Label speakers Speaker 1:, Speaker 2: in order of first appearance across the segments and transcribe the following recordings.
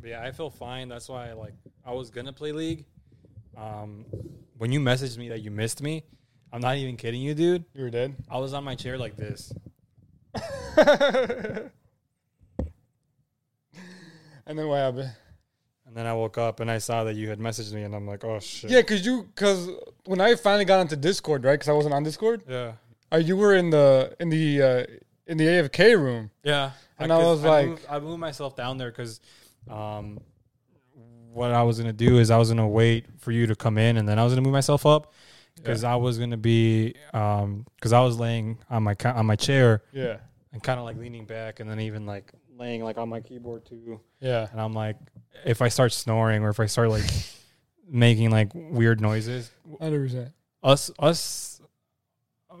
Speaker 1: But yeah, I feel fine. That's why like I was gonna play league. Um, when you messaged me that you missed me, I'm not even kidding you, dude.
Speaker 2: You were dead.
Speaker 1: I was on my chair like this.
Speaker 2: and then what happened?
Speaker 1: And then I woke up and I saw that you had messaged me, and I'm like, oh shit.
Speaker 2: Yeah, cause you, cause when I finally got onto Discord, right? Cause I wasn't on Discord.
Speaker 1: Yeah.
Speaker 2: Uh, you were in the in the uh, in the AFK room.
Speaker 1: Yeah.
Speaker 2: And I
Speaker 1: could-
Speaker 2: was like-
Speaker 1: moved, I moved myself down there because um, what I was going to do is I was going to wait for you to come in and then I was going to move myself up because I was going to be, because I was laying on my, co- on my chair
Speaker 2: Yeah,
Speaker 1: and kind of like leaning back and then even like laying like on my keyboard too.
Speaker 2: yeah.
Speaker 1: And I'm like, if I start snoring or if I start like making like weird noises,
Speaker 2: Hundred percent.
Speaker 1: us, us,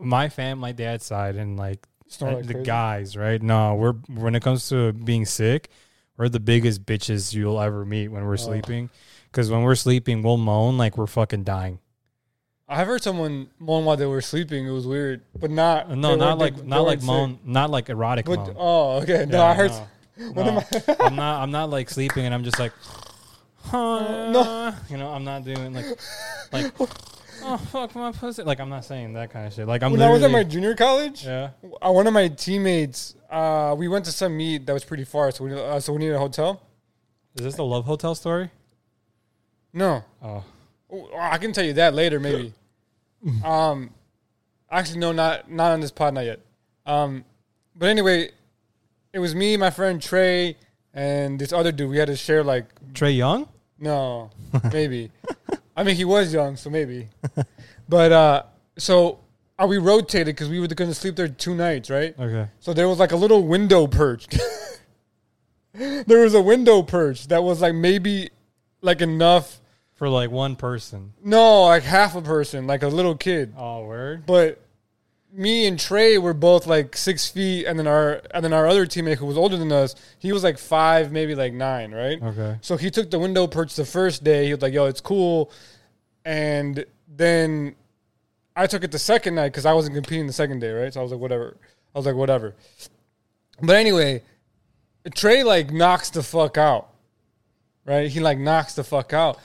Speaker 1: my fam, my dad's side, and like
Speaker 2: Snore
Speaker 1: uh,
Speaker 2: like
Speaker 1: the
Speaker 2: crazy.
Speaker 1: guys, right? No, we're when it comes to being sick, we're the biggest bitches you'll ever meet when we're
Speaker 2: Oh.
Speaker 1: sleeping. Because when we're sleeping, we'll moan like we're fucking dying.
Speaker 2: I've heard someone moan while they were sleeping. It was weird, but not
Speaker 1: No,
Speaker 2: Uh, they
Speaker 1: not
Speaker 2: weren't-
Speaker 1: like
Speaker 2: they
Speaker 1: not
Speaker 2: weren't
Speaker 1: like
Speaker 2: sick.
Speaker 1: moan, not like erotic
Speaker 2: But
Speaker 1: moan.
Speaker 2: oh, okay. No,
Speaker 1: Yeah,
Speaker 2: I heard.
Speaker 1: no,
Speaker 2: One
Speaker 1: no.
Speaker 2: of my.
Speaker 1: I'm not. I'm not like sleeping, and I'm just like, huh,
Speaker 2: no.
Speaker 1: you know, I'm not doing like, like, oh fuck my pussy. Like I'm not saying that kind of shit. Like I'm
Speaker 2: when I was at my
Speaker 1: literally-
Speaker 2: junior college,
Speaker 1: yeah.
Speaker 2: uh, one of my teammates, uh, we went to some meet that was pretty far, so we uh, so we needed a hotel.
Speaker 1: Is this the love hotel story?
Speaker 2: No,
Speaker 1: Oh,
Speaker 2: Oh, I can tell you that later, maybe. um, actually, no, not not on this pod, not yet. Um, but anyway, it was me, my friend Trey, and this other dude. We had to share like
Speaker 1: Trey Young.
Speaker 2: no, maybe. I mean, he was young, so maybe. But uh, so uh, we rotated because we were going to sleep there two nights, right?
Speaker 1: Okay.
Speaker 2: So there was like a little window perched. there was a window perch that was like maybe like enough.
Speaker 1: For like one person.
Speaker 2: No, like half a person, like a little kid.
Speaker 1: Oh, word.
Speaker 2: But me and Trey were both like six feet, and then our and then our other teammate who was older than us, he was like five, maybe like nine, right?
Speaker 1: Okay.
Speaker 2: So he took the window perch the first day. He was like, "Yo, it's cool," and then I took it the second night because I wasn't competing the second day, right? So I was like, "Whatever." I was like, "Whatever." But anyway, Trey like knocks the fuck out, right? He like knocks the fuck out,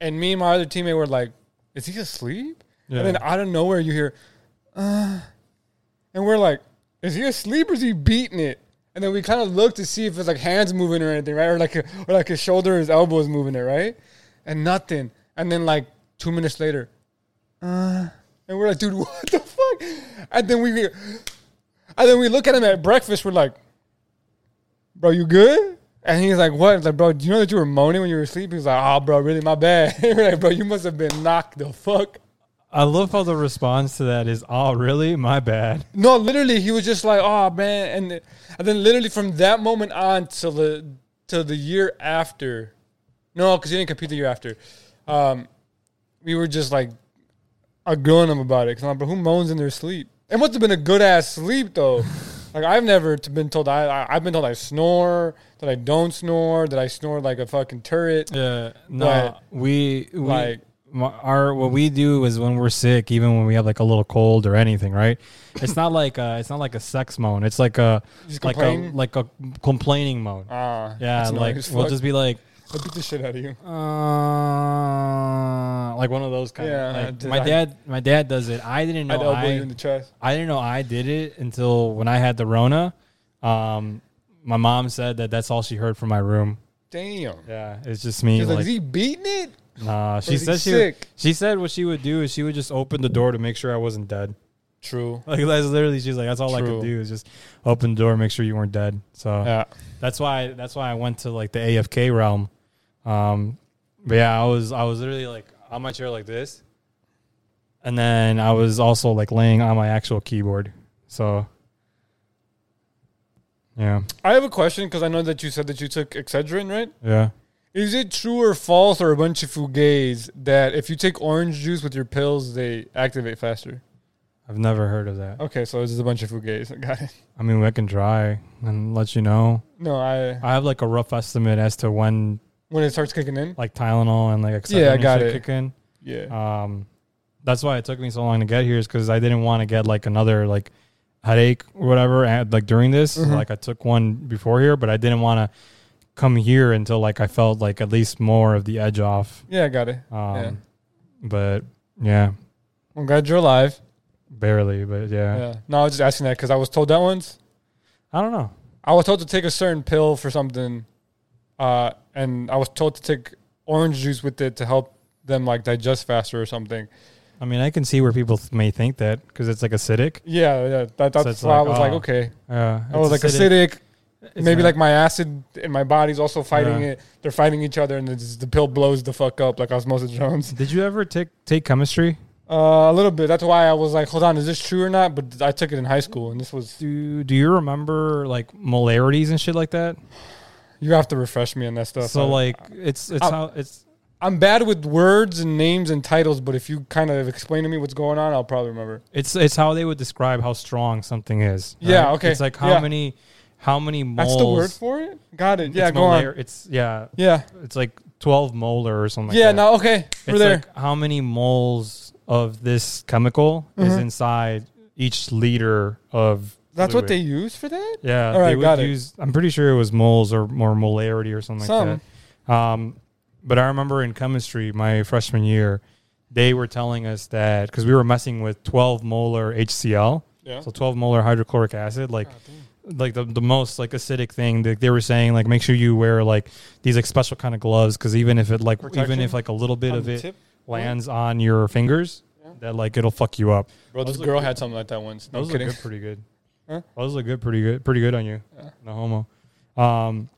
Speaker 2: and me and my other teammate were like, "Is he asleep?"
Speaker 1: Yeah.
Speaker 2: And then out of nowhere, you hear, uh, and we're like, "Is he asleep or is he beating it?" And then we kind of look to see if it's like hands moving or anything, right? Or like, or like his shoulder, or his elbow is moving it, right? And nothing. And then like two minutes later, uh, and we're like, "Dude, what the fuck?" And then we, and then we look at him at breakfast. We're like, "Bro, you good?" And he's like, "What?" It's like, "Bro, do you know that you were moaning when you were sleeping?" He's like, "Oh, bro, really, my bad." we're like, "Bro, you must have been knocked the fuck."
Speaker 1: I love how the response to that is, "Oh, really? My bad."
Speaker 2: No, literally, he was just like, "Oh man," and and then literally from that moment on till the till the year after, no, because he didn't compete the year after. Um, we were just like, "I grilling him about it." Cause I'm like, "Bro, who moans in their sleep?" It must have been a good ass sleep though. like I've never t- been told I, I I've been told I snore, that I don't snore, that I snore like a fucking turret.
Speaker 1: Yeah. No,
Speaker 2: But,
Speaker 1: we, we
Speaker 2: like-
Speaker 1: like our what we do is when we're sick, even when we have like a little cold or anything, right? It's not like uh it's not like a sex moan. It's like a
Speaker 2: Just
Speaker 1: like a
Speaker 2: complain?
Speaker 1: like a complaining moan.
Speaker 2: Ah,
Speaker 1: yeah,
Speaker 2: that's annoying
Speaker 1: like
Speaker 2: as
Speaker 1: we'll
Speaker 2: fuck.
Speaker 1: just be like,
Speaker 2: I beat the shit out of you.
Speaker 1: uh, like one of those kind.
Speaker 2: Yeah,
Speaker 1: of, like,
Speaker 2: did
Speaker 1: my
Speaker 2: I-
Speaker 1: dad, my dad does it. I didn't know.
Speaker 2: I'd elbow
Speaker 1: I,
Speaker 2: you in the chest.
Speaker 1: I didn't know I did it until when I had the Rona. Um, my mom said that that's all she heard from my room.
Speaker 2: Damn.
Speaker 1: Yeah, it's just me.
Speaker 2: He's like,
Speaker 1: Like,
Speaker 2: is he beating it?
Speaker 1: nah, Uh, she
Speaker 2: is he
Speaker 1: said she.
Speaker 2: sick?
Speaker 1: She said what she would do is she would just open the door to make sure I wasn't dead.
Speaker 2: True.
Speaker 1: Like that's literally she's like that's all I
Speaker 2: True.
Speaker 1: could do is just open the door, make sure you weren't dead. So
Speaker 2: Yeah.
Speaker 1: that's why that's why I went to like the AFK realm. Um, but yeah, I was I was literally like on my chair like this, and then I was also like laying on my actual keyboard. So yeah,
Speaker 2: I have a question because I know that you said that you took Excedrin, right?
Speaker 1: yeah.
Speaker 2: Is it true or false or a bunch of fugays that if you take orange juice with your pills, they activate faster?
Speaker 1: I've never heard of that.
Speaker 2: Okay, so this is a bunch of fugays. I Got it.
Speaker 1: I mean, we can try and let you know.
Speaker 2: No, I
Speaker 1: I have like a rough estimate as to when
Speaker 2: when it starts kicking in.
Speaker 1: like Tylenol and like
Speaker 2: Yeah, I
Speaker 1: Excedrin and
Speaker 2: got
Speaker 1: shit
Speaker 2: it.
Speaker 1: kick in.
Speaker 2: Yeah.
Speaker 1: Um, that's why it took me so long to get here is because I didn't want to get like another like headache or whatever. And, like during this,
Speaker 2: Mhm.
Speaker 1: like I took one before here, but I didn't want to come here until like I felt like at least more of the edge off.
Speaker 2: Yeah, I got it.
Speaker 1: Um,
Speaker 2: Yeah.
Speaker 1: But yeah,
Speaker 2: I'm glad you're alive.
Speaker 1: barely. But yeah,
Speaker 2: Yeah. No, I was just asking that because I was told that once.
Speaker 1: I don't know.
Speaker 2: I was told to take a certain pill for something, uh, and I was told to take orange juice with it to help them like digest faster or something.
Speaker 1: I mean, I can see where people th- may think that because it's like acidic.
Speaker 2: Yeah, yeah. That,
Speaker 1: So
Speaker 2: that's
Speaker 1: it's
Speaker 2: why I
Speaker 1: like,
Speaker 2: was like,
Speaker 1: oh,
Speaker 2: okay.
Speaker 1: Uh,
Speaker 2: I was like acidic. Maybe like my acid and my body's also fighting
Speaker 1: Yeah.
Speaker 2: it. They're fighting each other, and it's, the pill blows the fuck up like osmosis Jones.
Speaker 1: Did you ever take take chemistry?
Speaker 2: Uh, a little bit. That's why I was like, hold on, is this true or not? But I took it in high school, and this was.
Speaker 1: Do Do you remember like molarities and shit like that?
Speaker 2: You have to refresh me on that stuff.
Speaker 1: so
Speaker 2: I-
Speaker 1: like it's it's
Speaker 2: I'll-
Speaker 1: how it's
Speaker 2: I'm bad with words and names and titles, but if you kind of explain to me what's going on, I'll probably remember.
Speaker 1: it's it's how they would describe how strong something is.
Speaker 2: Yeah, okay,
Speaker 1: It's like how
Speaker 2: yeah.
Speaker 1: many how many moles.
Speaker 2: That's the word for it. Got it. Yeah,
Speaker 1: it's
Speaker 2: go
Speaker 1: molar,
Speaker 2: on.
Speaker 1: It's yeah.
Speaker 2: Yeah,
Speaker 1: It's like twelve molar or something.
Speaker 2: yeah.
Speaker 1: like that.
Speaker 2: Now, okay, we're
Speaker 1: it's
Speaker 2: there.
Speaker 1: like how many moles of this chemical is
Speaker 2: Mhm.
Speaker 1: inside each liter of
Speaker 2: That's what they
Speaker 1: fluid.
Speaker 2: use for that.
Speaker 1: yeah
Speaker 2: all right,
Speaker 1: they would
Speaker 2: got it.
Speaker 1: use I'm pretty sure it was moles or more molarity or something like
Speaker 2: Some.
Speaker 1: that um but I remember in chemistry my freshman year they were telling us that because we were messing with 12 molar HCl
Speaker 2: Yeah.
Speaker 1: so 12 molar hydrochloric acid
Speaker 2: Ah,
Speaker 1: like like the, the most like acidic thing that they were saying like make sure you wear like these like special kind of gloves because even if it like
Speaker 2: Protection?
Speaker 1: even if like a little bit of it
Speaker 2: Tip.
Speaker 1: lands on your fingers,
Speaker 2: Yeah.
Speaker 1: that like it'll fuck you up.
Speaker 2: Bro, this
Speaker 1: Those look
Speaker 2: girl
Speaker 1: good.
Speaker 2: had something like that once. No
Speaker 1: Those
Speaker 2: kidding.
Speaker 1: look good, pretty good.
Speaker 2: Huh?
Speaker 1: Those look good, pretty good, pretty good on you.
Speaker 2: Yeah.
Speaker 1: No homo. Um,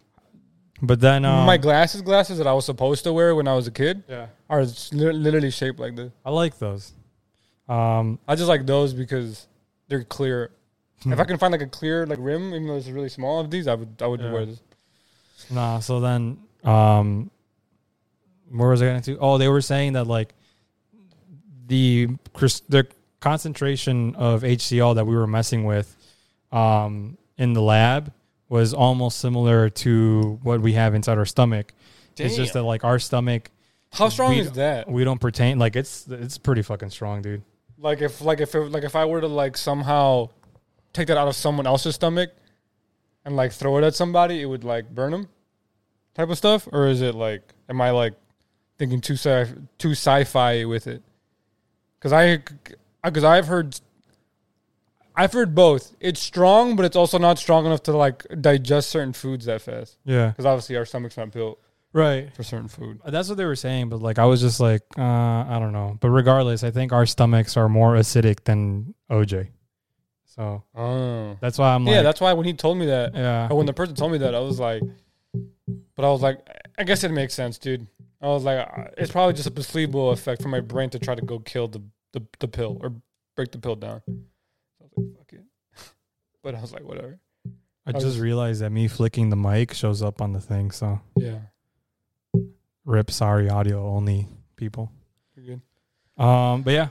Speaker 1: but then um,
Speaker 2: My glasses, glasses that I was supposed to wear when I was a kid,
Speaker 1: yeah,
Speaker 2: are s- li- literally shaped like this.
Speaker 1: I like those. Um,
Speaker 2: I just like those because they're clear. if
Speaker 1: Hmm.
Speaker 2: I can find like a clear like rim, even though it's really small of these, I would I would
Speaker 1: Yeah.
Speaker 2: wear this.
Speaker 1: nah. So then, um, where was I going to? Oh, they were saying that like the crys- the concentration of HCl that we were messing with um, in the lab was almost similar to what we have inside our stomach. It's just that like our stomach,
Speaker 2: How strong
Speaker 1: we
Speaker 2: is
Speaker 1: don't-
Speaker 2: that?
Speaker 1: we don't pertain. Like it's it's pretty fucking strong, dude.
Speaker 2: Like if like if it, like if I were to like somehow take that out of someone else's stomach and like throw it at somebody, it would like burn them, type of stuff. Or is it like am I like thinking too sci too sci-fi with it? Because I because I've heard I've heard both. It's strong, but it's also not strong enough to like digest certain foods that fast.
Speaker 1: Yeah,
Speaker 2: Because obviously our stomach's not built
Speaker 1: right.
Speaker 2: for certain food.
Speaker 1: That's what they were saying, but like I was just like, uh, I don't know. But regardless, I think our stomachs are more acidic than OJ. So
Speaker 2: Oh.
Speaker 1: that's why I'm like,
Speaker 2: yeah, that's why when he told me that,
Speaker 1: yeah,
Speaker 2: But when the person told me that, I was like, but I was like, I guess it makes sense, dude. I was like, I- it's probably just a placebo effect for my brain to try to go kill the the, the pill or break the pill down. I was like, fuck it. But I was like, whatever.
Speaker 1: I just realized that me flicking the mic shows up on the thing. So
Speaker 2: Yeah,
Speaker 1: rip, sorry, audio only people.
Speaker 2: you're good.
Speaker 1: Um, but yeah,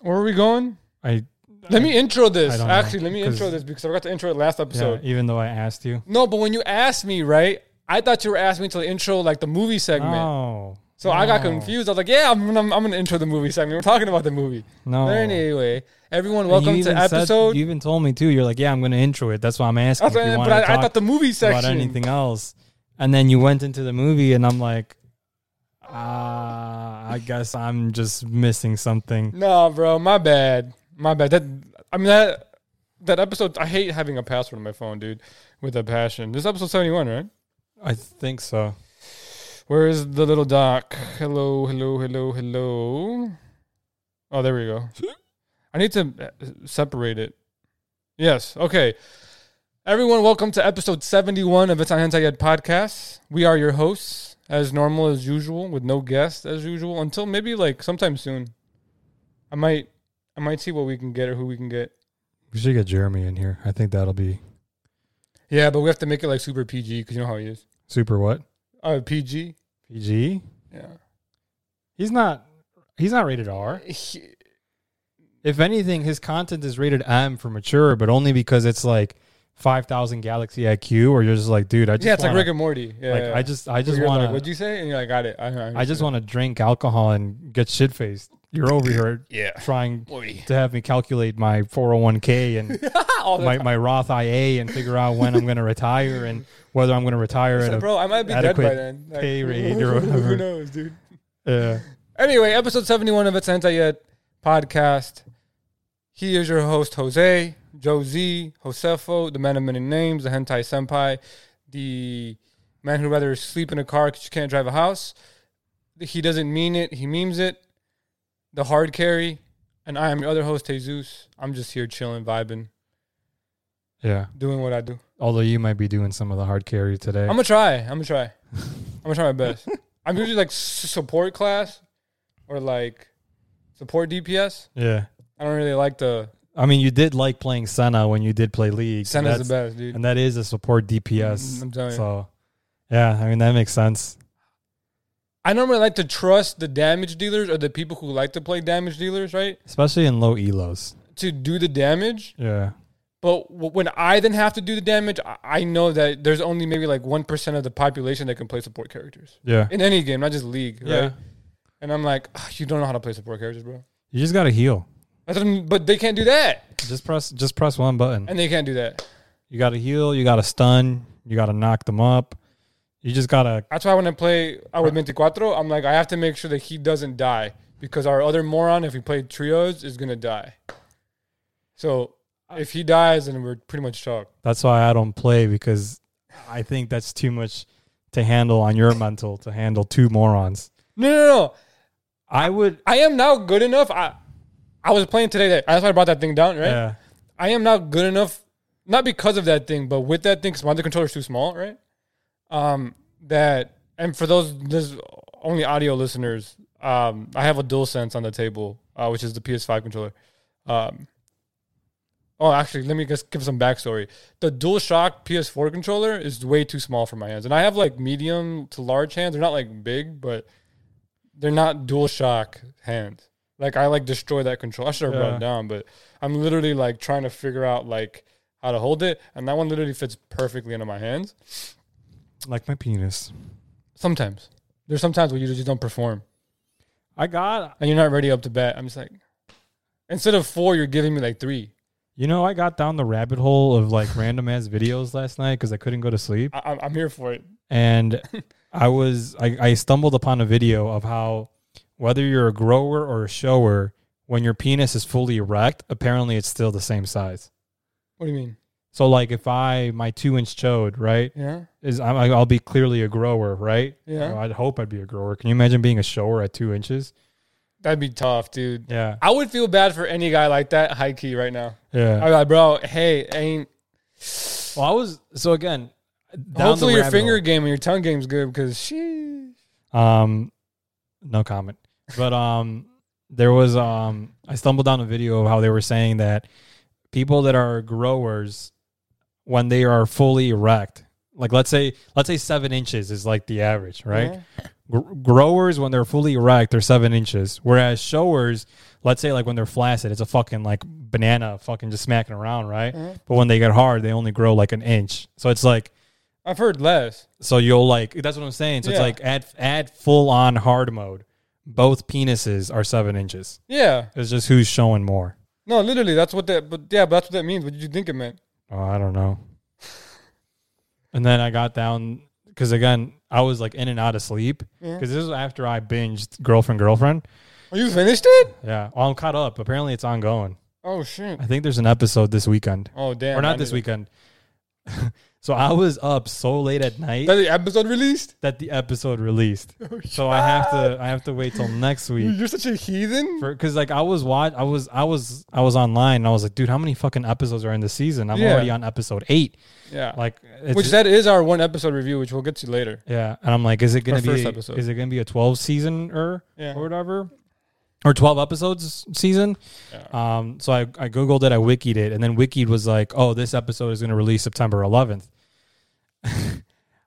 Speaker 2: Where are we going?
Speaker 1: I
Speaker 2: Let me intro this.
Speaker 1: I don't know,
Speaker 2: Actually, let me
Speaker 1: 'cause-
Speaker 2: intro this because I forgot to intro it last
Speaker 1: Yeah,
Speaker 2: episode.
Speaker 1: even though I asked you.
Speaker 2: No, but when you asked me, right? I thought you were asking me to intro like the movie segment.
Speaker 1: Oh. No,
Speaker 2: so I got
Speaker 1: no,
Speaker 2: confused. I was like, yeah, I'm, gonna- I'm, gonna intro the movie segment. We're talking about the movie.
Speaker 1: No.
Speaker 2: But anyway, everyone,
Speaker 1: Oh. And
Speaker 2: welcome
Speaker 1: you
Speaker 2: to
Speaker 1: even said-
Speaker 2: episode.
Speaker 1: you even told me too. You're like, yeah, I'm going to intro it. That's why I'm asking.
Speaker 2: I
Speaker 1: If you
Speaker 2: thought-
Speaker 1: wanna
Speaker 2: but I, I
Speaker 1: talk
Speaker 2: thought the movie section.
Speaker 1: about anything else, and then you went into the movie, and I'm like, ah, I guess I'm just missing something.
Speaker 2: No, bro, my bad, my bad. That I mean that that episode. I hate having a password on my phone, dude, with a passion. This is episode seventy one, right?
Speaker 1: I think so.
Speaker 2: Where is the little doc? Hello, hello, hello, hello. Oh, there we go. I need to uh, separate it. Yes. Okay. Everyone, welcome to episode 71 of It's on Hentai Yet podcast. We are your hosts, as normal as usual, with no guests as usual, until maybe like sometime soon. I might, I might see what we can get or who we can get.
Speaker 1: We should get Jeremy in here. I think that'll be
Speaker 2: Yeah, but we have to make it like super PG because you know how he is.
Speaker 1: super. What
Speaker 2: Uh, PG.
Speaker 1: PG?
Speaker 2: Yeah.
Speaker 1: He's not. He's not rated R.
Speaker 2: He-
Speaker 1: If anything, his content is rated M for mature, but only because it's like five thousand Galaxy IQ, or you're just like, dude, I just
Speaker 2: yeah, it's like
Speaker 1: wanna-
Speaker 2: Rick and Morty. Yeah.
Speaker 1: like,
Speaker 2: yeah.
Speaker 1: I just I just
Speaker 2: You're
Speaker 1: want
Speaker 2: Like,
Speaker 1: to
Speaker 2: What'd you say? And you're like, got it. I,
Speaker 1: I just want to drink alcohol and get shit faced. you're over here
Speaker 2: Yeah.
Speaker 1: trying
Speaker 2: Woody.
Speaker 1: to have me calculate my 401k and
Speaker 2: All the
Speaker 1: my,
Speaker 2: time.
Speaker 1: my Roth IA and figure out when I'm going to retire and whether I'm going to retire
Speaker 2: So,
Speaker 1: at a
Speaker 2: bro, I might be dead by
Speaker 1: adequate
Speaker 2: then.
Speaker 1: pay rate or
Speaker 2: Who
Speaker 1: whatever.
Speaker 2: knows, dude?
Speaker 1: yeah.
Speaker 2: Anyway, episode 71 of It's Anti Yet podcast. He is your host, Jose, Josie, Josefo, the man of many names, the hentai senpai, the man who rather sleep in a car because you can't drive a house. He doesn't mean it, he memes it, the hard carry. And I am your other host, Jesus. I'm just here chilling, vibing,
Speaker 1: yeah.
Speaker 2: doing what I do.
Speaker 1: Although you might be doing some of the hard carry today.
Speaker 2: I'm gonna try. I'm gonna try. I'm gonna try my best. I'm usually like s- support class or like support DPS.
Speaker 1: yeah.
Speaker 2: I don't really like the
Speaker 1: I mean, you did like playing Senna when you did play League.
Speaker 2: Senna's the
Speaker 1: That's-
Speaker 2: best, dude.
Speaker 1: And that is a support DPS.
Speaker 2: Mm, I'm telling you.
Speaker 1: So, yeah, I mean, that makes sense.
Speaker 2: I normally like to trust the damage dealers or the people who like to play damage dealers, right?
Speaker 1: Especially in low elos.
Speaker 2: To do the damage.
Speaker 1: Yeah.
Speaker 2: But w- when I then have to do the damage, I- I know that there's only maybe like 1% of the population that can play support characters
Speaker 1: Yeah.
Speaker 2: in any game, not just league,
Speaker 1: Yeah.
Speaker 2: right? And I'm like, "Ah, you don't know how to play support characters, bro.
Speaker 1: You just got to heal.
Speaker 2: That's what I'm- But they can't do that.
Speaker 1: Just press just press one button.
Speaker 2: And they can't do that.
Speaker 1: You got to heal, you got to stun, you got to knock them up. You just got to
Speaker 2: That's why when I play I with 24, I'm like, I have to make sure that he doesn't die because our other moron, if we play trios, is going to die. So if he dies, then we're pretty much chalk.
Speaker 1: That's why I don't play because I think that's too much to handle on your mental to handle two morons.
Speaker 2: No, no, no.
Speaker 1: I would
Speaker 2: I am now good enough. I I was playing today. That, that's why I brought that thing down, right?
Speaker 1: yeah.
Speaker 2: I am not good enough, not because of that thing, but with that thing, because my other controller's too small, right? Um, that and for those this only audio listeners, um, I have a DualSense on the table, uh, which is the PS5 controller. Um, oh, actually, let me just give some backstory. The DualShock PS4 controller is way too small for my hands, and I have like medium to large hands. They're not like big, but they're not DualShock hands. Like I like destroy that control. I should have brought
Speaker 1: Yeah.
Speaker 2: it down, but I'm literally like trying to figure out like how to hold it, and that one literally fits perfectly into my hands.
Speaker 1: like my penis.
Speaker 2: Sometimes there's sometimes where you just don't perform
Speaker 1: I got
Speaker 2: and you're not ready up to bat. I'm just like, instead of four, you're giving me like three.
Speaker 1: you know, I got down the rabbit hole of like random ass videos last night because I couldn't go to sleep.
Speaker 2: I, I'm- I'm here for it.
Speaker 1: and I was I, I stumbled upon a video of how whether you're a grower or a shower, when your penis is fully erect, apparently it's still the same size.
Speaker 2: What do you mean?
Speaker 1: So like if I my two inch chode right
Speaker 2: Yeah,
Speaker 1: is I'm, I'll be clearly a grower right.
Speaker 2: yeah.
Speaker 1: I'd hope I'd be a grower. Can you imagine being a shower at two inches?
Speaker 2: That'd be tough, dude.
Speaker 1: Yeah,
Speaker 2: I would feel bad for any guy like that, high key, right now.
Speaker 1: yeah.
Speaker 2: I'm like, bro, hey, ain't.
Speaker 1: Well, I was so again. down
Speaker 2: Hopefully,
Speaker 1: the
Speaker 2: your
Speaker 1: rabbit
Speaker 2: finger game and your tongue game's good because she.
Speaker 1: hole. Um, no comment. But um, there was um, I stumbled down a video of how they were saying that people that are growers, when they are fully erect, like let's say let's say seven inches is like the average, right? Gr- growers when they're fully erect they're seven inches whereas showers let's say like when they're flaccid it's a fucking like banana fucking just smacking around right
Speaker 2: Mhm.
Speaker 1: but when they get hard they only grow like an inch so it's like
Speaker 2: I've heard less.
Speaker 1: so you'll like that's what i'm saying so
Speaker 2: Yeah.
Speaker 1: it's like add add full on hard mode both penises are seven inches
Speaker 2: Yeah.
Speaker 1: it's just who's showing more
Speaker 2: No, literally, that's what that. But yeah, but that's what that means. What did you think it meant?
Speaker 1: oh i don't know and then i got down because again i was like in and out of sleep
Speaker 2: Mhm.
Speaker 1: because this was after i binged girlfriend girlfriend
Speaker 2: Oh, you finished it?
Speaker 1: yeah well, i'm caught up apparently it's ongoing
Speaker 2: Oh shit.
Speaker 1: I think there's an episode this weekend,
Speaker 2: Oh damn.
Speaker 1: or
Speaker 2: I
Speaker 1: not this
Speaker 2: need-
Speaker 1: weekend. so I was up so late at night
Speaker 2: That Oh, the episode released?
Speaker 1: that the episode released. So I have to I have to wait till next week
Speaker 2: You're such a heathen.
Speaker 1: because like I was watch I was I was I was online and I was like, dude, how many fucking episodes are in this season? I'm
Speaker 2: Yeah.
Speaker 1: already on episode eight.
Speaker 2: yeah.
Speaker 1: Like, it's,
Speaker 2: Which that is our one episode review, which we'll get to later.
Speaker 1: yeah, and I'm like, is it gonna be
Speaker 2: first episode.
Speaker 1: is it gonna be a twelve season or
Speaker 2: Yeah.
Speaker 1: or whatever? Or twelve episodes season, um. So I, I googled it, I wikied it, and then wikied was like, "Oh, this episode is going to release September 11th."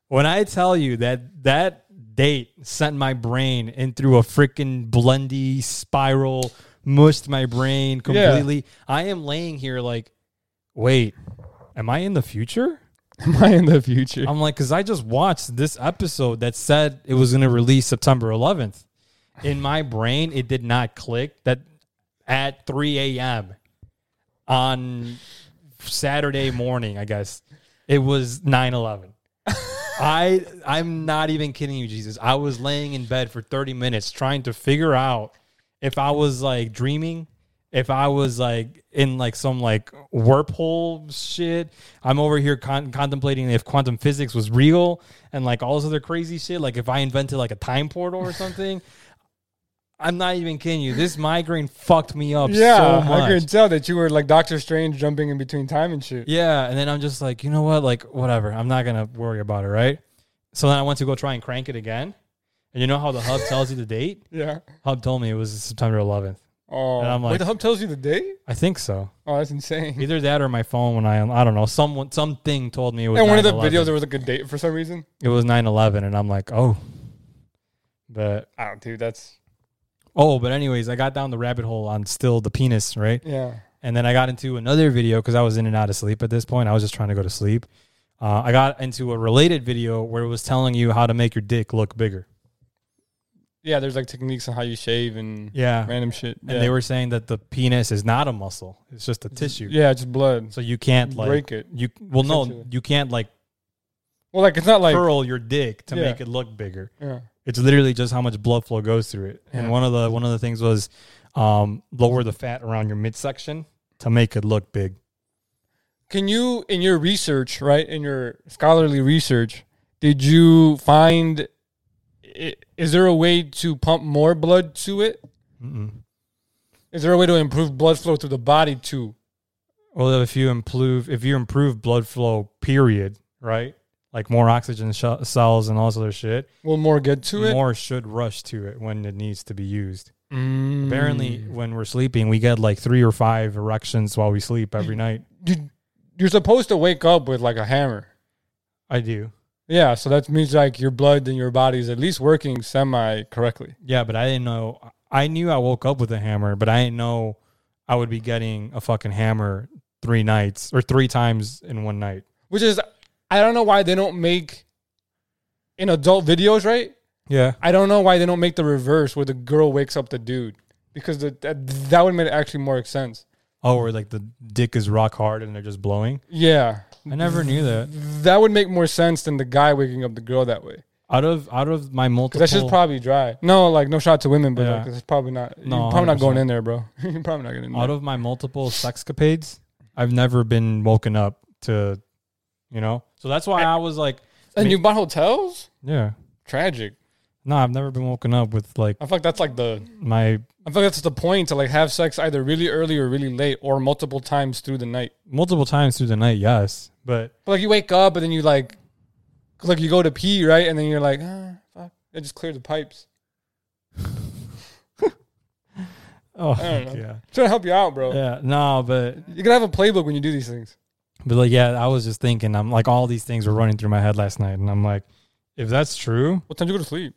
Speaker 1: when I tell you that that date sent my brain in through a freaking blendy spiral, mushed my brain
Speaker 2: Yeah.
Speaker 1: completely. I am laying here like, wait, am I in the future?
Speaker 2: Am I in the future?
Speaker 1: I'm like, because I just watched this episode that said it was going to release September 11th. in my brain, it did not click that at 3 a.m. on Saturday morning, I guess it was 9 11. I I'm not even kidding you, Jesus. I was laying in bed for 30 minutes trying to figure out if I was like dreaming, if I was like in like some like wormhole shit. I'm over here con- contemplating if quantum physics was real and like all this other crazy shit. Like if I invented like a time portal or something. I'm not even kidding you. This migraine fucked me up
Speaker 2: Yeah,
Speaker 1: so much.
Speaker 2: I could tell that you were like Doctor Strange jumping in between time and shit.
Speaker 1: Yeah, and then I'm just like, you know what? Like, whatever. I'm not gonna worry about it, right? So then I went to go try and crank it again, and you know how the hub tells you the date?
Speaker 2: Yeah.
Speaker 1: Hub told me it was September 11th,
Speaker 2: Oh,
Speaker 1: And I'm like-
Speaker 2: wait, the hub tells you the date?
Speaker 1: I think so.
Speaker 2: Oh, that's insane.
Speaker 1: Either that or my phone when I I don't know someone something told me it was.
Speaker 2: And one of the
Speaker 1: 9/11.
Speaker 2: videos, there was like a date for some reason.
Speaker 1: it was 9/11, and I'm like, oh, but
Speaker 2: Oh, dude, that's
Speaker 1: oh, but anyways, I got down the rabbit hole on still the penis, right?
Speaker 2: yeah.
Speaker 1: And then I got into another video because I was in and out of sleep at this point. I was just trying to go to sleep. Uh, I got into a related video where it was telling you how to make your dick look bigger.
Speaker 2: Yeah, there's like techniques on how you shave and
Speaker 1: Yeah.
Speaker 2: random shit.
Speaker 1: And
Speaker 2: yeah.
Speaker 1: they were saying that the penis is not a muscle; it's just a tissue.
Speaker 2: yeah, just blood.
Speaker 1: So you can't like
Speaker 2: Break it.
Speaker 1: You well, no,
Speaker 2: Essentially.
Speaker 1: you can't like,
Speaker 2: Well, like it's not like
Speaker 1: curl your dick to
Speaker 2: Yeah.
Speaker 1: make it look bigger.
Speaker 2: yeah.
Speaker 1: It's literally just how much blood flow goes through it.
Speaker 2: Yeah.
Speaker 1: And one of the one of the things was um, lower the fat around your midsection to make it look big.
Speaker 2: Can you, in your research, right, in your scholarly research, did you find i- is there a way to pump more blood to it?
Speaker 1: Mm-mm.
Speaker 2: Is there a way to improve blood flow through the body too?
Speaker 1: Well, if you improve if you improve blood flow, period, right? Like more oxygen sh- cells and all this other shit,
Speaker 2: Will more get to it?
Speaker 1: more should rush to it when it needs to be used.
Speaker 2: Mm.
Speaker 1: Apparently, when we're sleeping, we get like three or five erections while we sleep every night.
Speaker 2: You- you're supposed to wake up with like a hammer.
Speaker 1: I do.
Speaker 2: Yeah, so that means like your blood in your body is at least working semi correctly.
Speaker 1: Yeah, but I didn't know. I knew I woke up with a hammer, but I didn't know I would be getting a fucking hammer three nights or three times in one night.
Speaker 2: Which is I don't know why they don't make in adult videos, right?
Speaker 1: Yeah.
Speaker 2: I don't know why they don't make the reverse where the girl wakes up the dude because the, that that would make it actually more sense.
Speaker 1: Oh, or like the dick is rock hard and they're just blowing.
Speaker 2: Yeah,
Speaker 1: I never knew that.
Speaker 2: that would make more sense than the guy waking up the girl that way
Speaker 1: Out of out of my multiple.
Speaker 2: because that's just probably dry. No, like no shot to women, but
Speaker 1: Yeah.
Speaker 2: like, it's probably not.
Speaker 1: No,
Speaker 2: you're probably not going
Speaker 1: 100%.
Speaker 2: in there, bro. you're probably not going in
Speaker 1: out
Speaker 2: there.
Speaker 1: of my multiple sexcapades, I've never been woken up to, you know. So that's why I was like,
Speaker 2: And you bought hotels?
Speaker 1: yeah,
Speaker 2: Tragic.
Speaker 1: no, I've never been woken up with like
Speaker 2: I feel like that's like the
Speaker 1: my
Speaker 2: I feel like that's the point to like have sex either really early or really late or multiple times through the night.
Speaker 1: multiple times through the night. Yes, but
Speaker 2: But like you wake up and then you like, 'cause, like you go to pee right, and then you're like, ah, fuck, it just cleared the pipes.
Speaker 1: oh
Speaker 2: don't know.
Speaker 1: yeah,
Speaker 2: Trying to help you out, bro.
Speaker 1: yeah, no, but
Speaker 2: You can have a playbook when you do these things.
Speaker 1: but like yeah, I was just thinking, I'm like all these things were running through my head last night, and I'm like, if that's true,
Speaker 2: What time do you go to sleep?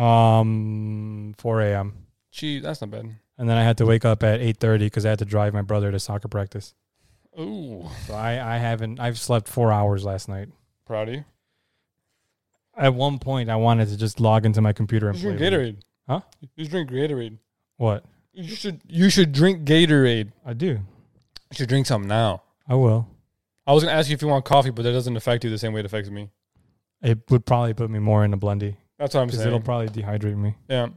Speaker 1: um, 4 a.m.
Speaker 2: Gee, that's not bad.
Speaker 1: And then I had to wake up at 8:30 because I had to drive my brother to soccer practice.
Speaker 2: Ooh,
Speaker 1: So I, I haven't I've slept four hours last night.
Speaker 2: proud of you.
Speaker 1: At one point, I wanted to just log into my computer
Speaker 2: You
Speaker 1: and
Speaker 2: should
Speaker 1: play.
Speaker 2: drink
Speaker 1: League.
Speaker 2: Gatorade.
Speaker 1: Huh?
Speaker 2: You should drink Gatorade.
Speaker 1: What?
Speaker 2: You should you should drink Gatorade.
Speaker 1: I do.
Speaker 2: You should drink some now.
Speaker 1: I will.
Speaker 2: I was gonna ask you if you want coffee, but that doesn't affect you the same way it affects me.
Speaker 1: It would probably put me more in a blendy
Speaker 2: That's what I'm
Speaker 1: because it'll
Speaker 2: saying.
Speaker 1: probably dehydrate me.
Speaker 2: Yeah.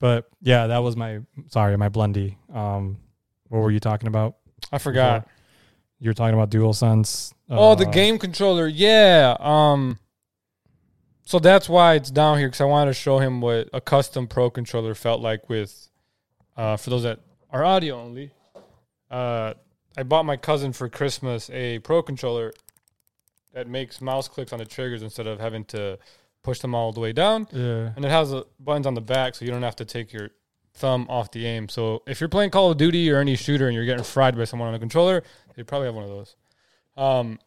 Speaker 1: But yeah, that was my sorry, my blendy. Um, what were you talking about?
Speaker 2: I forgot.
Speaker 1: before? You were talking about Uh, dual sense.
Speaker 2: Oh, the game controller. Yeah. Um. So that's why it's down here because I wanted to show him what a custom pro controller felt like with, uh, for those that are audio only. Uh, I bought my cousin for Christmas a pro controller that makes mouse clicks on the triggers instead of having to push them all the way down,
Speaker 1: Yeah.
Speaker 2: and it has uh buttons on the back so you don't have to take your thumb off the aim. So if you're playing Call of Duty or any shooter and you're getting fried by someone on a controller, they probably have one of those. Um,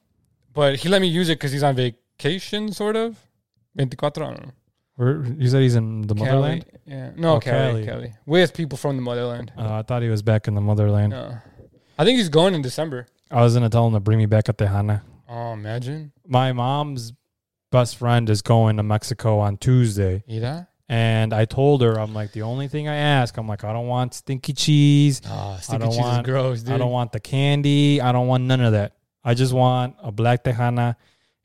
Speaker 2: but he let me use it because he's on vacation, sort of. 24, I don't know.
Speaker 1: Where, you said he's in the motherland.
Speaker 2: Cali, Yeah. No,
Speaker 1: Oh,
Speaker 2: Cali,
Speaker 1: Cali.
Speaker 2: Cali. With people from the motherland.
Speaker 1: Uh, I thought he was back in the motherland.
Speaker 2: No. I think he's going in December.
Speaker 1: I was gonna tell him to bring me back a Tejana.
Speaker 2: Oh, imagine.
Speaker 1: My mom's best friend is going to Mexico on Tuesday
Speaker 2: Ida?
Speaker 1: And I told her, I'm like, the only thing I ask, I'm like, I don't want stinky cheese.
Speaker 2: Ah,
Speaker 3: Oh,
Speaker 1: Ah, I
Speaker 3: sticky
Speaker 1: don't
Speaker 3: cheese
Speaker 1: want-
Speaker 3: is gross, dude.
Speaker 1: I don't want the candy. I don't want none of that. I just want a black Tejana.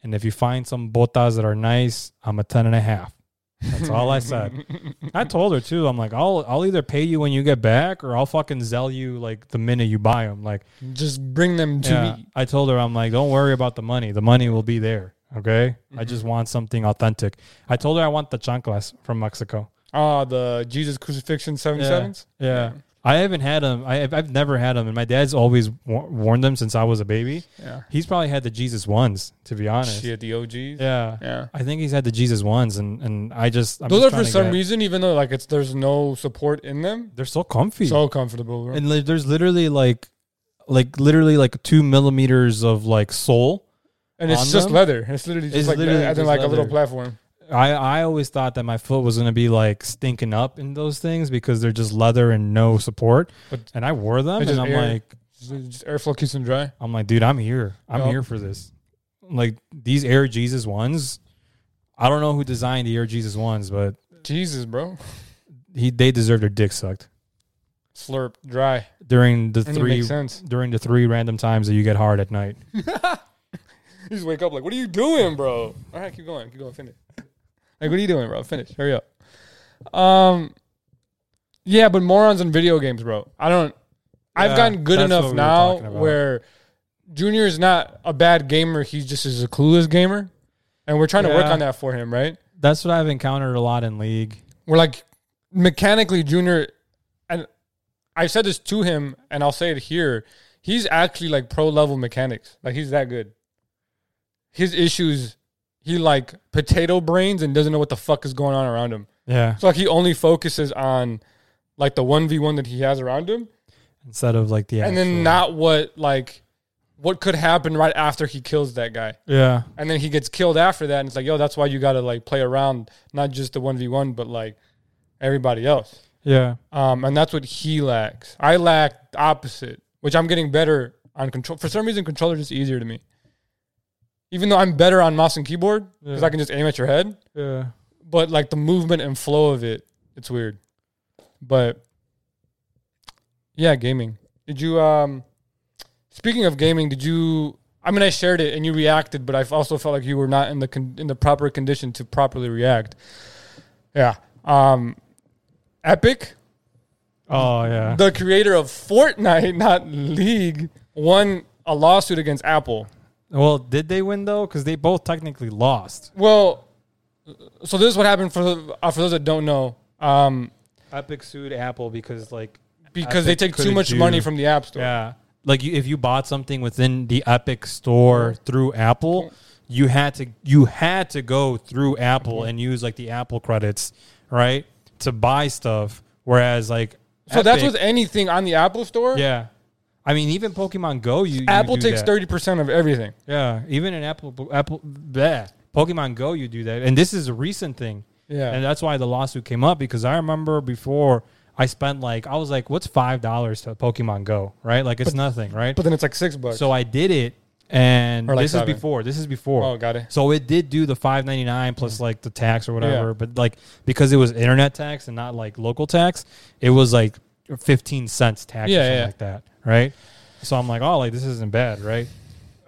Speaker 1: And if you find some botas that are nice, I'm a ten and a half. That's all I said. I told her too. I'm like, I'll I'll either pay you when you get back, or I'll fucking sell you like the minute you buy them. Like,
Speaker 2: Just bring them to
Speaker 1: yeah,
Speaker 2: me.
Speaker 1: I told her, I'm like, don't worry about the money. The money will be there. Okay. I
Speaker 2: Mm-hmm.
Speaker 1: just want something authentic. I told her I want the chanclas from Mexico.
Speaker 2: Ah, the Jesus crucifixion 77s?
Speaker 1: Yeah. I haven't had them. I, I've I've never had them, and my dad's always wa- worn them since I was a baby.
Speaker 2: Yeah.
Speaker 1: He's probably had the Jesus ones, to be honest.
Speaker 3: Shit, the OGs.
Speaker 1: Yeah.
Speaker 2: Yeah.
Speaker 1: I think he's had the Jesus ones, and and I just I'm
Speaker 2: Those
Speaker 1: just
Speaker 2: are for
Speaker 1: trying to
Speaker 2: some
Speaker 1: get-
Speaker 2: reason, even though like it's there's no support in them,
Speaker 1: they're so comfy,
Speaker 2: so comfortable. Bro.
Speaker 1: and li- there's literally like, like literally like two millimeters of like sole.
Speaker 2: And it's
Speaker 1: on
Speaker 2: just
Speaker 1: them?
Speaker 2: leather. It's literally just
Speaker 1: It's
Speaker 2: like
Speaker 1: literally
Speaker 2: I think
Speaker 1: just
Speaker 2: like a little
Speaker 1: leather.
Speaker 2: platform.
Speaker 1: I I always thought that my foot was gonna be like stinking up in those things because they're just leather and no support.
Speaker 2: But-
Speaker 1: and I wore them,
Speaker 2: It's
Speaker 1: and
Speaker 2: just
Speaker 1: I'm
Speaker 2: air.
Speaker 1: like,
Speaker 2: Just, just airflow keeps them dry.
Speaker 1: I'm like, dude, I'm here. I'm
Speaker 2: Yup.
Speaker 1: here for this. Like these Air Jesus ones. I don't know who designed the Air Jesus ones, but
Speaker 2: Jesus, bro.
Speaker 1: he they deserve their dick sucked
Speaker 2: Slurp dry.
Speaker 1: during the
Speaker 2: Doesn't
Speaker 1: three
Speaker 2: make sense.
Speaker 1: during the three random times that you get hard at night.
Speaker 2: You just wake up like, what are you doing, bro? All right, keep going, keep going, finish. Like, what are you doing, bro? Finish. Hurry up. Um, yeah, but morons on video games, bro. I don't. I've
Speaker 1: Yeah,
Speaker 2: gotten good
Speaker 1: that's
Speaker 2: enough
Speaker 1: what we were
Speaker 2: now
Speaker 1: talking about.
Speaker 2: where Junior is not a bad gamer. He just is a clueless gamer, and we're trying to work
Speaker 1: Yeah.
Speaker 2: on that for him, right?
Speaker 1: That's what I've encountered a lot in league.
Speaker 2: We're like mechanically Junior, and I've said this to him, and I'll say it here. He's actually like pro level mechanics. Like he's that good. His issues, he like potato brains and doesn't know what the fuck is going on around him.
Speaker 1: Yeah.
Speaker 2: So like he only focuses on like the one v one that he has around him,
Speaker 1: Instead of like the
Speaker 2: and then
Speaker 1: actual-
Speaker 2: not what like what could happen right after he kills that guy.
Speaker 1: Yeah.
Speaker 2: And then he gets killed after that, and it's like, yo, that's why you gotta like play around, not just the one v one, but like everybody else.
Speaker 1: Yeah.
Speaker 2: Um, and that's what he lacks. I lack the opposite, which I'm getting better on control. For some reason, controller is easier to me. Even though I'm better on mouse and keyboard because
Speaker 1: Yeah.
Speaker 2: I can just aim at your head,
Speaker 1: Yeah.
Speaker 2: but like the movement and flow of it, it's weird. But yeah, gaming. Did you um speaking of gaming, did you I mean I shared it and you reacted, but I also felt like you were not in the con- in the proper condition to properly react. Yeah. Um Epic
Speaker 1: Oh yeah.
Speaker 2: the creator of Fortnite, not League, won a lawsuit against Apple.
Speaker 1: well, did they win though? Because they both technically lost.
Speaker 2: Well, so this is what happened for the, uh, for those that don't know, um,
Speaker 1: Epic sued Apple because like
Speaker 2: because they
Speaker 1: Epic
Speaker 2: take too
Speaker 1: couldn't
Speaker 2: much
Speaker 1: do-
Speaker 2: money from the App Store.
Speaker 1: Yeah. Like you, if you bought something within the Epic store through Apple, you had to you had to go through
Speaker 2: Mm-hmm.
Speaker 1: Apple and use like the Apple credits, right? To buy stuff. Whereas like
Speaker 2: so that's
Speaker 1: Epic-
Speaker 2: with anything on the Apple Store.
Speaker 1: Yeah. I mean even Pokemon Go you you
Speaker 2: Apple
Speaker 1: do
Speaker 2: takes
Speaker 1: that.
Speaker 2: thirty percent of everything.
Speaker 1: Yeah. Even in Apple Apple bleh, Pokemon Go you do that. And this is a recent thing.
Speaker 2: Yeah.
Speaker 1: And that's why the lawsuit came up because I remember before I spent like I was like, what's five dollars to Pokemon Go? Right? Like it's nothing, right?
Speaker 2: But then it's like six bucks.
Speaker 1: So I did it, and
Speaker 2: Or like
Speaker 1: this
Speaker 2: seven.
Speaker 1: is before. This is before.
Speaker 2: oh, got it.
Speaker 1: So it did do the five ninety nine plus like the tax or whatever, but like because it was internet tax and not like local tax, it was like fifteen cents tax
Speaker 2: Yeah,
Speaker 1: or something
Speaker 2: yeah.
Speaker 1: like that, right? So I'm like, oh, like this isn't bad, right?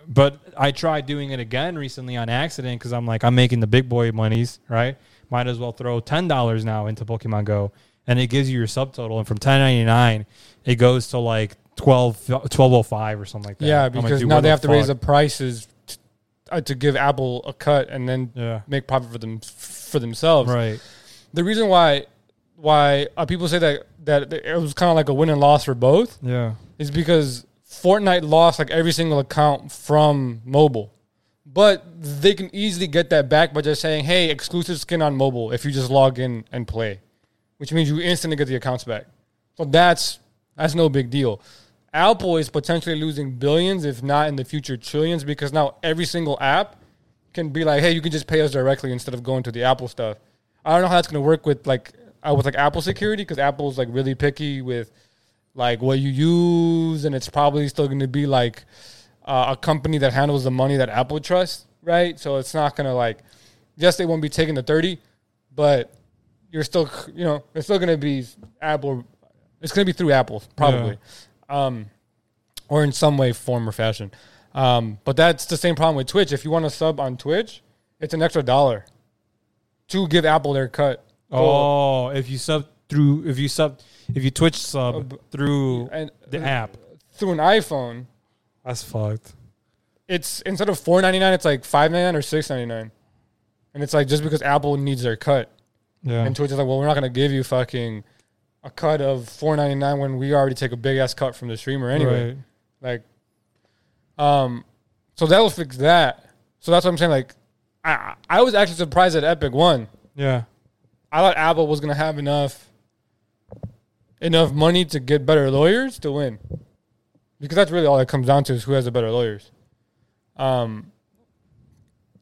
Speaker 1: But I tried doing it again recently on accident because I'm like, I'm making the big boy monies, right? Might as well throw ten dollars now into Pokemon Go, and it gives you your subtotal, and from ten ninety nine, it goes to like. 12 1205 or something like that.
Speaker 2: Yeah,
Speaker 1: I'm like,
Speaker 2: because
Speaker 1: dude,
Speaker 2: now
Speaker 1: where
Speaker 2: they
Speaker 1: the
Speaker 2: have to raise
Speaker 1: fuck-
Speaker 2: the prices t- uh, to give Apple a cut and then
Speaker 1: Yeah.
Speaker 2: make profit for them for themselves.
Speaker 1: Right.
Speaker 2: The reason why why uh, people say that that it was kind of like a win and loss for both
Speaker 1: Yeah.
Speaker 2: is because Fortnite lost like every single account from mobile. But they can easily get that back by just saying, hey, exclusive skin on mobile if you just log in and play, which means you instantly get the accounts back. So that's that's no big deal. Apple is potentially losing billions, if not in the future trillions, because now every single app can be like, hey, you can just pay us directly instead of going to the Apple stuff. I don't know how that's gonna work with like uh, with like Apple security because Apple's like really picky with like what you use, and it's probably still going to be like uh, a company that handles the money that Apple trusts, right? So it's not going to like, yes, they won't be taking the thirty, but you're still you know it's still gonna be Apple. It's gonna be through Apple probably, um, or in some way, form or fashion. Um, but that's the same problem with Twitch. If you want to sub on Twitch, it's an extra dollar to give Apple their cut.
Speaker 1: Oh, if you sub through, if you sub, if you Twitch sub through
Speaker 2: and
Speaker 1: the app,
Speaker 2: through an iPhone,
Speaker 1: that's fucked.
Speaker 2: it's instead of four ninety nine, it's like five ninety nine or six ninety nine, and it's like just because Apple needs their cut,
Speaker 1: Yeah.
Speaker 2: and Twitch is like, well, we're not gonna give you fucking a cut of four ninety nine when we already take a big ass cut from the streamer anyway.
Speaker 1: Right.
Speaker 2: Like, um, so that'll fix that. So that's what I'm saying. Like, I I was actually surprised that Epic won.
Speaker 1: Yeah.
Speaker 2: I thought Apple was gonna have enough enough money to get better lawyers to win, because that's really all it comes down to is who has the better lawyers. Um,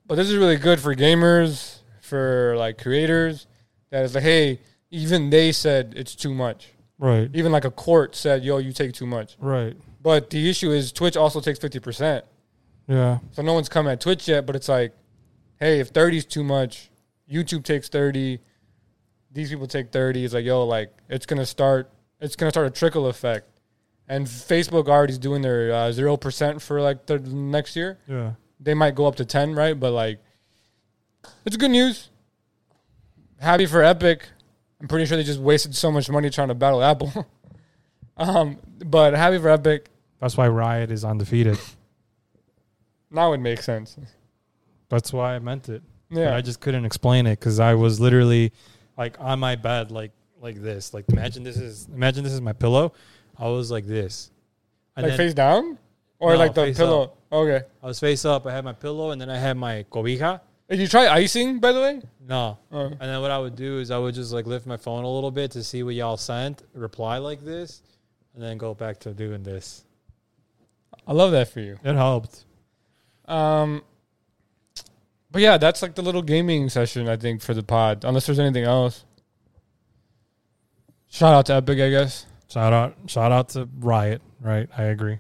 Speaker 2: but this is really good for gamers, for like creators. That is like, hey, even they said it's too much.
Speaker 1: Right.
Speaker 2: Even like a court said, yo, you take too much.
Speaker 1: Right.
Speaker 2: But the issue is Twitch also takes fifty percent.
Speaker 1: Yeah.
Speaker 2: So no one's come at Twitch yet, but it's like, hey, if 30 is too much, YouTube takes 30, these people take 30. It's like, yo, like it's gonna start it's gonna start a trickle effect. And Facebook already's doing their uh, zero percent for like the next year.
Speaker 1: Yeah.
Speaker 2: They might go up to ten, right? But like it's good news. Happy for Epic. I'm pretty sure they just wasted so much money trying to battle Apple. um, but happy for Epic.
Speaker 1: That's why Riot is undefeated.
Speaker 2: Now it makes sense.
Speaker 1: That's why I meant it. But
Speaker 2: Yeah.
Speaker 1: I just couldn't explain it because I was literally like on my bed, like like this. Like imagine this is imagine this is my pillow. I was like this. And then
Speaker 2: like face down or
Speaker 1: No,
Speaker 2: like the
Speaker 1: face
Speaker 2: pillow. Okay.
Speaker 1: I was face up. I had my pillow, and then I had my cobija.
Speaker 2: Did you try icing by the way?
Speaker 1: No.
Speaker 2: Oh.
Speaker 1: And then what I would do is I would just like lift my phone a little bit to see what y'all sent, reply like this, and then go back to doing this.
Speaker 2: I love that for you.
Speaker 1: It helped.
Speaker 2: Um, but yeah, that's like the little gaming session I think for the pod. Unless there's anything else. Shout out to Epic, I guess.
Speaker 1: Shout out shout out to Riot, right? I agree.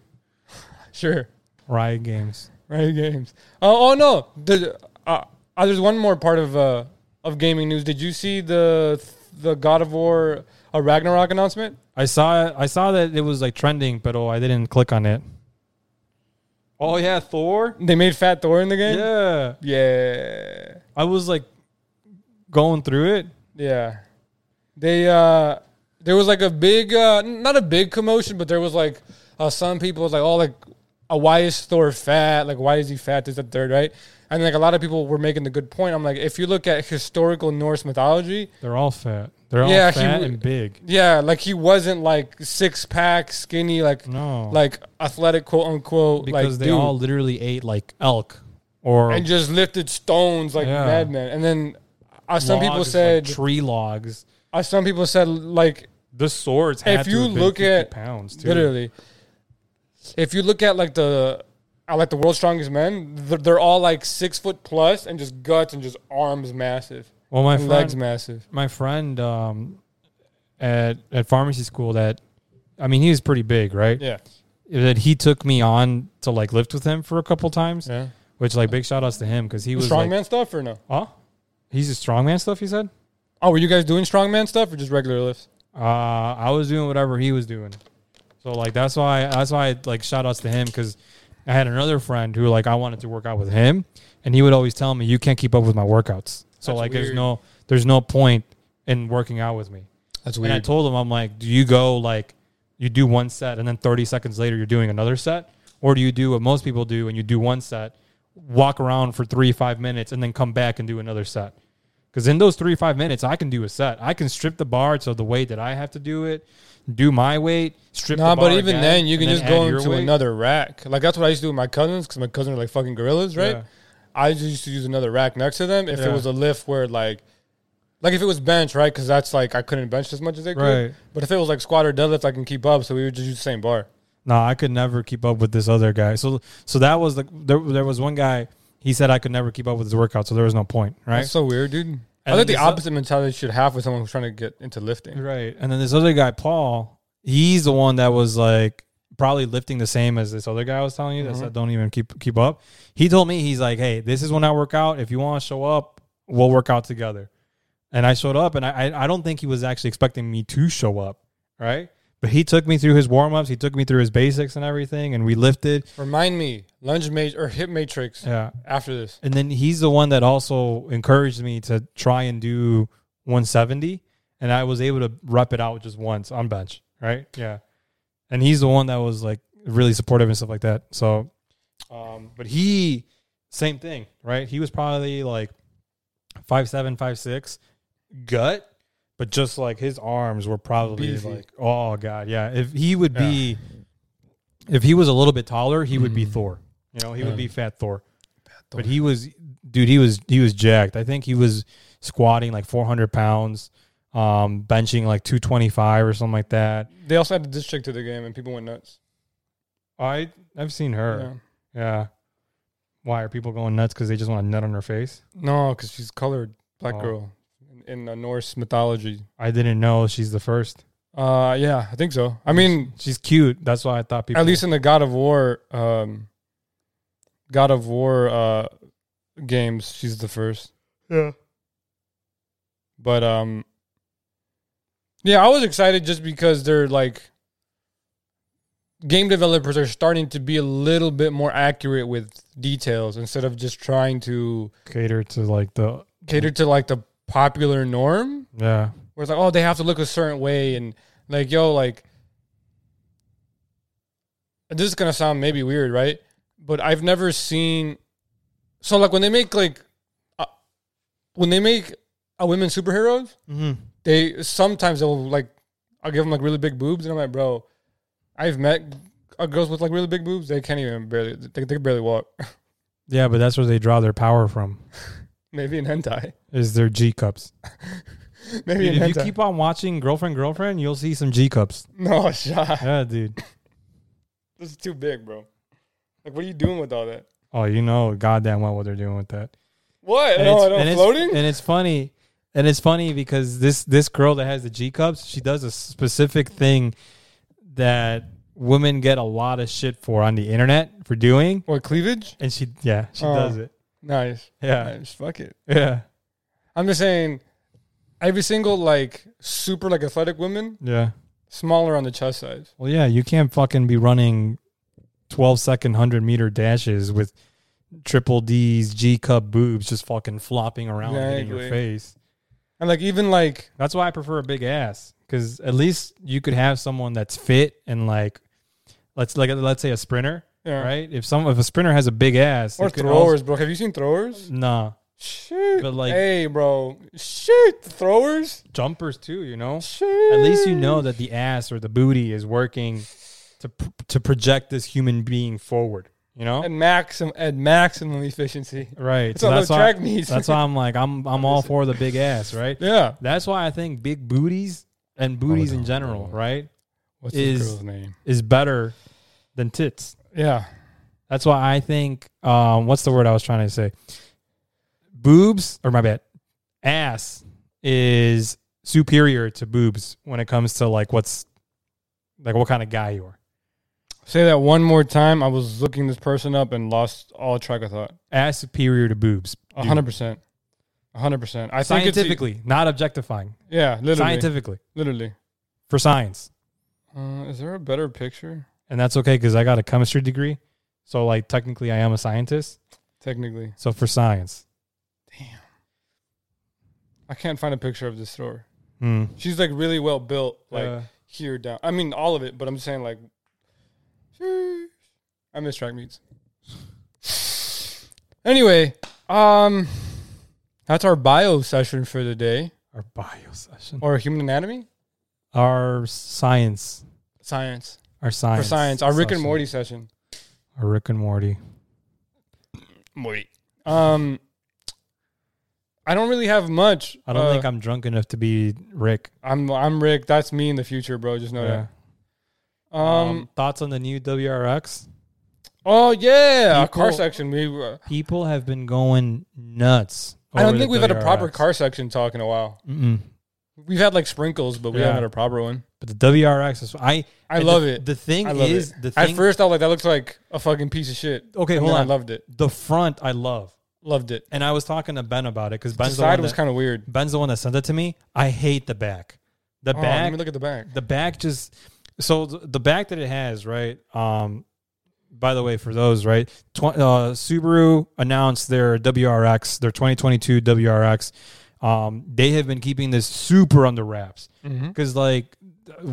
Speaker 2: Sure,
Speaker 1: Riot Games.
Speaker 2: right? Games. Oh, oh no. The, uh, uh, there's one more part of uh, of gaming news. Did you see the the God of War uh, Ragnarok announcement?
Speaker 1: I saw I saw that it was like trending, but oh I didn't click on it. Oh yeah, Thor?
Speaker 2: They made Fat Thor in the game.
Speaker 1: Yeah.
Speaker 2: Yeah.
Speaker 1: I was like going through it.
Speaker 2: Yeah. They uh there was like a big uh n- not a big commotion, but there was like uh, some people was like, Oh like uh, why is Thor fat? Like why is he fat? This that third, right? And like a lot of people were making the good point. I'm like, if you look at historical Norse mythology,
Speaker 1: They're all fat. They're all
Speaker 2: Yeah, he
Speaker 1: fat
Speaker 2: w-
Speaker 1: and big.
Speaker 2: yeah, like he wasn't like six pack, skinny, like
Speaker 1: No.
Speaker 2: like athletic quote unquote
Speaker 1: because
Speaker 2: like
Speaker 1: they
Speaker 2: dude.
Speaker 1: all literally ate like elk or
Speaker 2: and just lifted stones like
Speaker 1: Yeah.
Speaker 2: madmen. And then uh, some people
Speaker 1: logs, like,
Speaker 2: said
Speaker 1: tree logs.
Speaker 2: uh, some people said like
Speaker 1: The swords.
Speaker 2: If
Speaker 1: Had to
Speaker 2: you
Speaker 1: have been
Speaker 2: look
Speaker 1: 50
Speaker 2: at-
Speaker 1: pounds, too.
Speaker 2: Literally, if you look at like the at, like the world's strongest men, they're, they're all like six foot plus and just guts and just arms massive,
Speaker 1: Well, my
Speaker 2: and legs
Speaker 1: friend,
Speaker 2: massive.
Speaker 1: my friend um, at at pharmacy school that, I mean, he was pretty big, right?
Speaker 2: Yeah,
Speaker 1: That he took me on to like lift with him for a couple times,
Speaker 2: yeah.
Speaker 1: which like big shout outs to him because he was
Speaker 2: strongman
Speaker 1: like,
Speaker 2: stuff or no?
Speaker 1: huh? He's a strongman stuff. He said,
Speaker 2: Oh, were you guys doing strongman stuff or just regular lifts?
Speaker 1: uh, I was doing whatever he was doing, so like that's why that's why like shout outs to him because I had another friend who like I wanted to work out with him, and he would always tell me you can't keep up with my workouts, so
Speaker 2: That's
Speaker 1: like there's
Speaker 2: weird.
Speaker 1: no there's no point in working out with me.
Speaker 2: That's
Speaker 1: And I told him, I'm like, do you go like you do one set and then 30 seconds later you're doing another set? Or do you do what most people do and you do one set, walk around for three, five minutes, and then come back and do another set? Because in those three, five minutes, I can do a set. I can strip the bar to the weight that I have to do it, do my weight, strip
Speaker 2: Nah,
Speaker 1: the bar.
Speaker 2: but even
Speaker 1: again,
Speaker 2: then, you can
Speaker 1: and
Speaker 2: just
Speaker 1: add
Speaker 2: go
Speaker 1: your
Speaker 2: into
Speaker 1: weight.
Speaker 2: another rack. Like that's what I used to do with my cousins because my cousins are like fucking gorillas, right?
Speaker 1: Yeah.
Speaker 2: I just used to use another rack next to them if
Speaker 1: Yeah.
Speaker 2: it was a lift where like, like if it was bench, right? Because that's like I couldn't bench as much as they could.
Speaker 1: Right.
Speaker 2: But if it was like squat or deadlift, I can keep up. So we would just use the same bar.
Speaker 1: No, I could never keep up with this other guy. So, so that was the there, there was one guy. He said I could never keep up with his workout, so there was no point, right?
Speaker 2: That's so weird, dude. I
Speaker 1: And
Speaker 2: think the
Speaker 1: it's a-
Speaker 2: opposite mentality you should have with someone who's trying to get into lifting.
Speaker 1: Right. And then this other guy, Paul, he's the one that was like probably lifting the same as this other guy I was telling you that said don't even keep keep up. He told me he's like, Hey, this is when I work out. If you want to show up, we'll work out together. And I showed up, and I, I I don't think he was actually expecting me to show up, right? But he took me through his warm ups, he took me through his basics and everything, and we lifted.
Speaker 2: Remind me, lunge ma- or hip matrix
Speaker 1: Yeah.
Speaker 2: after this.
Speaker 1: And then he's the one that also encouraged me to try and do 170, and I was able to rep it out just once on bench, right? Yeah. And he's the one that was like really supportive and stuff like that. So, um, but he, same thing, right? He was probably like five seven, five six, gut, but just like his arms were probably
Speaker 2: Beefy.
Speaker 1: like, oh god, yeah. If he would be, if he was a little bit taller, he would be Thor. You know, he would
Speaker 2: Yeah.
Speaker 1: be Fat Thor. But
Speaker 2: Thor.
Speaker 1: he was, dude. He was he was jacked. I think he was squatting like 400 pounds, um, benching like 225 or something like that.
Speaker 2: They also had the district to the game, and people went nuts.
Speaker 1: I I've seen
Speaker 2: Yeah.
Speaker 1: her. Yeah. Why are people going nuts? Because they just want to nut on her face.
Speaker 2: No, because she's colored, black
Speaker 1: Oh.
Speaker 2: girl in, in the Norse mythology.
Speaker 1: I didn't know she's the first.
Speaker 2: Uh, yeah, I think so. I mean,
Speaker 1: She's cute. That's why I thought people.
Speaker 2: at least in the God of War, um, God of War uh, games, she's the first.
Speaker 1: Yeah.
Speaker 2: But um, yeah, I was excited just because they're like game developers are starting to be a little bit more accurate with details instead of just trying to
Speaker 1: cater to like the
Speaker 2: cater to like the popular norm.
Speaker 1: yeah.
Speaker 2: where it's like, oh, they have to look a certain way, and like, yo, like, this is gonna sound maybe weird, right? But I've never seen, so like when they make like, uh, when they make a women superheroes,
Speaker 1: Mm-hmm.
Speaker 2: they sometimes they'll like, I'll give them like really big boobs, and I'm like, bro, I've met uh, girls with like really big boobs, they can't even barely, they, they can barely walk.
Speaker 1: Yeah, but that's where they draw their power from.
Speaker 2: maybe in hentai,
Speaker 1: Is their G cups.
Speaker 2: maybe
Speaker 1: Dude,
Speaker 2: in
Speaker 1: if you
Speaker 2: hentai.
Speaker 1: keep on watching Girlfriend Girlfriend, you'll see some G cups.
Speaker 2: no shot,
Speaker 1: Yeah, dude.
Speaker 2: this is too big, bro. Like, what are you doing with all that?
Speaker 1: Oh, you know goddamn well what they're doing with that.
Speaker 2: What?
Speaker 1: And
Speaker 2: no,
Speaker 1: it's-
Speaker 2: no,
Speaker 1: and it's-
Speaker 2: oh, floating?
Speaker 1: and it's funny. And it's funny because this this girl that has the G cups, she does a specific thing that women get a lot of shit for on the internet for doing.
Speaker 2: what, cleavage?
Speaker 1: And she yeah, she
Speaker 2: Oh.
Speaker 1: does it.
Speaker 2: Nice.
Speaker 1: Yeah.
Speaker 2: Nice. Fuck it.
Speaker 1: Yeah.
Speaker 2: I'm just saying, every single, like, super, like, athletic woman,
Speaker 1: Yeah.
Speaker 2: smaller on the chest size.
Speaker 1: Well, yeah, you can't fucking be running 12 second 100 meter dashes with triple D's, G cup boobs just fucking flopping around in your
Speaker 2: Exactly.
Speaker 1: face.
Speaker 2: And, like, even, like,
Speaker 1: That's why I prefer a big ass because at least you could have someone that's fit and like, let's like let's say a sprinter,
Speaker 2: yeah.
Speaker 1: right? If some if a sprinter has a big ass,
Speaker 2: Or
Speaker 1: it could
Speaker 2: throwers, bro. Have you seen throwers?
Speaker 1: also- nah,
Speaker 2: Shoot.
Speaker 1: But, like-
Speaker 2: hey, bro. Shoot. Throwers?
Speaker 1: jumpers too, you know.
Speaker 2: Shoot.
Speaker 1: At least you know that the ass or the booty is working to pr- to project this human being forward, you know.
Speaker 2: At, maxim- at maximum efficiency.
Speaker 1: Right.
Speaker 2: That's all those
Speaker 1: why-
Speaker 2: track meets.
Speaker 1: That's why I'm like I'm I'm all for the big ass, right?
Speaker 2: Yeah.
Speaker 1: That's why I think big booties and booties in general, right,
Speaker 2: What's
Speaker 1: Is-
Speaker 2: this girl's name?
Speaker 1: is better than tits.
Speaker 2: Yeah.
Speaker 1: That's why I think um what's the word I was trying to say? Boobs or my bad. Ass is superior to boobs when it comes to like what's like what kind of guy you are.
Speaker 2: Say that one more time. I was looking this person up and lost all track of thought.
Speaker 1: Ass superior to boobs.
Speaker 2: A
Speaker 1: dude.
Speaker 2: hundred percent. A hundred percent. I think it's e-
Speaker 1: Scientifically, not objectifying.
Speaker 2: yeah, literally,
Speaker 1: Scientifically.
Speaker 2: literally.
Speaker 1: For science.
Speaker 2: Uh, is there a better picture?
Speaker 1: and that's okay because I got a chemistry degree. So like technically, I am a scientist.
Speaker 2: Technically,
Speaker 1: So for science,
Speaker 2: I can't find a picture of this store.
Speaker 1: Hmm.
Speaker 2: She's like really well built, like
Speaker 1: Uh,
Speaker 2: here down. I mean, all of it, but I'm just saying, like, sheesh. I miss track meets. Anyway, um, that's our bio session for the day,
Speaker 1: our bio session,
Speaker 2: or human anatomy,
Speaker 1: our science,
Speaker 2: science,
Speaker 1: our science
Speaker 2: for science. Our Rick and
Speaker 1: session.
Speaker 2: Morty session.
Speaker 1: our Rick and Morty.
Speaker 2: Morty. Um, I don't really have much.
Speaker 1: I don't
Speaker 2: uh,
Speaker 1: think I'm drunk enough to be Rick.
Speaker 2: I'm I'm Rick. That's me in the future, bro. Just know that.
Speaker 1: Um,
Speaker 2: Um,
Speaker 1: thoughts on the new WRX?
Speaker 2: Oh yeah, a car
Speaker 1: people-
Speaker 2: section. We. Uh,
Speaker 1: People have been going nuts.
Speaker 2: I don't
Speaker 1: over
Speaker 2: think
Speaker 1: Oh, the
Speaker 2: we've had a proper
Speaker 1: WRX.
Speaker 2: car section talk in a while.
Speaker 1: Mm-mm.
Speaker 2: We've had like sprinkles, but we
Speaker 1: Yeah.
Speaker 2: haven't had a proper one.
Speaker 1: But the WRX is I.
Speaker 2: I
Speaker 1: and
Speaker 2: love
Speaker 1: the,
Speaker 2: it.
Speaker 1: The thing
Speaker 2: I love
Speaker 1: is
Speaker 2: it.
Speaker 1: the
Speaker 2: At
Speaker 1: thing.
Speaker 2: first, I was like, that looks like a fucking piece of shit.
Speaker 1: okay,
Speaker 2: And
Speaker 1: hold
Speaker 2: then
Speaker 1: on.
Speaker 2: I loved it.
Speaker 1: the front I love.
Speaker 2: Loved it.
Speaker 1: And I was talking to Ben about it because Ben's
Speaker 2: the
Speaker 1: the one
Speaker 2: side was
Speaker 1: that-
Speaker 2: kind of weird.
Speaker 1: Ben's the one that sent it to me. I hate the back. The
Speaker 2: Oh,
Speaker 1: back
Speaker 2: let me look at the back.
Speaker 1: the back just so th- the back that it has right um by the way for those right tw- uh, subaru announced their wrx their 2022 wrx um they have been keeping this super under wraps
Speaker 2: Mm-hmm.
Speaker 1: because like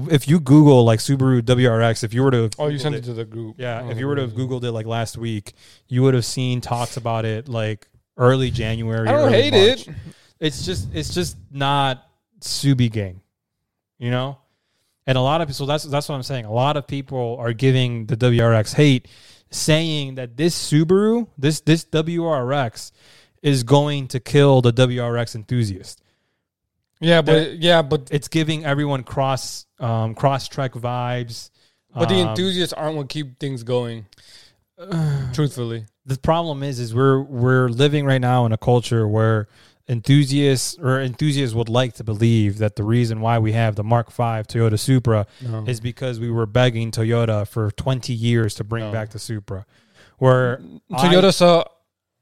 Speaker 1: if you google like subaru wrx if you were to have
Speaker 2: Oh, you
Speaker 1: Googled
Speaker 2: sent it to the group.
Speaker 1: yeah,
Speaker 2: Oh,
Speaker 1: if you were to have
Speaker 2: okay.
Speaker 1: googled it like last week you would have seen talks about it like early january
Speaker 2: I don't
Speaker 1: early
Speaker 2: hate
Speaker 1: March
Speaker 2: it.
Speaker 1: it's just it's just not Subi gang, you know. And a lot of so that's that's what I'm saying. A lot of people are giving the WRX hate, saying that this Subaru, this this WRX, is going to kill the WRX enthusiast.
Speaker 2: Yeah, but yeah, but
Speaker 1: It's giving everyone cross um, cross track vibes.
Speaker 2: but the
Speaker 1: Um,
Speaker 2: enthusiasts aren't what keep things going. Truthfully,
Speaker 1: the problem is is we're we're living right now in a culture where enthusiasts or enthusiasts would like to believe that the reason why we have the Mark V Toyota Supra
Speaker 2: no.
Speaker 1: is because we were begging Toyota for 20 years to bring
Speaker 2: No.
Speaker 1: back the Supra. Where I-
Speaker 2: Toyota saw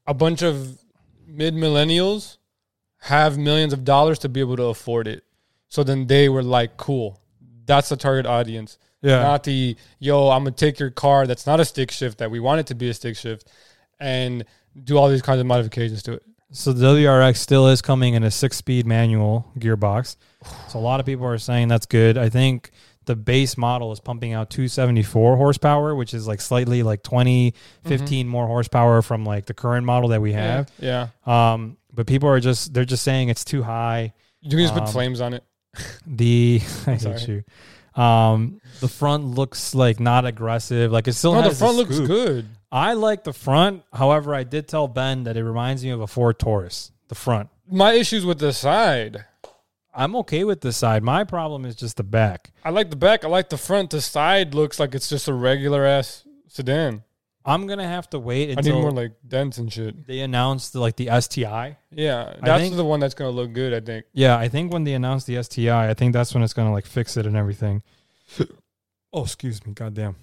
Speaker 2: a bunch of mid millennials have millions of dollars to be able to afford it. So then they were like, "Cool, that's the target audience."
Speaker 1: yeah,
Speaker 2: Not the yo, I'm gonna take your car that's not a stick shift that we want it to be a stick shift, and do all these kinds of modifications to it.
Speaker 1: so the WRX still is coming in a six-speed manual gearbox. So a lot of people are saying that's good. I think the base model is pumping out 274 horsepower, which is like slightly like 20, 15 more horsepower from like the current model that we have.
Speaker 2: Mm-hmm. Yeah,
Speaker 1: Um, but people are just they're just saying it's too high.
Speaker 2: you can just
Speaker 1: Um,
Speaker 2: put flames on it.
Speaker 1: The I hate
Speaker 2: sorry.
Speaker 1: you. Um, the front looks like not aggressive. Like it still
Speaker 2: No, the
Speaker 1: has
Speaker 2: front
Speaker 1: the
Speaker 2: looks
Speaker 1: scoop.
Speaker 2: good.
Speaker 1: I like the front. However, I did tell Ben that it reminds me of a Ford Taurus. The front.
Speaker 2: My issues with the side.
Speaker 1: I'm okay with the side. My problem is just the back.
Speaker 2: I like the back. I like the front. The side looks like it's just a regular ass sedan.
Speaker 1: I'm gonna have to wait
Speaker 2: I need
Speaker 1: until
Speaker 2: more like dents and shit.
Speaker 1: they announce the, like the STI.
Speaker 2: Yeah, that's
Speaker 1: think-
Speaker 2: the one that's gonna look good. I think.
Speaker 1: Yeah, I think when they announce the STI, I think that's when it's gonna like fix it and everything. oh, excuse me, goddamn.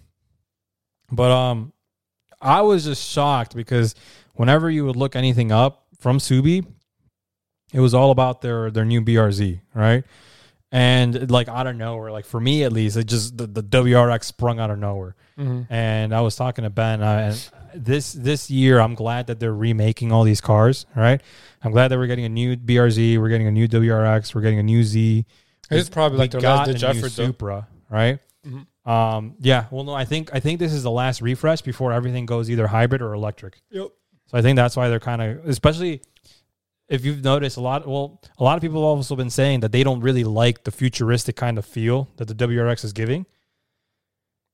Speaker 1: But um, I was just shocked because whenever you would look anything up from Subi, it was all about their their new BRZ, right? And like out of nowhere, like for me at least, it just the, the WRX sprung out of nowhere.
Speaker 2: Mm-hmm.
Speaker 1: And I was talking to Ben, uh, and this this year, I'm glad that they're remaking all these cars, right? I'm glad that we're getting a new BRZ, we're getting a new WRX, we're getting a new Z.
Speaker 2: It's probably like
Speaker 1: We
Speaker 2: their last
Speaker 1: got
Speaker 2: ditch
Speaker 1: a new
Speaker 2: effort. Though. Mm-hmm.
Speaker 1: Supra, right? Um, yeah. Well, no, I think I think this is the last refresh before everything goes either hybrid or electric.
Speaker 2: Yep.
Speaker 1: So I think that's why they're kind of, especially if you've noticed a lot. Well, a lot of people have also been saying that they don't really like the futuristic kind of feel that the WRX is giving.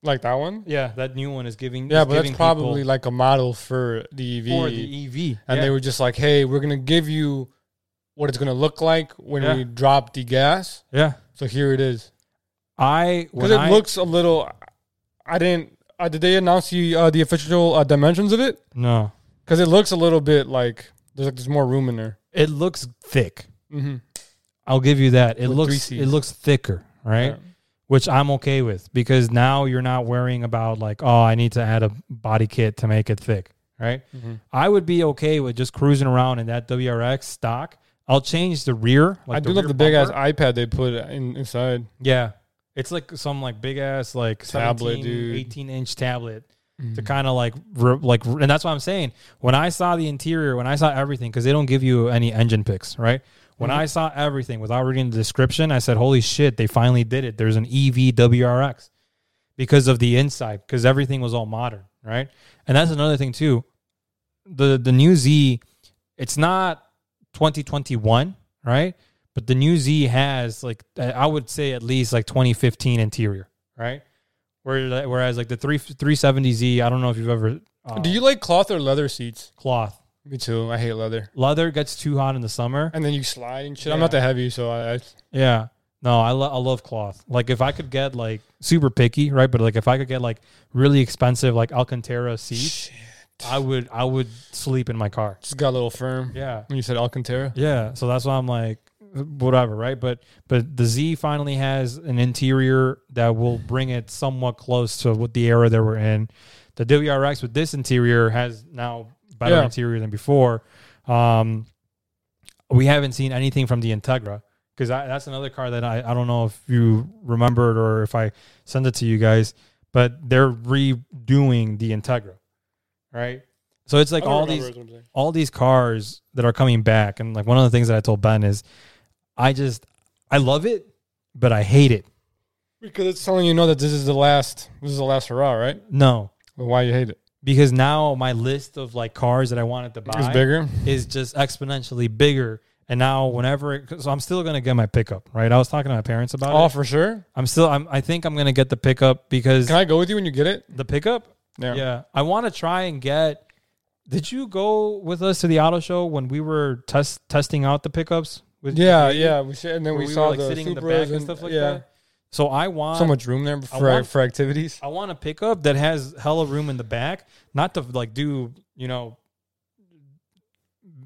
Speaker 2: Like that one.
Speaker 1: Yeah, that new one is giving.
Speaker 2: Yeah,
Speaker 1: is
Speaker 2: but that's
Speaker 1: giving
Speaker 2: probably
Speaker 1: people
Speaker 2: like a model for the E EV.
Speaker 1: for the EV,
Speaker 2: and
Speaker 1: Yeah.
Speaker 2: they were just like, "Hey, we're gonna give you what it's gonna look like when
Speaker 1: Yeah.
Speaker 2: we drop the gas."
Speaker 1: yeah.
Speaker 2: So here it is.
Speaker 1: I
Speaker 2: Because
Speaker 1: when
Speaker 2: it
Speaker 1: I
Speaker 2: looks a little. I didn't. Uh, did they announce the uh, the official uh, dimensions of it?
Speaker 1: no,
Speaker 2: Because it looks a little bit like there's like there's more room in there.
Speaker 1: it looks thick.
Speaker 2: Mm-hmm.
Speaker 1: I'll give you that. It
Speaker 2: With three
Speaker 1: looks
Speaker 2: Cs.
Speaker 1: it looks thicker, right? which I'm okay with because now you're not worrying about like, oh, I need to add a body kit to make it thick, right?
Speaker 2: Mm-hmm.
Speaker 1: I would be okay with just cruising around in that WRX stock. I'll change the rear. Like
Speaker 2: I do love
Speaker 1: rear
Speaker 2: the big ass
Speaker 1: bumper.
Speaker 2: iPad they put in, inside.
Speaker 1: Yeah, it's like some like big ass like
Speaker 2: Tablet,
Speaker 1: tablet,
Speaker 2: dude.
Speaker 1: 18 inch tablet to kind of like re- like, re- and that's what I'm saying. When I saw the interior, when I saw everything, because they don't give you any engine picks, right? When I saw everything without reading the description, I said, "Holy shit! They finally did it." There's an E EV WRX because of the inside, because everything was all modern, right? And that's another thing too. The the new Z, it's not 2021, right? But the new Z has like I- I would say at least like 2015 interior, right? Where- Whereas like the three 370Z, I don't know if you've ever uh,
Speaker 2: Do you like cloth or leather seats?
Speaker 1: cloth
Speaker 2: Me too. I hate leather.
Speaker 1: leather gets too hot in the summer.
Speaker 2: And then you slide and shit. I'm
Speaker 1: Yeah.
Speaker 2: not that heavy, so I, I
Speaker 1: Yeah. No, I, lo- I love cloth. Like if I could get like super picky, right? But like if I could get like really expensive like Alcantara seats,
Speaker 2: shit.
Speaker 1: I would I would sleep in my car.
Speaker 2: just got a little firm.
Speaker 1: Yeah.
Speaker 2: When you said Alcantara,
Speaker 1: Yeah, so that's why I'm like whatever, right? But but the Z finally has an interior that will bring it somewhat close to what the era that we're in. The WRX with this interior has now better
Speaker 2: Yeah.
Speaker 1: interior than before. Um, we haven't seen anything from the Integra because that's another car that I, I don't know if you remembered or if I send it to you guys, but they're redoing the Integra, right? So it's like
Speaker 2: I don't
Speaker 1: all
Speaker 2: remember
Speaker 1: these
Speaker 2: it was one thing.
Speaker 1: all these cars that are coming back and like one of the things that i told ben is i just i love it but i hate it
Speaker 2: because it's telling you know that this is the last. This is the last hurrah, right?
Speaker 1: no
Speaker 2: But why you hate it?
Speaker 1: because now my list of like cars that i wanted to
Speaker 2: It's
Speaker 1: buy
Speaker 2: bigger.
Speaker 1: is just exponentially bigger and now whenever it, 'cause so i'm still gonna get my pickup right i was talking to my parents about
Speaker 2: Oh,
Speaker 1: it
Speaker 2: for sure.
Speaker 1: i'm still I'm, i think i'm gonna get the pickup because
Speaker 2: Can I go with you when you get it?
Speaker 1: the pickup yeah, i want to try and get did you go with us to the auto show when we were test testing out the pickups with
Speaker 2: Yeah,
Speaker 1: with you?
Speaker 2: yeah. We should, and then
Speaker 1: where
Speaker 2: we,
Speaker 1: we,
Speaker 2: saw
Speaker 1: were like
Speaker 2: the
Speaker 1: sitting in the
Speaker 2: Supras
Speaker 1: back and, stuff like
Speaker 2: yeah.
Speaker 1: that. So I want
Speaker 2: So much room there
Speaker 1: I
Speaker 2: for,
Speaker 1: want-
Speaker 2: for activities.
Speaker 1: I want a pickup that has hella room in the back, not to like do you know,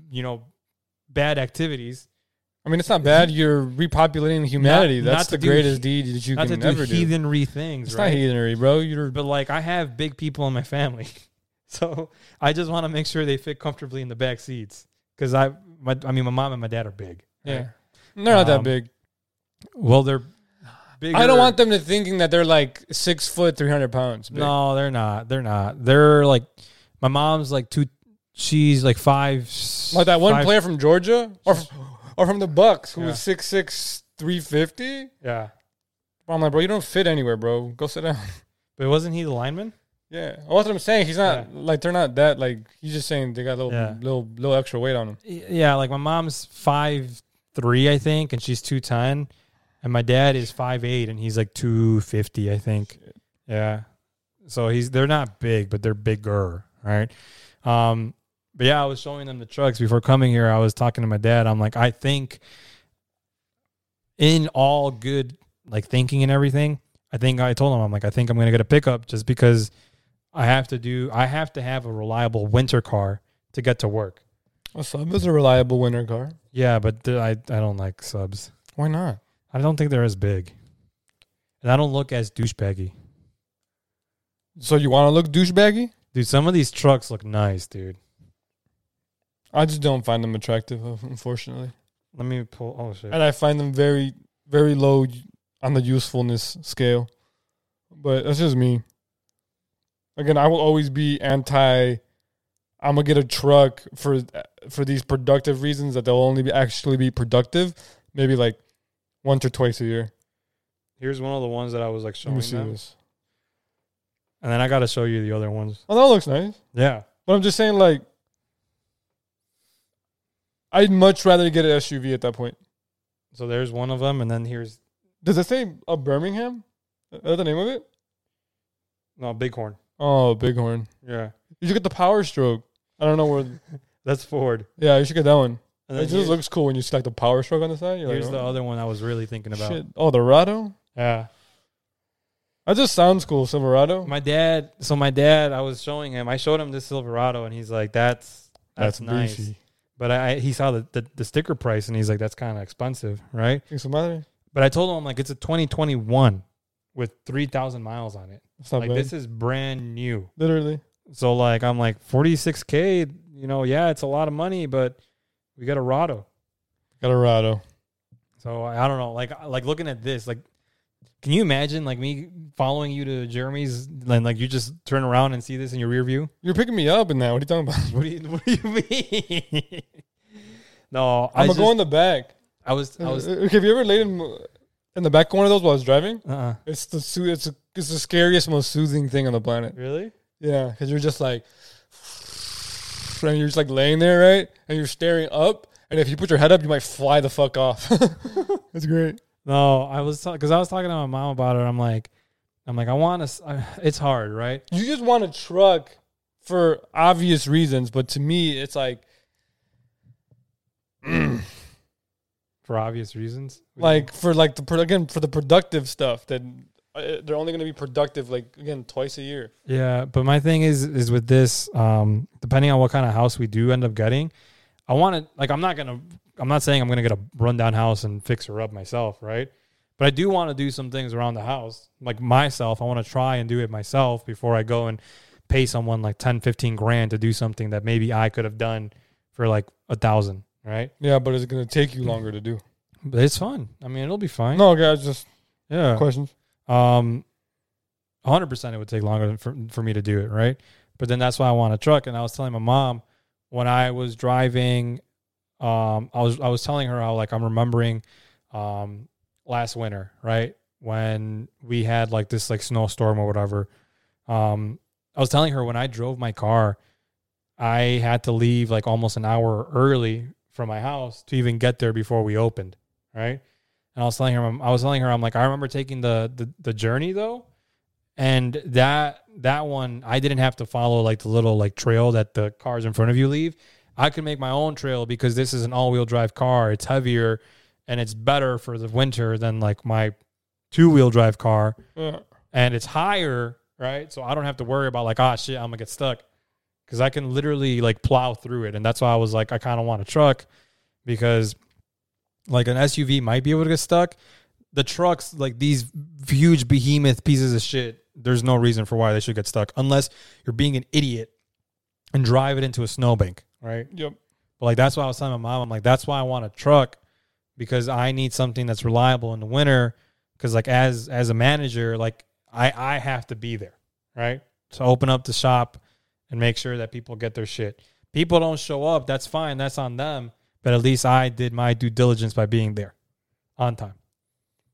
Speaker 1: you know, bad activities,
Speaker 2: I mean, it's not bad. You're repopulating humanity.
Speaker 1: Not-
Speaker 2: That's
Speaker 1: not to
Speaker 2: the
Speaker 1: do
Speaker 2: greatest
Speaker 1: he-
Speaker 2: deed that you
Speaker 1: not to
Speaker 2: can
Speaker 1: do
Speaker 2: ever do.
Speaker 1: heathenry things,
Speaker 2: It's
Speaker 1: right?
Speaker 2: not heathenry, bro. You're
Speaker 1: But like I have big people in my family, so I just want to make sure they fit comfortably in the back seats because I, my, I mean, my mom and my dad are big.
Speaker 2: yeah.
Speaker 1: right?
Speaker 2: They're not
Speaker 1: Um,
Speaker 2: that big.
Speaker 1: Well, they're. Bigger,
Speaker 2: I don't want them to thinking that they're like six foot, three hundred pounds. Big.
Speaker 1: No, they're not. They're not. They're like my mom's like two. She's like five.
Speaker 2: like that one
Speaker 1: five-
Speaker 2: player from Georgia or f- or from the Bucks who
Speaker 1: Yeah.
Speaker 2: was six six, three fifty.
Speaker 1: Yeah,
Speaker 2: I'm like, bro, you don't fit anywhere, bro. Go sit down.
Speaker 1: but wasn't he the lineman?
Speaker 2: Yeah, well, that's what I'm saying. He's not like they're not that like. He's just saying they got a little,
Speaker 1: Yeah.
Speaker 2: little, little extra weight on them.
Speaker 1: Y- Yeah, like my mom's five three, I think, and she's two ten, and my dad is five eight, and he's like two fifty, I think. Yeah, so he's they're not big, but they're bigger, right? Um, but yeah, I was showing them the trucks before coming here. I was talking to my dad. I'm like, I think, in all good like thinking and everything, I think I told him I'm like, I think I'm gonna get a pickup just because I have to do. I have to have a reliable winter car to get to work.
Speaker 2: Well, is a reliable winter car.
Speaker 1: Yeah, but th- I I don't like subs.
Speaker 2: Why not?
Speaker 1: I don't think they're as big, and I don't look as douchebaggy.
Speaker 2: So you want to look douchebaggy?
Speaker 1: Dude, some of these trucks look nice, dude.
Speaker 2: I just don't find them attractive, uh, unfortunately.
Speaker 1: Let me pull. Oh shit!
Speaker 2: And I find them very, very low on the usefulness scale. But that's just me. Again, I will always be anti. I'm gonna get a truck for for these productive reasons that they'll only be actually be productive, maybe like once or twice a year.
Speaker 1: Here's one of the ones that I was like
Speaker 2: Let
Speaker 1: showing
Speaker 2: me see
Speaker 1: them,
Speaker 2: this.
Speaker 1: and then I got to show you the other ones.
Speaker 2: Oh, that looks nice.
Speaker 1: Yeah,
Speaker 2: But I'm just saying, like, I'd much rather get an SUV at that point.
Speaker 1: so there's one of them, and then here's
Speaker 2: Does it say uh, Birmingham? Is that the name of it?
Speaker 1: no Bighorn.
Speaker 2: Oh, Bighorn.
Speaker 1: Yeah,
Speaker 2: You should get the Power Stroke. I don't know where.
Speaker 1: that's Ford.
Speaker 2: Yeah, you should get that one.
Speaker 1: And
Speaker 2: It
Speaker 1: then
Speaker 2: just
Speaker 1: here-
Speaker 2: looks cool when you see like the Power Stroke on the side. You're
Speaker 1: here's
Speaker 2: like,
Speaker 1: the
Speaker 2: oh,
Speaker 1: other one I was really thinking about.
Speaker 2: shit. Oh, the Rado.
Speaker 1: Yeah,
Speaker 2: That just sounds cool, Silverado.
Speaker 1: my dad. So my dad, I was showing him. I showed him this Silverado, and he's like, "That's that's, nice."
Speaker 2: beefy.
Speaker 1: But I, I he saw the, the, the sticker price and he's like, that's kind of expensive, right?
Speaker 2: Think some other?
Speaker 1: But I told him, I'm like, it's a 2021 with 3,000 miles on it.
Speaker 2: That's not
Speaker 1: like,
Speaker 2: bad.
Speaker 1: this is brand new.
Speaker 2: Literally.
Speaker 1: So, like, I'm like, 46K, you know, yeah, it's a lot of money, but we got a Rado.
Speaker 2: Got a Rado.
Speaker 1: So, I, I don't know. Like, like looking at this, like, can you imagine, like, me following you to Jeremy's and, like, you just turn around and see this in your rear view?
Speaker 2: You're picking me up in that. What are you talking about?
Speaker 1: What do you, what do you mean? no, I,
Speaker 2: I'm
Speaker 1: just,
Speaker 2: gonna go in the back.
Speaker 1: I was, I was, uh
Speaker 2: Okay, have you ever laid in, in the back of one of those while I was driving?
Speaker 1: uh
Speaker 2: It's the soo- it's it's the scariest, most soothing thing on the planet.
Speaker 1: Really?
Speaker 2: Yeah, because you're just like, and you're just like laying there, right? And you're staring up, and if you put your head up, you might fly the fuck off. That's great.
Speaker 1: No, I was because I was talking to my mom about it. I'm like, I'm like, I want to. It's hard, right?
Speaker 2: You just want a truck for obvious reasons, but to me, it's like
Speaker 1: For obvious reasons.
Speaker 2: like for like the pro- again for the productive stuff that uh, they're only gonna be productive like again twice a year.
Speaker 1: yeah, but my thing is, is with this, um, depending on what kind of house we do end up getting, I want to. Like, I'm not gonna. I'm not saying I'm gonna get a rundown house and fix her up myself, right? But I do want to do some things around the house, like myself. I want to try and do it myself before I go and pay someone like 10, 15 grand to do something that maybe I could have done for like a thousand, right?
Speaker 2: Yeah, but it's gonna take you longer to do.
Speaker 1: But it's fun. I mean, it'll be fine.
Speaker 2: No, guys, just
Speaker 1: yeah.
Speaker 2: Uh, questions.
Speaker 1: Um, 100% it would take longer than for, for me to do it, right? But then that's why I want a truck. And I was telling my mom when I was driving, um, I was I was telling her how like I'm remembering, um, last winter, right when we had like this like snowstorm or whatever. Um, I was telling her when I drove my car, I had to leave like almost an hour early from my house to even get there before we opened, right? And I was telling her, I was telling her, I'm like, I remember taking the the, the journey though, and that that one I didn't have to follow like the little like trail that the cars in front of you leave. I could make my own trail because this is an all wheel drive car. It's heavier, and it's better for the winter than like my two wheel drive car,
Speaker 2: Yeah.
Speaker 1: and it's higher, right? So I don't have to worry about like, ah, shit, I'm gonna get stuck because I can literally like plow through it. And that's why I was like, I kind of want a truck because like an SUV might be able to get stuck. The trucks, like these huge behemoth pieces of shit, there's no reason for why they should get stuck unless you're being an idiot and drive it into a snowbank, right?
Speaker 2: Yep.
Speaker 1: But like that's why I was telling my mom, I'm like, that's why I want a truck because I need something that's reliable in the winter. Because like as as a manager, like I I have to be there, right? To open up the shop and make sure that people get their shit. People don't show up, that's fine, that's on them. But at least I did my due diligence by being there on time.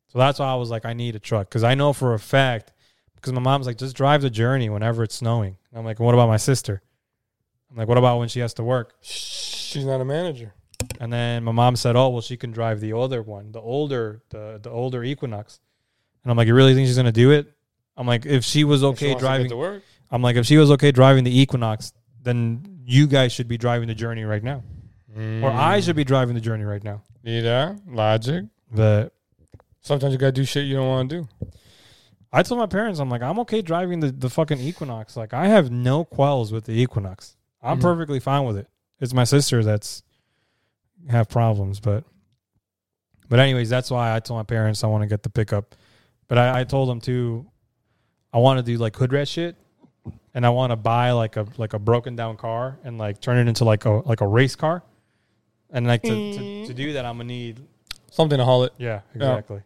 Speaker 1: So that's why I was like, I need a truck because I know for a fact. Because my mom's like, just drive the journey whenever it's snowing. I'm like, what about my sister? I'm like, what about when she has to work?
Speaker 2: She's not a manager.
Speaker 1: And then my mom said, "Oh, well, she can drive the other one, the older, the the older Equinox." And I'm like, "You really think she's gonna do it?" I'm like, "If she was
Speaker 2: She
Speaker 1: okay
Speaker 2: wants to get
Speaker 1: driving,
Speaker 2: to work.
Speaker 1: I'm like, if she was okay driving the Equinox, then you guys should be driving the Journey right now, or I should be driving the Journey right now."
Speaker 2: Need that logic.
Speaker 1: But
Speaker 2: Sometimes you gotta do shit you don't want to do.
Speaker 1: I told my parents, I'm like, I'm okay driving the the fucking Equinox. Like, I have no quells with the Equinox. I'm
Speaker 2: Mhm.
Speaker 1: perfectly fine with it. It's my sister that's have problems, but but anyways, that's why I told my parents I want to get the pickup. But I, I told them too, I want to do like hood rat shit, and I want to buy like a like a broken down car and like turn it into like a like a race car, and like to to,
Speaker 2: Mm.
Speaker 1: to do that, I'm gonna need
Speaker 2: Something to haul it,
Speaker 1: yeah exactly.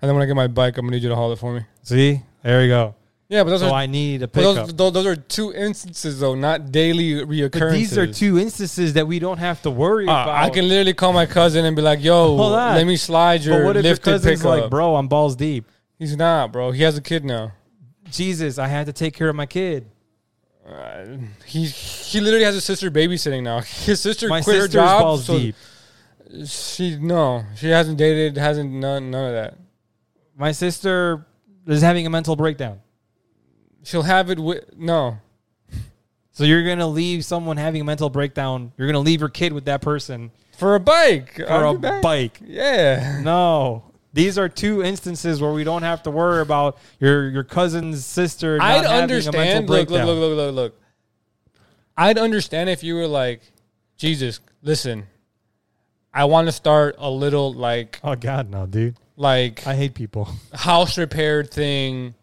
Speaker 2: and then when I get my bike, I'm gonna need you to haul it for me.
Speaker 1: See, there you go.
Speaker 2: Yeah, but those
Speaker 1: So
Speaker 2: are
Speaker 1: I need a
Speaker 2: but
Speaker 1: pickup.
Speaker 2: those, those, those are two instances though, not daily
Speaker 1: But
Speaker 2: reoccurrences.
Speaker 1: these are two instances that we don't have to worry
Speaker 2: Uh,
Speaker 1: about.
Speaker 2: I can literally call my cousin and be like, "Yo,
Speaker 1: Hold on.
Speaker 2: let me slide your
Speaker 1: But what if your
Speaker 2: lifted
Speaker 1: cousin's
Speaker 2: pickup."
Speaker 1: like, bro, I'm balls deep.
Speaker 2: He's not, bro. He has a kid now.
Speaker 1: Jesus, I had to take care of my kid.
Speaker 2: Uh, he he literally has a sister babysitting now. His sister
Speaker 1: My
Speaker 2: quit her
Speaker 1: sister's
Speaker 2: job.
Speaker 1: balls
Speaker 2: so
Speaker 1: deep.
Speaker 2: She no, she hasn't dated, hasn't none none of that.
Speaker 1: My sister is having a mental breakdown.
Speaker 2: She'll have it with no.
Speaker 1: So you're gonna leave someone having a mental breakdown. You're gonna leave your kid with that person
Speaker 2: For a bike.
Speaker 1: for
Speaker 2: I'll
Speaker 1: a
Speaker 2: do that.
Speaker 1: bike.
Speaker 2: Yeah.
Speaker 1: No. These are two instances where we don't have to worry about your your cousin's sister not
Speaker 2: I'd
Speaker 1: having a mental
Speaker 2: understand. Look,
Speaker 1: breakdown.
Speaker 2: look, look, look, look, look. I'd understand if you were like, Jesus, listen, I want to start a little like
Speaker 1: Oh God, no, dude.
Speaker 2: like
Speaker 1: I hate people.
Speaker 2: house repair thing.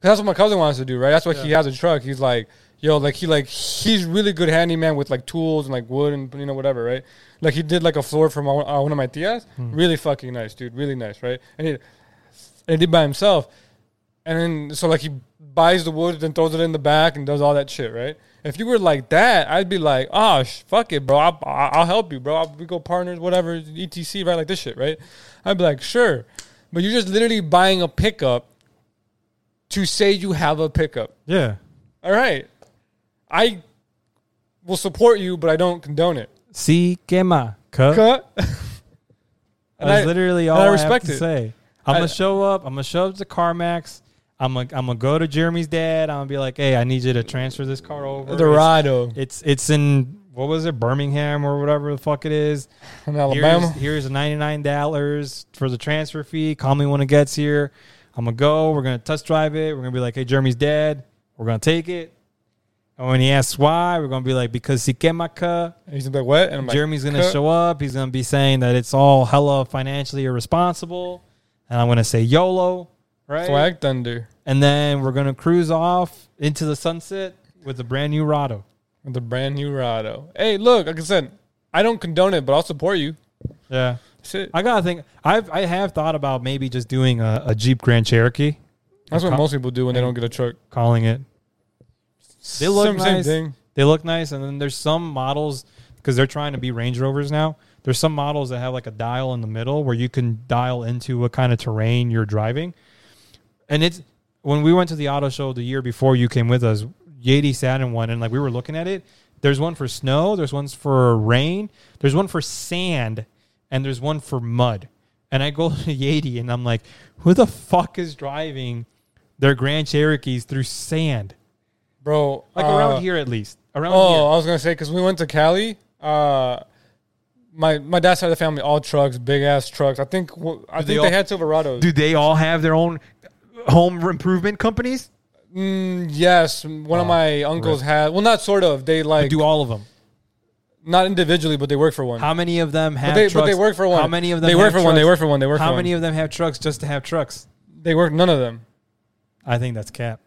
Speaker 2: 'Cause that's what my cousin wants to do, right? That's why he has a truck. He's like, yo, like he like he's really good handyman with like tools and like wood and you know whatever, right? Like he did like a floor from one- uh, one of my tias,
Speaker 1: Hmm.
Speaker 2: really fucking nice, dude, really nice, right? And he and he did by himself, and then so like he buys the wood, then throws it in the back and does all that shit, right? If you were like that, I'd be like, oh, sh- fuck it, bro. I'll, I'll help you, bro. I'll, we go partners, whatever, etc. Right, like this shit, right? I'd be like, sure, but you're just literally buying a pickup to say you have a pickup.
Speaker 1: Yeah.
Speaker 2: All right, I will support you, but I don't condone it.
Speaker 1: See, quema. Cut.
Speaker 2: Cut. And
Speaker 1: That's
Speaker 2: I-
Speaker 1: literally all
Speaker 2: and I
Speaker 1: I,
Speaker 2: respect
Speaker 1: have to
Speaker 2: it.
Speaker 1: say. I'm
Speaker 2: I-
Speaker 1: gonna show up. I'm gonna show up to CarMax. I'm gonna I'm gonna go to Jeremy's dad. I'm gonna be like, hey, I need you to transfer this car over. It's-
Speaker 2: Dorado
Speaker 1: It's, it's in what was it, Birmingham or whatever the fuck it is.
Speaker 2: in Alabama.
Speaker 1: Here's, here's ninety nine dollars for the transfer fee. Call me when it gets here. I'm gonna go. We're gonna test drive it. We're gonna be like, hey, Jeremy's dad. We're gonna take it. And when he asks why, we're gonna be like, because si quema ca,
Speaker 2: And He's like, what? And I'm like,
Speaker 1: Jeremy's going to
Speaker 2: "Cut."
Speaker 1: show up. He's going to be saying that it's all hella financially irresponsible. And I'm going to say YOLO, right?
Speaker 2: Swag Thunder.
Speaker 1: And then we're going to cruise off into the sunset. with the brand new Rado.
Speaker 2: The brand new Rado. Hey, look, like I said, I don't condone it, but I'll support you.
Speaker 1: Yeah,
Speaker 2: That's it.
Speaker 1: I gotta think. I've I have thought about maybe just doing a, a Jeep Grand Cherokee,
Speaker 2: That's what
Speaker 1: Com-
Speaker 2: most people do when they don't get a truck.
Speaker 1: calling it. They look
Speaker 2: same,
Speaker 1: nice.
Speaker 2: Same thing.
Speaker 1: They look nice, and then there's some models because they're trying to be Range Rovers now. There's some models that have like a dial in the middle where you can dial into what kind of terrain you're driving. And it's when we went to the auto show the year before you came with us, Yeti sat in one, and like we were looking at it. There's one for snow, there's ones for rain, there's one for sand, and there's one for mud. And I go to Yeti and I'm like, who the fuck is driving their Grand Cherokees through sand?
Speaker 2: Bro,
Speaker 1: Like
Speaker 2: uh,
Speaker 1: around here at least. Around here.
Speaker 2: Oh, I was gonna say because we went to Cali. Uh, my my dad's side of the family all trucks, big ass trucks. I think wh- I
Speaker 1: they
Speaker 2: think
Speaker 1: all-
Speaker 2: they had Silverados.
Speaker 1: Do they all have their own home improvement companies?
Speaker 2: Mm, yes, one of my uncles had. Well, not sort of. They like
Speaker 1: Oh, Do all of them?
Speaker 2: not individually, but they work for one.
Speaker 1: How many of them have
Speaker 2: but, they,
Speaker 1: trucks?
Speaker 2: but they work for one.
Speaker 1: How many of them
Speaker 2: They work
Speaker 1: have
Speaker 2: for one. They
Speaker 1: trucks?
Speaker 2: work for one. They work
Speaker 1: How
Speaker 2: for
Speaker 1: many
Speaker 2: one.
Speaker 1: of them have trucks just to have trucks?
Speaker 2: They work none of them.
Speaker 1: I think that's cap.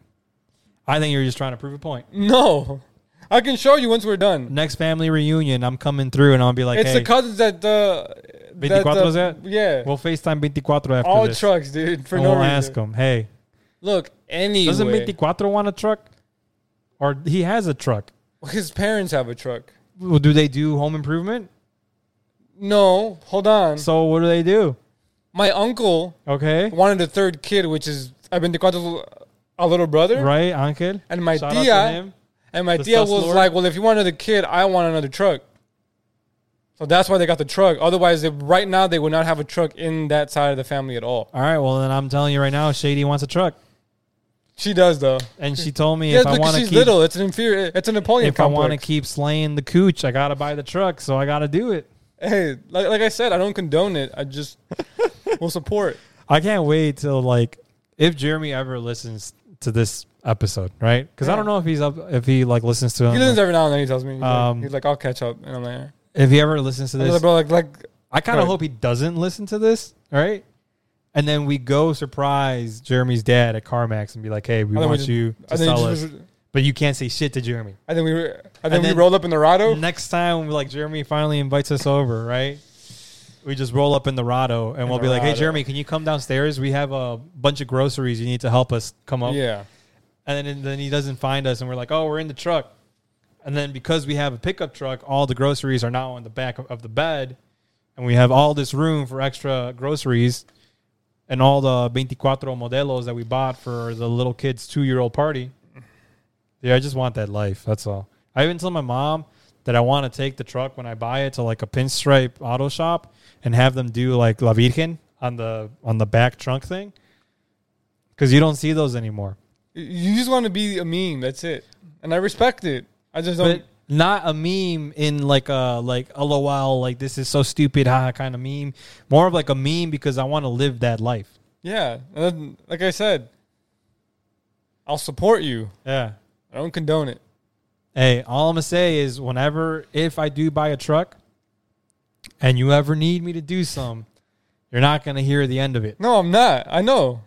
Speaker 1: I think you're just trying to prove a point.
Speaker 2: No, I can show you once we're done.
Speaker 1: Next family reunion, I'm coming through and I'll be like,
Speaker 2: It's
Speaker 1: hey,
Speaker 2: the cousins that uh, that,
Speaker 1: 24 is
Speaker 2: uh,
Speaker 1: that?
Speaker 2: yeah.
Speaker 1: we'll FaceTime 24 after
Speaker 2: all
Speaker 1: this.
Speaker 2: trucks, dude. For
Speaker 1: and
Speaker 2: no
Speaker 1: we'll
Speaker 2: reason.
Speaker 1: ask him, hey,
Speaker 2: Look, anyway,
Speaker 1: doesn't 24 want a truck? Or he has a truck.
Speaker 2: his parents have a truck.
Speaker 1: Well, do they do home improvement?
Speaker 2: No, hold on.
Speaker 1: So what do they do?
Speaker 2: my uncle
Speaker 1: Okay.
Speaker 2: wanted a third kid, which is I've been to a little brother,
Speaker 1: Right, Uncle?
Speaker 2: and my
Speaker 1: Shout out to
Speaker 2: tia,
Speaker 1: him.
Speaker 2: and my
Speaker 1: the
Speaker 2: tia
Speaker 1: sus
Speaker 2: was
Speaker 1: lord.
Speaker 2: like, "Well, if you want another kid, I want another truck." So that's why they got the truck. Otherwise, they, right now they would not have a truck in that side of the family at all.
Speaker 1: All right, well then I'm telling you right now, Shady wants a truck,
Speaker 2: She does though.
Speaker 1: and she told me
Speaker 2: Yeah,
Speaker 1: if I
Speaker 2: because
Speaker 1: want to
Speaker 2: she's
Speaker 1: keep
Speaker 2: little. It's an inferior. It's a Napoleon
Speaker 1: if I want to
Speaker 2: complex.
Speaker 1: keep slaying the cooch, I gotta buy the truck, so I gotta do it.
Speaker 2: hey, like, like I said, I don't condone it. I just will support.
Speaker 1: I can't wait till like if Jeremy ever listens to this episode, right? Because I
Speaker 2: Yeah.
Speaker 1: don't know if he's up if he like listens to
Speaker 2: He
Speaker 1: him.
Speaker 2: listens every now and then. He tells me he's,
Speaker 1: Um,
Speaker 2: like, he's like, "I'll catch up," and I'm like, "Alright."
Speaker 1: if he ever listens to
Speaker 2: I was like,
Speaker 1: this,
Speaker 2: "Bro, like, like
Speaker 1: I kind of
Speaker 2: Right.
Speaker 1: hope he doesn't listen to this, right? And then we go surprise Jeremy's dad at CarMax and be like, "Hey, we
Speaker 2: I think we
Speaker 1: want
Speaker 2: just-
Speaker 1: you
Speaker 2: I
Speaker 1: to
Speaker 2: think
Speaker 1: sell
Speaker 2: just-
Speaker 1: us," but you can't say shit to Jeremy.
Speaker 2: I think we were. I
Speaker 1: And
Speaker 2: think we
Speaker 1: then-
Speaker 2: rolled up in the Rado.
Speaker 1: next time like Jeremy finally invites us over, right? We just roll up in the Rado and we'll
Speaker 2: the
Speaker 1: be like, "Hey
Speaker 2: Rado.
Speaker 1: Jeremy, can you come downstairs? We have a bunch of groceries you need to help us come up."
Speaker 2: Yeah.
Speaker 1: And then, and then he doesn't find us and we're like, "Oh, we're in the truck." And then because we have a pickup truck, all the groceries are now on the back of, of the bed and we have all this room for extra groceries and all the 24 modelos that we bought for the little kids 2-year-old party. Yeah, I just want that life. That's all. I even told my mom that I want to take the truck when I buy it to like a pinstripe auto shop and have them do like La Virgen on the on the back trunk thing. Cause you don't see those anymore.
Speaker 2: You just want to be a meme. That's it. And I respect it. I just don't.
Speaker 1: But not a meme in like a like lol like this is so stupid ha kind of meme. More of like a meme because I want to live that life.
Speaker 2: yeah. And then, like I said, I'll support you.
Speaker 1: Yeah.
Speaker 2: I don't condone it.
Speaker 1: Hey, all I'm gonna say is whenever if I do buy a truck and you ever need me to do some, you're not gonna hear the end of it.
Speaker 2: No, I'm not. I know.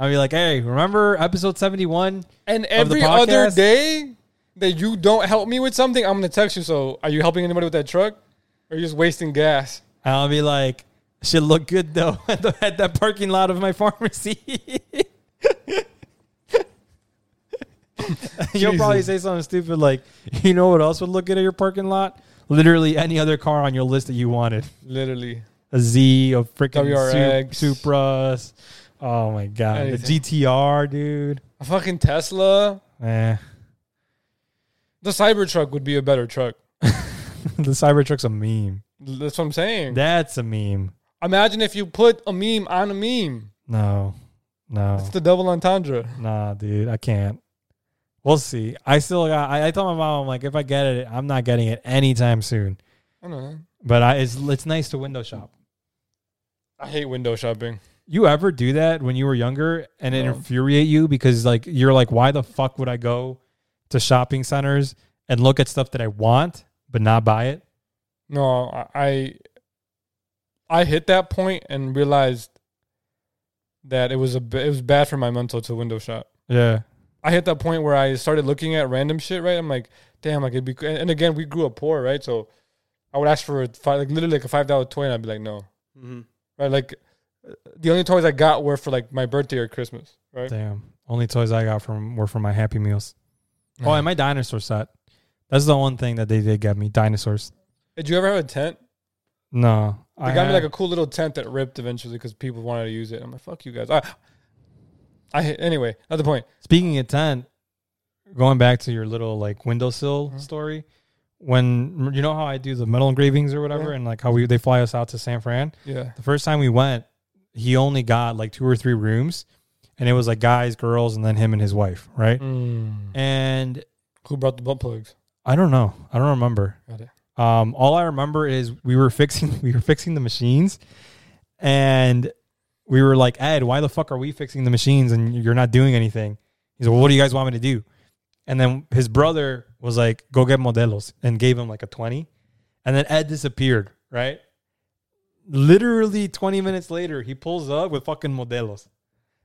Speaker 1: I'll be like, hey, remember episode seventy one?
Speaker 2: And
Speaker 1: Of the
Speaker 2: every other
Speaker 1: podcast?
Speaker 2: day that you don't help me with something, I'm gonna text you. So, are you helping anybody with that truck, or are you just wasting gas?
Speaker 1: And I'll be like, should look good though at, the, at that parking lot of my pharmacy. You'll probably
Speaker 2: Jesus.
Speaker 1: say something stupid like, you know what else would look good at your parking lot? Literally any other car on your list that you wanted.
Speaker 2: Literally.
Speaker 1: A Z, a freaking
Speaker 2: WRX.
Speaker 1: Supra. Oh my God. The
Speaker 2: Anything.
Speaker 1: GTR, dude.
Speaker 2: A fucking Tesla.
Speaker 1: Eh.
Speaker 2: The Cybertruck would be a better truck.
Speaker 1: the Cybertruck's a meme.
Speaker 2: That's what I'm saying.
Speaker 1: That's a meme.
Speaker 2: Imagine if you put a meme on a meme.
Speaker 1: No, no.
Speaker 2: It's the double entendre.
Speaker 1: Nah, dude, I can't. We'll see. I still got. I, I told my mom, I'm like, if I get it, I'm not getting it anytime soon.
Speaker 2: I don't know.
Speaker 1: But I, it's it's nice to window shop.
Speaker 2: I hate window shopping.
Speaker 1: You ever do that when you were younger and it
Speaker 2: No.
Speaker 1: infuriate you because like you're like, why the fuck would I go to shopping centers and look at stuff that I want but not buy it?
Speaker 2: No, I I, I hit that point and realized that it was a b- it was bad for my mental to window shop.
Speaker 1: Yeah,
Speaker 2: I hit that point where I started looking at random shit, right? I'm like, damn, I could be. And, and again, we grew up poor, right? So I would ask for a five, like literally like a five dollar toy, and I'd be like, no,
Speaker 3: Mm-hmm.
Speaker 2: right? Like uh, the only toys I got were for like my birthday or Christmas, right?
Speaker 1: Damn. Only toys I got from were from my Happy Meals. Oh,
Speaker 2: Yeah.
Speaker 1: and my dinosaur set. That's the one thing that they did get me dinosaurs.
Speaker 2: Did you ever have a tent?
Speaker 1: No,
Speaker 2: They got me like a cool little tent that ripped eventually because people wanted to use it. I'm like, fuck you guys. I, I anyway, not the point.
Speaker 1: Speaking of tent, going back to your little like windowsill
Speaker 2: Mhm.
Speaker 1: story, when you know how I do the metal engravings or whatever,
Speaker 2: Yeah.
Speaker 1: and like how we they fly us out to San Fran.
Speaker 2: Yeah,
Speaker 1: The first time we went, he only got like two or three rooms, and it was like guys, girls, and then him and his wife,
Speaker 2: Mm.
Speaker 1: right? And
Speaker 2: who brought the butt plugs?
Speaker 1: I don't know, I don't remember.
Speaker 2: Got it.
Speaker 1: Um, all I remember is we were fixing we were fixing the machines, and we were like, Ed, why the fuck are we fixing the machines and you're not doing anything? He's like, well, what do you guys want me to do? And then his brother was like, go get modelos, and gave him like a twenty, and then Ed disappeared. Right, literally twenty minutes later, he pulls up with fucking modelos.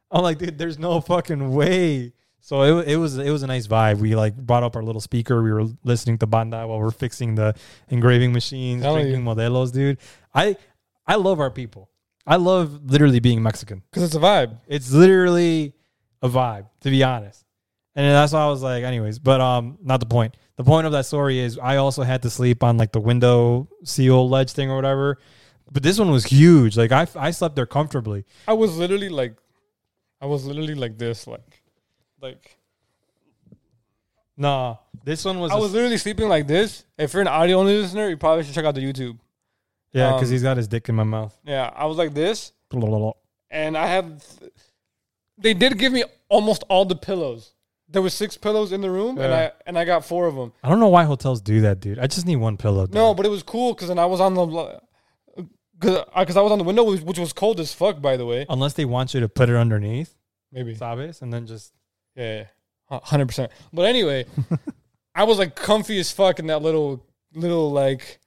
Speaker 1: I'm like, dude, there's no fucking way. So it, wa- it was it was a nice vibe. We like brought up our little speaker. We were listening to banda while we're fixing the engraving machines,
Speaker 2: Hell yeah.
Speaker 1: drinking modelos, dude. I I love our people. I love literally being Mexican.
Speaker 2: Because it's a vibe.
Speaker 1: It's literally a vibe, to be honest. And that's why I was like, anyways, but um, not the point. The point of that story is I also had to sleep on like the window seal ledge thing or whatever. But this one was huge. Like I, I slept there comfortably.
Speaker 2: I was literally like, I was literally like this, like, like
Speaker 1: Nah, this one was,
Speaker 2: I was literally sleeping like this. If you're an audio only listener, you probably should check out the YouTube.
Speaker 1: yeah, because
Speaker 2: um,
Speaker 1: he's got his dick in my mouth.
Speaker 2: Yeah, I was like this, and I have. They did give me almost all the pillows. There were six pillows in the room, and
Speaker 1: Yeah.
Speaker 2: I and I got four of them.
Speaker 1: I don't know why hotels do that, dude. I just need one pillow. dude.
Speaker 2: No, but it was cool because then I was on the, because I, 'cause I was on the window, which, which was cold as fuck, by the way.
Speaker 1: unless they want you to put it underneath,
Speaker 2: Maybe,
Speaker 1: sabes, and then just
Speaker 2: yeah, hundred percent. But anyway, I was like comfy as fuck in that little little like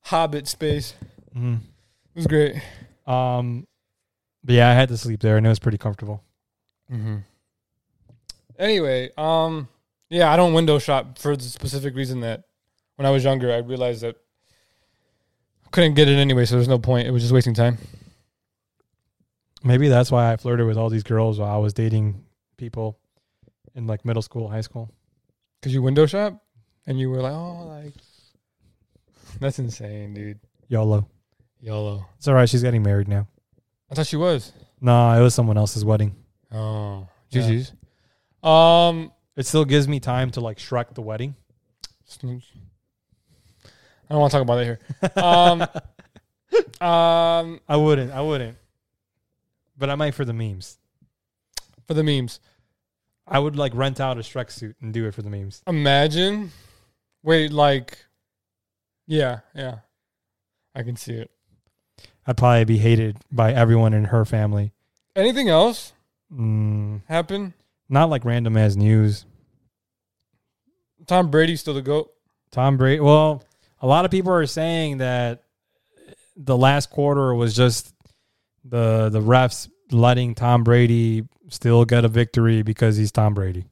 Speaker 2: hobbit space.
Speaker 1: mm.
Speaker 2: It was great.
Speaker 1: um, but yeah, I had to sleep there, and it was pretty comfortable.
Speaker 2: Mm-hmm. Anyway, um, yeah, I don't window shop for the specific reason that when I was younger, I realized that I couldn't get it anyway, so there's no point. It was just wasting time.
Speaker 1: Maybe that's why I flirted with all these girls while I was dating people in like middle school, high school.
Speaker 2: Cause you window shop, and you were like, oh, like that's insane, dude.
Speaker 1: YOLO.
Speaker 2: YOLO.
Speaker 1: It's all right. She's getting married now.
Speaker 2: I thought she was.
Speaker 1: Nah, it was someone else's wedding.
Speaker 2: Oh,
Speaker 1: Yeah.
Speaker 2: GG's. Um,
Speaker 1: It still gives me time to like Shrek the wedding.
Speaker 2: I don't want to talk about it here. Um, um,
Speaker 1: I wouldn't. I wouldn't. But I might for the memes.
Speaker 2: for the memes.
Speaker 1: I would like rent out a Shrek suit and do it for the memes.
Speaker 2: Imagine. Wait, like, yeah, yeah. I can see it.
Speaker 1: I'd probably be hated by everyone in her family.
Speaker 2: Anything else
Speaker 1: Mm,
Speaker 2: happen?
Speaker 1: not like random ass news.
Speaker 2: Tom Brady's still the goat.
Speaker 1: Tom Brady. Well, a lot of people are saying that the last quarter was just the the refs letting Tom Brady still get a victory because he's Tom Brady.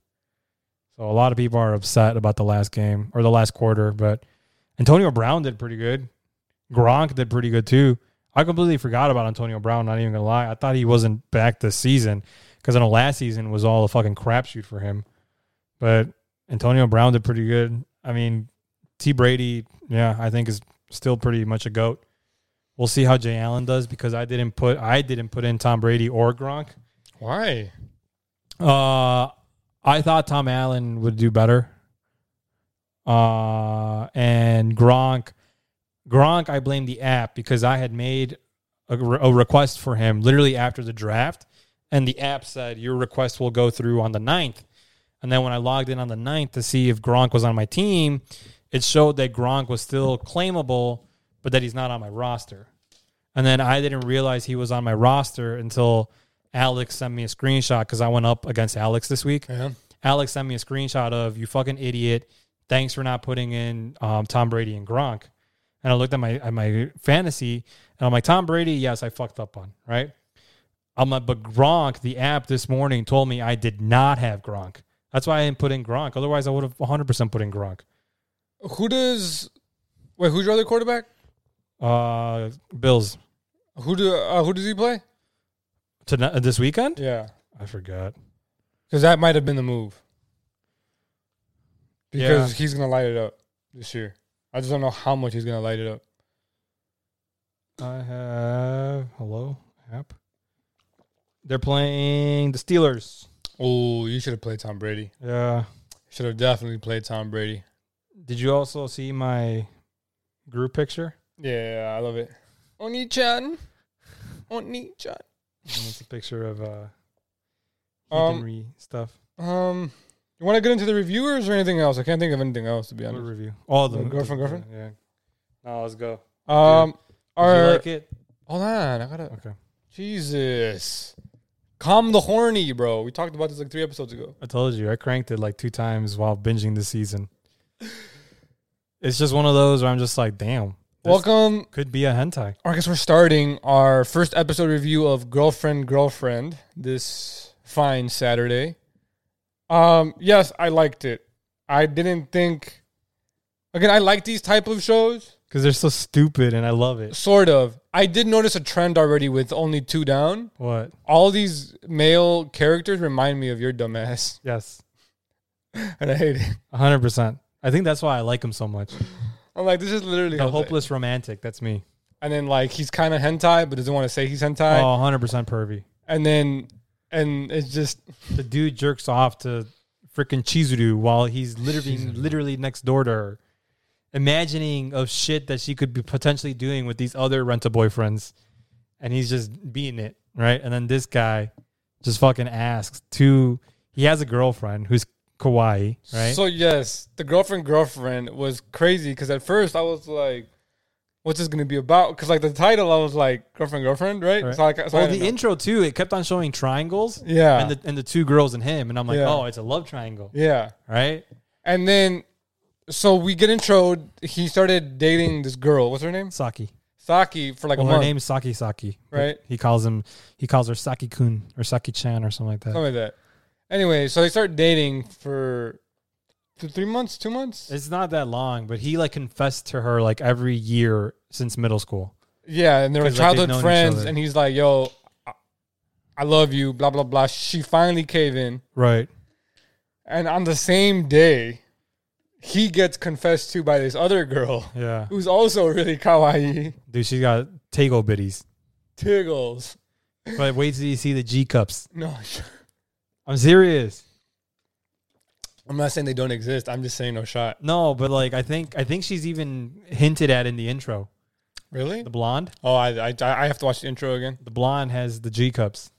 Speaker 1: So a lot of people are upset about the last game or the last quarter, but Antonio Brown did pretty good. Gronk did pretty good too. I completely forgot about Antonio Brown, not even gonna lie. I thought he wasn't back this season because I know last season was all a fucking crapshoot for him. But Antonio Brown did pretty good. I mean, T Brady, yeah, I think is still pretty much a goat. We'll see how Jay Allen does because I didn't put I didn't put in Tom Brady or Gronk.
Speaker 2: Why?
Speaker 1: Uh, I thought Tom Allen would do better. Uh, and Gronk, Gronk, I blame the app because I had made a, re- a request for him literally after the draft, and the app said your request will go through on the 9th. And then when I logged in on the 9th to see if Gronk was on my team, it showed that Gronk was still claimable, but that he's not on my roster. And then I didn't realize he was on my roster until Alex sent me a screenshot because I went up against Alex this week.
Speaker 2: Yeah.
Speaker 1: Alex sent me a screenshot of you fucking idiot. Thanks for not putting in um, Tom Brady and Gronk. And I looked at my at my fantasy and I'm like, Tom Brady, yes, I fucked up on, right? I'm like, but Gronk, the app this morning told me I did not have Gronk. That's why I didn't put in Gronk. Otherwise, I would have 100% put in Gronk.
Speaker 2: Who does? Wait, who's your other quarterback?
Speaker 1: Uh, Bills
Speaker 2: Who do? Uh, who does he play?
Speaker 1: tonight uh, this weekend.
Speaker 2: Yeah,
Speaker 1: I forgot.
Speaker 2: because that might have been the move.
Speaker 1: Yeah.
Speaker 2: Because he's gonna light it up this year. I just don't know how much he's gonna light it up.
Speaker 1: I have hello app. They're playing the Steelers.
Speaker 2: Oh, you should have played Tom Brady.
Speaker 1: Yeah.
Speaker 2: Should have definitely played Tom Brady.
Speaker 1: Did you also see my group picture?
Speaker 2: Yeah, I love it. Oni Chan, Oni Chan.
Speaker 1: And it's a picture of uh
Speaker 2: Um,
Speaker 1: Henry stuff.
Speaker 2: Um, you want to get into the reviewers or anything else? I can't think of anything else to be
Speaker 1: What
Speaker 2: honest.
Speaker 1: review? All of
Speaker 2: The
Speaker 1: them.
Speaker 2: girlfriend, girlfriend?
Speaker 1: Yeah. No, let's go.
Speaker 2: Um,
Speaker 1: Did
Speaker 2: our,
Speaker 1: you like it?
Speaker 2: hold on, I gotta.
Speaker 1: Okay.
Speaker 2: Jesus, calm the horny, bro. We talked about this like three episodes ago.
Speaker 1: I told you I cranked it like two times while binging this season. It's just one of those where I'm just like, damn, this
Speaker 2: Welcome.
Speaker 1: could be a hentai.
Speaker 2: I guess we're starting our first episode review of Girlfriend Girlfriend this fine Saturday. Um, yes, I liked it. I didn't think. Again, I like these type of shows.
Speaker 1: Because they're so stupid and I love it.
Speaker 2: Sort of. I did notice a trend already with only two down.
Speaker 1: What?
Speaker 2: All these male characters remind me of your dumbass,
Speaker 1: Yes.
Speaker 2: and I hate it.
Speaker 1: A hundred percent. I think that's why I like him so much.
Speaker 2: I'm like, this is literally
Speaker 1: The
Speaker 2: Jose.
Speaker 1: hopeless romantic. That's me.
Speaker 2: And then like he's kind of hentai, but doesn't want to say he's
Speaker 1: Oh,
Speaker 2: hentai.
Speaker 1: 100 percent pervy.
Speaker 2: And then and it's just
Speaker 1: The dude jerks off to freaking Chizuru while he's literally literally next door to her, imagining of shit that she could be potentially doing with these other rent a boyfriends, and he's just beating it right. And then this guy just fucking asks to. He has a girlfriend who's kawaii, right?
Speaker 2: So yes, the girlfriend girlfriend was crazy because at first I was like, "What's this gonna be about?" Because like the title, I was like, "Girlfriend girlfriend," right?
Speaker 1: Right.
Speaker 2: So like, so I
Speaker 1: well,
Speaker 2: didn't
Speaker 1: the
Speaker 2: know.
Speaker 1: intro too, it kept on showing triangles
Speaker 2: yeah,
Speaker 1: and the and the two girls and him, and I'm like,
Speaker 2: Yeah.
Speaker 1: oh, it's a love triangle,
Speaker 2: yeah,
Speaker 1: right?
Speaker 2: and then so we get introed. He started dating this girl. What's her name?
Speaker 1: Saki.
Speaker 2: Saki for like
Speaker 1: well,
Speaker 2: a
Speaker 1: her
Speaker 2: month,
Speaker 1: name's Saki Saki. but
Speaker 2: Right.
Speaker 1: He calls him. He calls her Saki Kun or Saki Chan or something like that.
Speaker 2: something like that. Anyway, so they start dating for th- three months, two months.
Speaker 1: It's not that long, but he like confessed to her like every year since middle school.
Speaker 2: Yeah, and they were
Speaker 1: 'Cause, like, they've
Speaker 2: childhood
Speaker 1: known each
Speaker 2: friends,
Speaker 1: other.
Speaker 2: and he's like, "Yo, I- I love you," blah blah blah. She finally cave in.
Speaker 1: Right.
Speaker 2: And on the same day, he gets confessed to by this other girl
Speaker 1: Yeah.
Speaker 2: who's also really kawaii.
Speaker 1: Dude, she's got Tego bitties.
Speaker 2: Tiggles.
Speaker 1: But wait till you see the G cups.
Speaker 2: No,
Speaker 1: I'm serious.
Speaker 2: I'm not saying they don't exist. I'm just saying no shot.
Speaker 1: No, but like I think I think she's even hinted at in the intro.
Speaker 2: Really?
Speaker 1: The blonde,
Speaker 2: Oh, I I, I have to watch the intro again.
Speaker 1: the blonde has the G cups.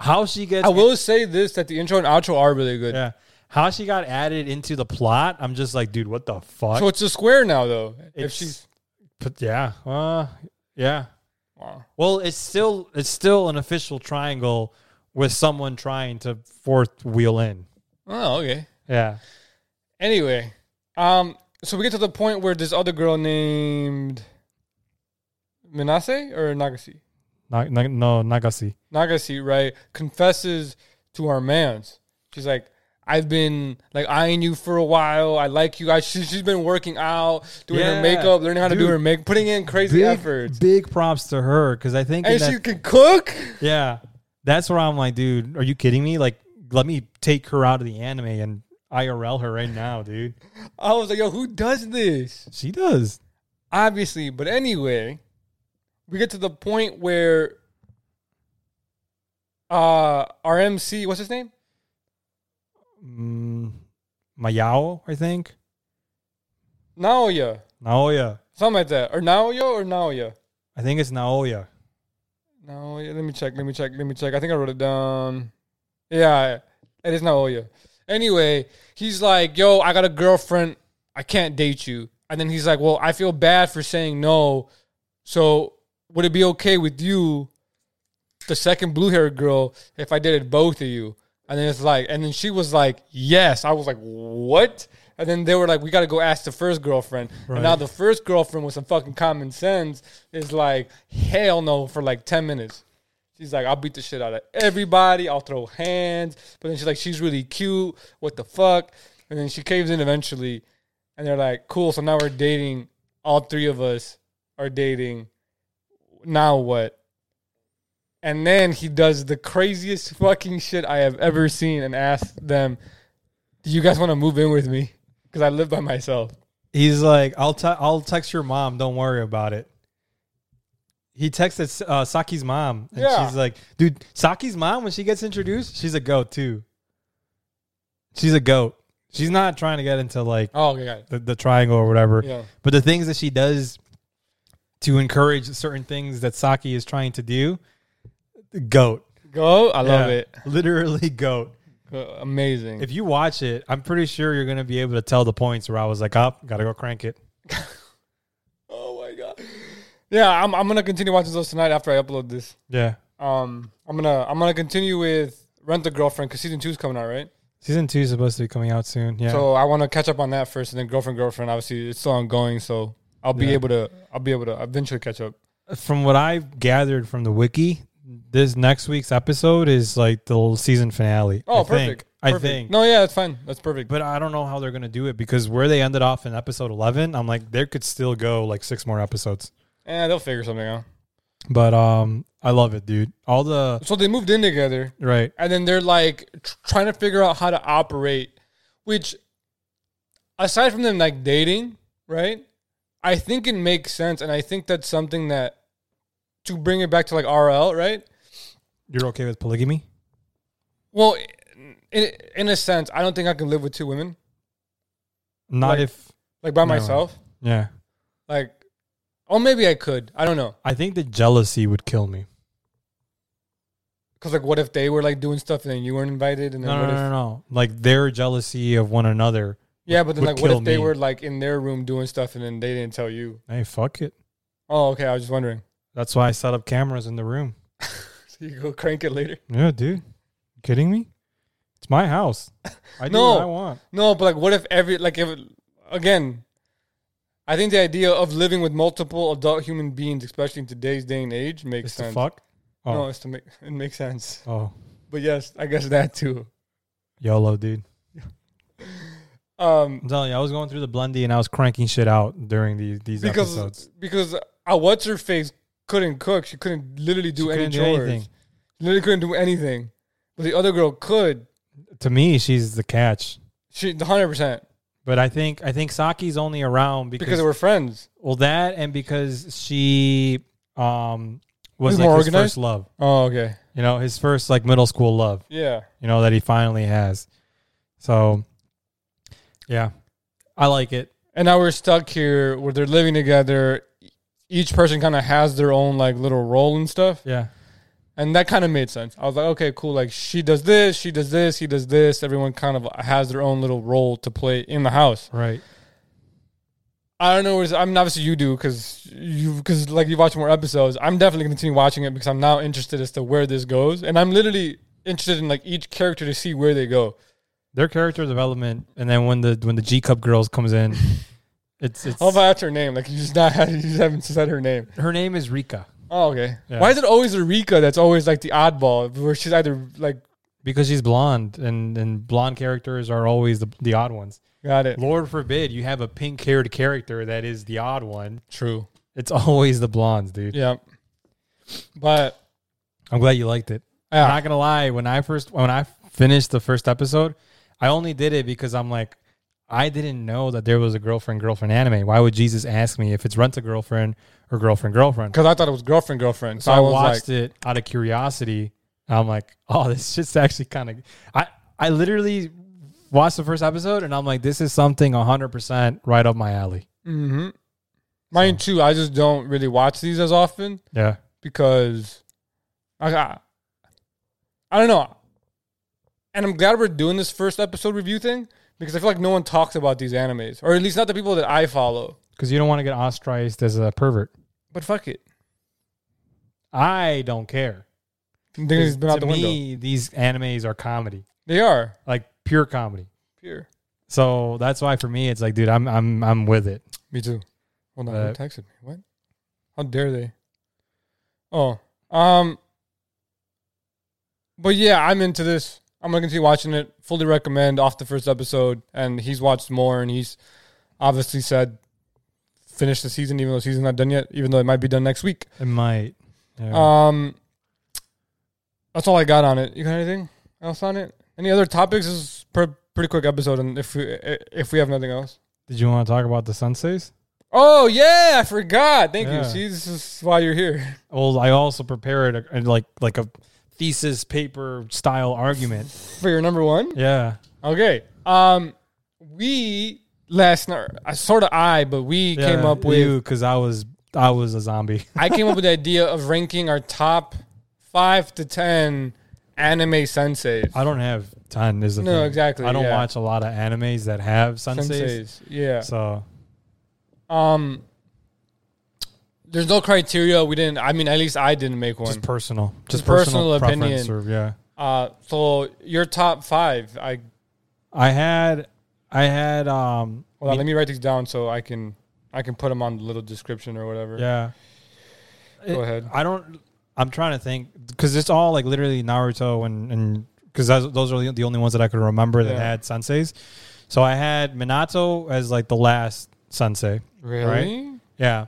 Speaker 1: How she gets
Speaker 2: I will say this: that the intro and outro are really good.
Speaker 1: Yeah. How she got added into the plot, I'm just like, dude, what the fuck?
Speaker 2: So it's a square now, though. if
Speaker 1: It's-
Speaker 2: she's
Speaker 1: But yeah, uh, yeah.
Speaker 2: wow.
Speaker 1: Well, it's still it's still an official triangle with someone trying to fourth wheel in.
Speaker 2: Oh, okay.
Speaker 1: Yeah,
Speaker 2: Anyway, um, so we get to the point where this other girl named Minase or Nagasi.
Speaker 1: Na- na- no Nagasi.
Speaker 2: Nagasi, right, confesses to our man's. She's like, I've been like eyeing you for a while. I like you. I she, she's been working out, doing her
Speaker 1: Yeah.
Speaker 2: makeup, learning how to do
Speaker 1: Dude.
Speaker 2: her make, putting in crazy efforts.
Speaker 1: big props to her because I think in
Speaker 2: And
Speaker 1: that-
Speaker 2: she can cook.
Speaker 1: yeah, that's where I'm like, dude, are you kidding me? Like, let me take her out of the anime and IRL her right now, dude.
Speaker 2: I was like, yo, who does this?
Speaker 1: She does.
Speaker 2: Obviously, but anyway, we get to the point where uh our MC, what's his name?
Speaker 1: Mm, Mayao, I think.
Speaker 2: Naoya.
Speaker 1: Naoya.
Speaker 2: Something like that. Or Naoya or Naoya.
Speaker 1: I think it's Naoya.
Speaker 2: No, yeah, let me check. Let me check. Let me check. I think I wrote it down. Yeah, it is not Oya. Anyway, he's like, "Yo, I got a girlfriend. I can't date you." And then he's like, "Well, I feel bad for saying no. So would it be okay with you, the second blue-haired girl, if I dated both of you?" And then it's like, and then she was like, "Yes." I was like, "What?" And then they were like, "We got to go ask the first girlfriend."
Speaker 1: Right.
Speaker 2: And now the first girlfriend with some fucking common sense is like, "Hell no!" for like ten minutes. She's like, I'll beat the shit out of everybody. I'll throw hands. But then she's like, she's really cute. What the fuck? And then she caves in eventually. And they're like, cool. So now we're dating. All three of us are dating. Now what? And then he does the craziest fucking shit I have ever seen and asks them, do you guys want to move in with me? Because I live by myself.
Speaker 1: He's like, I'll te- I'll text your mom. Don't worry about it. He texted uh, Saki's mom, and
Speaker 2: Yeah.
Speaker 1: she's like, dude, Saki's mom when she gets introduced, she's a goat too. She's a goat. She's not trying to get into like
Speaker 2: Oh, okay, got it.
Speaker 1: the, the triangle or whatever.
Speaker 2: Yeah.
Speaker 1: But the things that she does to encourage certain things that Saki is trying to do, goat.
Speaker 2: Go. I love
Speaker 1: Yeah.
Speaker 2: it.
Speaker 1: Literally goat.
Speaker 2: Uh, Amazing.
Speaker 1: If you watch it, I'm pretty sure you're gonna be able to tell the points where I was like, up, gotta go crank it.
Speaker 2: oh my god. Yeah, I'm I'm gonna continue watching those tonight after I upload this.
Speaker 1: Yeah.
Speaker 2: Um, I'm gonna I'm gonna continue with Rent the Girlfriend because season two is coming out, right?
Speaker 1: Season two is supposed to be coming out soon. Yeah.
Speaker 2: So I want to catch up on that first, and then Girlfriend Girlfriend. Obviously, it's still ongoing, so I'll be
Speaker 1: Yeah.
Speaker 2: able to I'll be able to eventually catch up.
Speaker 1: from what I've gathered from the wiki, this next week's episode is like the season finale.
Speaker 2: Oh,
Speaker 1: I
Speaker 2: perfect.
Speaker 1: Think. I
Speaker 2: Perfect.
Speaker 1: think.
Speaker 2: No, yeah, that's fine. That's perfect.
Speaker 1: But I don't know how they're gonna do it because where they ended off in episode eleven, I'm like, there could still go like six more episodes.
Speaker 2: Eh, they'll figure something out.
Speaker 1: But um, I love it, dude. All the
Speaker 2: So they moved in together,
Speaker 1: right,
Speaker 2: and then they're like tr- trying to figure out how to operate which aside from them like dating right i think it makes sense and i think that's something that to bring it back to like rl right
Speaker 1: you're okay with polygamy?
Speaker 2: well in, in a sense i don't think i can live with two women
Speaker 1: Not
Speaker 2: Like-
Speaker 1: if
Speaker 2: like by
Speaker 1: No.
Speaker 2: myself
Speaker 1: yeah.
Speaker 2: like or maybe i could i don't know
Speaker 1: I think the jealousy would kill me.
Speaker 2: because like what if they were like doing stuff and then you weren't invited and then
Speaker 1: No, no,
Speaker 2: what
Speaker 1: no, no,
Speaker 2: if
Speaker 1: no. Like their jealousy of one another.
Speaker 2: yeah but then
Speaker 1: would
Speaker 2: like what
Speaker 1: kill
Speaker 2: if they
Speaker 1: me.
Speaker 2: were like in their room doing stuff and then they didn't tell you
Speaker 1: Hey, fuck it.
Speaker 2: oh okay i was just wondering
Speaker 1: That's why I set up cameras in the room.
Speaker 2: so you go crank it later
Speaker 1: Yeah, dude. kidding me? It's my house. I do
Speaker 2: No.
Speaker 1: what I want.
Speaker 2: No, but like, what if every like if again? I think the idea of living with multiple adult human beings, especially in today's day and age, makes
Speaker 1: It's the
Speaker 2: sense.
Speaker 1: fuck. Oh,
Speaker 2: No, it's to make it makes sense.
Speaker 1: oh,
Speaker 2: But yes, I guess that too.
Speaker 1: YOLO, dude.
Speaker 2: Um,
Speaker 1: I'm telling you, I was going through the Blundy and I was cranking shit out during these these
Speaker 2: because
Speaker 1: episodes.
Speaker 2: because uh, what's her face couldn't cook. She couldn't literally do
Speaker 1: She
Speaker 2: any
Speaker 1: couldn't do
Speaker 2: chores.
Speaker 1: anything.
Speaker 2: Literally couldn't do anything. But the other girl could.
Speaker 1: To me, she's the catch.
Speaker 2: She hundred percent
Speaker 1: But I think I think Saki's only around because,
Speaker 2: because they were friends.
Speaker 1: well that and because she um was
Speaker 2: Was
Speaker 1: like
Speaker 2: more
Speaker 1: his
Speaker 2: organized?
Speaker 1: first love.
Speaker 2: Oh, okay.
Speaker 1: You know, his first like middle school love.
Speaker 2: Yeah.
Speaker 1: you know, that he finally has. So, yeah, I like it.
Speaker 2: And now we're stuck here where they're living together. Each person kind of has their own like little role and stuff.
Speaker 1: Yeah,
Speaker 2: And that kind of made sense. I was like, okay, cool. Like she does this, she does this, he does this. Everyone kind of has their own little role to play in the house.
Speaker 1: right.
Speaker 2: I don't know. Where it's, I mean, obviously you do because you because like you watch more episodes. I'm definitely gonna continue watching it because I'm now interested as to where this goes, and I'm literally interested in like each character to see where they go.
Speaker 1: Their character development, and then when the when the G Cup girls comes in, it's it's
Speaker 2: How about that's her name? Like you just not you just haven't said her name.
Speaker 1: her name is Rika
Speaker 2: Oh, okay.
Speaker 1: Yeah.
Speaker 2: Why is it always Eureka that's always like the oddball where she's either like
Speaker 1: because she's blonde, and and blonde characters are always the the odd ones.
Speaker 2: got it
Speaker 1: Lord forbid you have a pink haired character that is the odd one.
Speaker 2: true.
Speaker 1: It's always the blondes, dude.
Speaker 2: Yeah, but
Speaker 1: I'm glad you liked it.
Speaker 2: yeah.
Speaker 1: I'm not gonna lie. When I first when I finished the first episode, I only did it because I'm like, I didn't know that there was a girlfriend girlfriend anime. Why would Jesus ask me if it's rent a girlfriend or girlfriend girlfriend?
Speaker 2: Because I thought it was girlfriend, girlfriend.
Speaker 1: So
Speaker 2: So
Speaker 1: I,
Speaker 2: I was
Speaker 1: watched
Speaker 2: like,
Speaker 1: it out of curiosity. And I'm like, oh, this shit's actually kind of. I I literally watched the first episode and I'm like, this is something 100 percent right up my alley.
Speaker 2: mm-hmm. mine too. I just don't really watch these as often
Speaker 1: Yeah,
Speaker 2: because I got, I don't know. And I'm glad we're doing this first episode review thing because I feel like no one talks about these animes, or at least not the people that I follow.
Speaker 1: because you don't want to get ostracized as a pervert.
Speaker 2: But fuck it,
Speaker 1: I don't care.
Speaker 2: things been out
Speaker 1: to
Speaker 2: the window.
Speaker 1: me, these animes are comedy,
Speaker 2: They are
Speaker 1: like pure comedy.
Speaker 2: here.
Speaker 1: So that's why for me it's like, dude, I'm I'm I'm with it.
Speaker 2: Me too. Well, no,
Speaker 1: Uh,
Speaker 2: who texted me? What? How dare they? Oh, um, But yeah, I'm into this. I'm gonna continue watching it. Fully recommend off the first episode, and he's watched more, and he's obviously said finish the season, even though the season's not done yet, even though it might be done next week.
Speaker 1: It might. Yeah.
Speaker 2: Um, that's all I got on it. You got anything else on it? Any other topics? This is per, pretty quick episode, and if we if we have nothing else.
Speaker 1: Did you want to talk about the senseis?
Speaker 2: Oh yeah, I forgot. Thank you.
Speaker 1: Yeah.
Speaker 2: See, this is why you're here.
Speaker 1: Well, I also prepared a, a- like like a thesis paper style argument.
Speaker 2: For your number one.
Speaker 1: Yeah.
Speaker 2: Okay. Um, we last night, I sort of I, but we came up with.
Speaker 1: because I was I was a zombie.
Speaker 2: I came up with the idea of ranking our top five to ten anime senseis.
Speaker 1: I don't have ton. Is the
Speaker 2: No,
Speaker 1: thing.
Speaker 2: exactly,
Speaker 1: I don't
Speaker 2: yeah.
Speaker 1: watch a lot of animes that have senseis.
Speaker 2: Senseis. Yeah.
Speaker 1: So
Speaker 2: Um. There's no criteria. We didn't. I mean, at least I didn't make one.
Speaker 1: just personal, just,
Speaker 2: Just
Speaker 1: personal,
Speaker 2: personal
Speaker 1: preference.
Speaker 2: opinion.
Speaker 1: Or, yeah.
Speaker 2: Uh. So your top five. I.
Speaker 1: I had I had um
Speaker 2: Well, let me write these down so I can. I can put them on the little description or whatever.
Speaker 1: yeah.
Speaker 2: Go ahead.
Speaker 1: I don't. I'm trying to think because it's all like literally Naruto and and because those are the- the only ones that I could remember that
Speaker 2: Yeah.
Speaker 1: had senseis. So I had Minato as like the last sensei.
Speaker 2: Really?
Speaker 1: Yeah.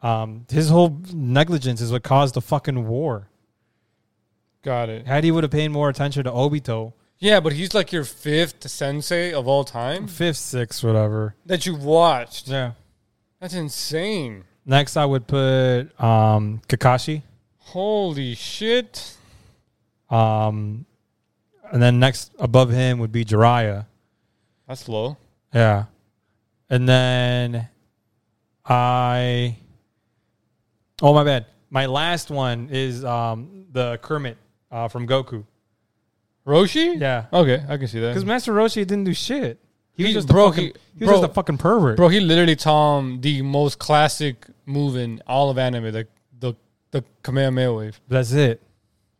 Speaker 1: Um, his whole negligence is what caused the fucking war.
Speaker 2: Got it.
Speaker 1: Had he would have paid more attention to Obito,
Speaker 2: Yeah, but he's like your fifth sensei of all time
Speaker 1: fifth, sixth, whatever.
Speaker 2: that you've watched.
Speaker 1: Yeah.
Speaker 2: That's insane.
Speaker 1: Next, I would put um, Kakashi.
Speaker 2: Holy shit.
Speaker 1: Um, and then next above him would be Jiraiya.
Speaker 2: That's low.
Speaker 1: Yeah. And then I Oh my bad. My last one is um the Kermit uh, from Goku.
Speaker 2: Roshi?
Speaker 1: Yeah.
Speaker 2: Okay, I can see
Speaker 1: Because
Speaker 2: that.
Speaker 1: Master Roshi didn't do shit. He was
Speaker 2: He-
Speaker 1: just
Speaker 2: bro,
Speaker 1: a fucking,
Speaker 2: he-
Speaker 1: he, was
Speaker 2: bro-
Speaker 1: just a fucking pervert.
Speaker 2: Bro, he literally taught him the most classic move in all of anime, the the, the Kamehameha wave.
Speaker 1: That's it.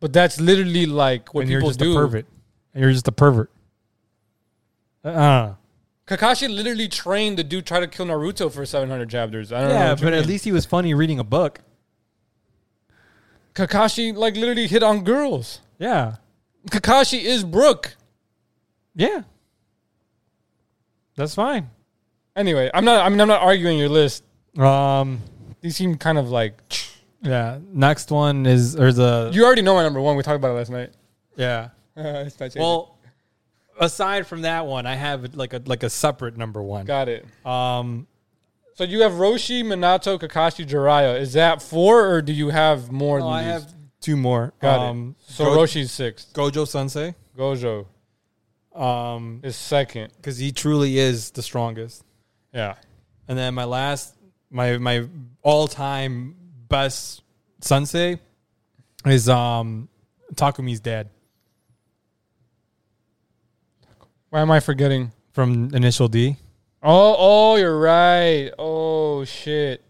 Speaker 2: But that's literally like what
Speaker 1: and you're
Speaker 2: people
Speaker 1: just
Speaker 2: do.
Speaker 1: a pervert. And you're just a pervert. Uh, I don't know.
Speaker 2: Kakashi literally trained the dude try to kill Naruto for 700 chapters. I don't know.
Speaker 1: Yeah,
Speaker 2: what you
Speaker 1: but at
Speaker 2: mean.
Speaker 1: least he was funny reading a book.
Speaker 2: Kakashi like literally hit on girls.
Speaker 1: Yeah.
Speaker 2: Kakashi is Brook.
Speaker 1: Yeah. That's fine.
Speaker 2: Anyway, I'm not I mean I'm not arguing your list.
Speaker 1: Um
Speaker 2: These seem kind of like
Speaker 1: yeah. Next one is or the
Speaker 2: you already know my number one. We talked about it last night.
Speaker 1: Yeah.
Speaker 2: It's not changing.
Speaker 1: Well, aside from that one, I have like a like a separate number one.
Speaker 2: got it.
Speaker 1: Um,
Speaker 2: So you have Roshi, Minato, Kakashi, Jiraiya. Is that four, or do you have more?
Speaker 1: no,
Speaker 2: than
Speaker 1: Oh, I
Speaker 2: these?
Speaker 1: have two more.
Speaker 2: Got
Speaker 1: um,
Speaker 2: it. So
Speaker 1: Go-
Speaker 2: Roshi's sixth.
Speaker 1: Gojo Sensei,
Speaker 2: Gojo
Speaker 1: um,
Speaker 2: is second.
Speaker 1: because he truly is the strongest.
Speaker 2: Yeah.
Speaker 1: And then my last, my my all time best Sensei is um Takumi's dad
Speaker 2: Why am I forgetting?
Speaker 1: from Initial D.
Speaker 2: Oh, oh, you're right. Oh shit.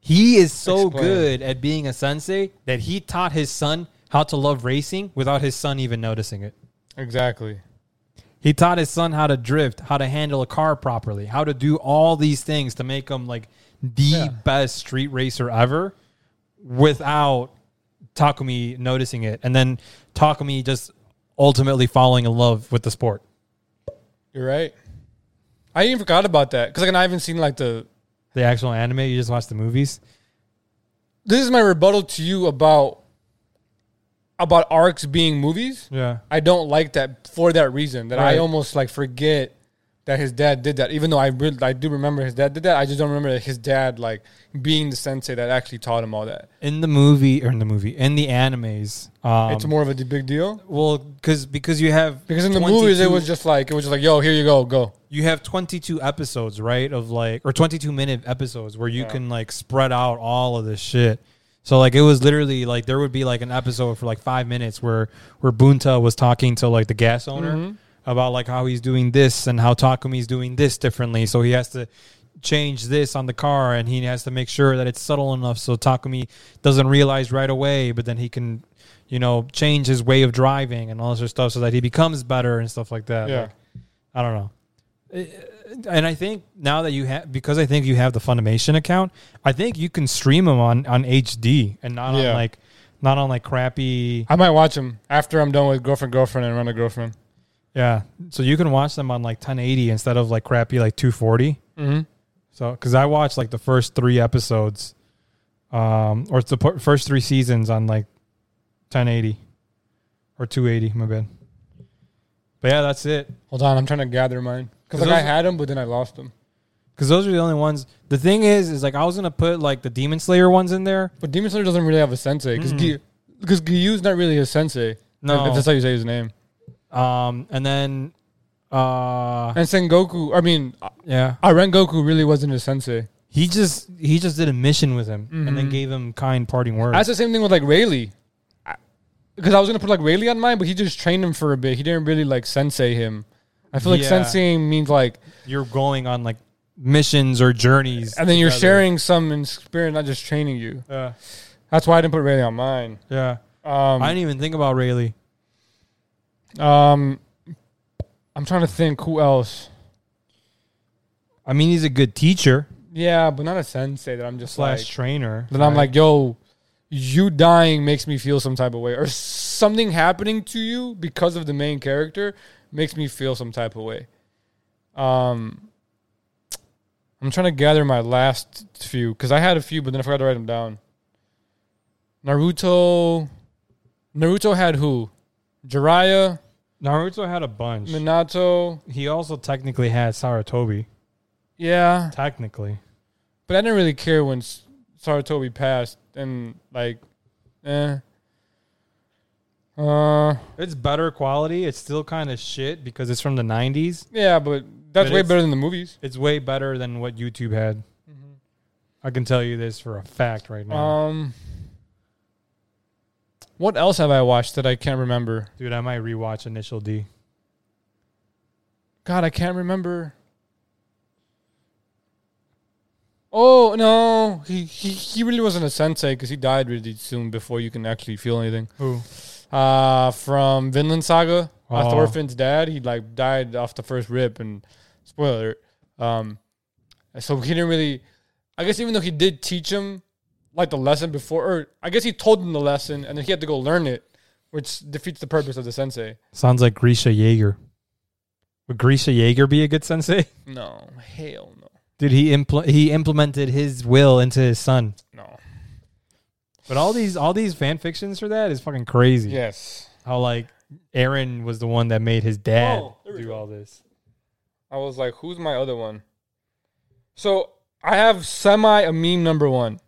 Speaker 1: He is so
Speaker 2: Explain.
Speaker 1: good at being a sensei that he taught his son how to love racing without his son even noticing it.
Speaker 2: Exactly.
Speaker 1: He taught his son how to drift, how to handle a car properly, how to do all these things to make him like the best street racer ever without Takumi noticing it. And then Takumi just ultimately falling in love with the sport.
Speaker 2: You're right. I even forgot about that because like I haven't seen like the.
Speaker 1: The actual anime, you just watch the movies.
Speaker 2: This is my rebuttal to you about about arcs being movies.
Speaker 1: Yeah.
Speaker 2: I don't like that for that reason. That I
Speaker 1: Right.
Speaker 2: almost like forget that his dad did that. Even though I really, I do remember his dad did that. I just don't remember that his dad like being the sensei that actually taught him all that.
Speaker 1: In the movie, or in the movie, in the animes, um,
Speaker 2: it's more of a d- big deal
Speaker 1: well, because because you have
Speaker 2: because in the movies it
Speaker 1: 22
Speaker 2: was just like it was just like yo here you go go
Speaker 1: you have 22 episodes right of like or 22 minute episodes where you
Speaker 2: Yeah.
Speaker 1: can like spread out all of this shit so like it was literally like there would be like an episode for like five minutes where where bunta was talking to like the gas owner
Speaker 2: Mm-hmm.
Speaker 1: about like how he's doing this and how takumi's doing this differently so he has to change this on the car and he has to make sure that it's subtle enough so takumi doesn't realize right away but then he can you know change his way of driving and all this other stuff so that he becomes better and stuff like that
Speaker 2: yeah
Speaker 1: Like, I don't know. Uh, And I think now that you have, because I think you have the Funimation account, I think you can stream them on on HD and not
Speaker 2: Yeah.
Speaker 1: on like not on like crappy.
Speaker 2: I might watch them after I'm done with girlfriend, girlfriend, and run a girlfriend.
Speaker 1: Yeah, so you can watch them on like 1080 instead of like crappy like 240.
Speaker 2: Mm-hmm.
Speaker 1: So, because I watched like the first three episodes, um, or it's the p- first three seasons on like 1080 or 280. My bad. But yeah, that's it.
Speaker 2: Hold on, I'm trying to gather mine because
Speaker 1: 'Cause
Speaker 2: like I
Speaker 1: those-
Speaker 2: had them, but then I lost them.
Speaker 1: Because those are the only ones. The thing is, is like I was gonna put like the Demon Slayer ones in there.
Speaker 2: But Demon Slayer doesn't really have a sensei because
Speaker 1: Mm-mm.
Speaker 2: because Gyu's not really a sensei. if-
Speaker 1: No.
Speaker 2: if that's how you say his name.
Speaker 1: Um, and then, uh,
Speaker 2: And Sengoku, I mean,
Speaker 1: yeah,
Speaker 2: I Aren Goku really wasn't a sensei.
Speaker 1: he just he just did a mission with him and then
Speaker 2: Mhm.
Speaker 1: gave him kind parting words.
Speaker 2: That's the same thing with like Rayleigh. Because I was gonna put like Rayleigh on mine, but he just trained him for a bit. He didn't really like sensei him. I feel like
Speaker 1: Yeah.
Speaker 2: senseiing means like,
Speaker 1: you're going on like missions or journeys,
Speaker 2: and then you're
Speaker 1: together.
Speaker 2: sharing some in spirit, not just training you.
Speaker 1: Yeah,
Speaker 2: That's why I didn't put Rayleigh on mine.
Speaker 1: yeah.
Speaker 2: Um,
Speaker 1: I didn't even think about Rayleigh.
Speaker 2: um, I'm trying to think who else.
Speaker 1: I mean, he's a good teacher
Speaker 2: Yeah, but not a sensei that I'm just
Speaker 1: slash
Speaker 2: like.
Speaker 1: trainer.
Speaker 2: Then I'm
Speaker 1: right?
Speaker 2: like, yo, you dying makes me feel some type of way, or something happening to you because of the main character makes me feel some type of way. Um, I'm trying to gather my last few because I had a few, but then I forgot to write them down. Naruto, Naruto had who? Jiraiya,
Speaker 1: Naruto had a bunch.
Speaker 2: Minato.
Speaker 1: he also technically had Saratobi.
Speaker 2: Yeah,
Speaker 1: Technically,
Speaker 2: but I didn't really care when S- Sarutobi passed, and like, eh. Uh,
Speaker 1: it's better quality. It's still kind of shit because it's from the '90s.
Speaker 2: yeah, but that's
Speaker 1: But
Speaker 2: way
Speaker 1: it's-
Speaker 2: better than the movies.
Speaker 1: It's way better than what YouTube had. Mm-hmm. I can tell you this for a fact right now,
Speaker 2: Um, what else have I watched that I can't remember?
Speaker 1: dude. I might rewatch Initial D.
Speaker 2: God, I can't remember. Oh no, he he, he really wasn't a sensei because he died really soon before you can actually feel anything.
Speaker 1: Who?
Speaker 2: uh, from Vinland Saga. Uh,
Speaker 1: Oh.
Speaker 2: Thorfinn's dad, he like died off the first rip, and spoiler, alert, um, so he didn't really. I guess even though he did teach him like the lesson before, or I guess he told him the lesson, and then he had to go learn it, which defeats the purpose of the sensei.
Speaker 1: Sounds like Grisha Yeager. Would Grisha Yeager be a good sensei?
Speaker 2: No, hell no,
Speaker 1: Dude, he impl- he implemented his will into his son.
Speaker 2: no.
Speaker 1: But all these all these fan fictions for that is fucking crazy.
Speaker 2: Yes,
Speaker 1: How like Aaron was the one that made his dad
Speaker 2: Oh, there we
Speaker 1: do
Speaker 2: go.
Speaker 1: all this.
Speaker 2: I was like, who's my other one? So I have semi a meme number one.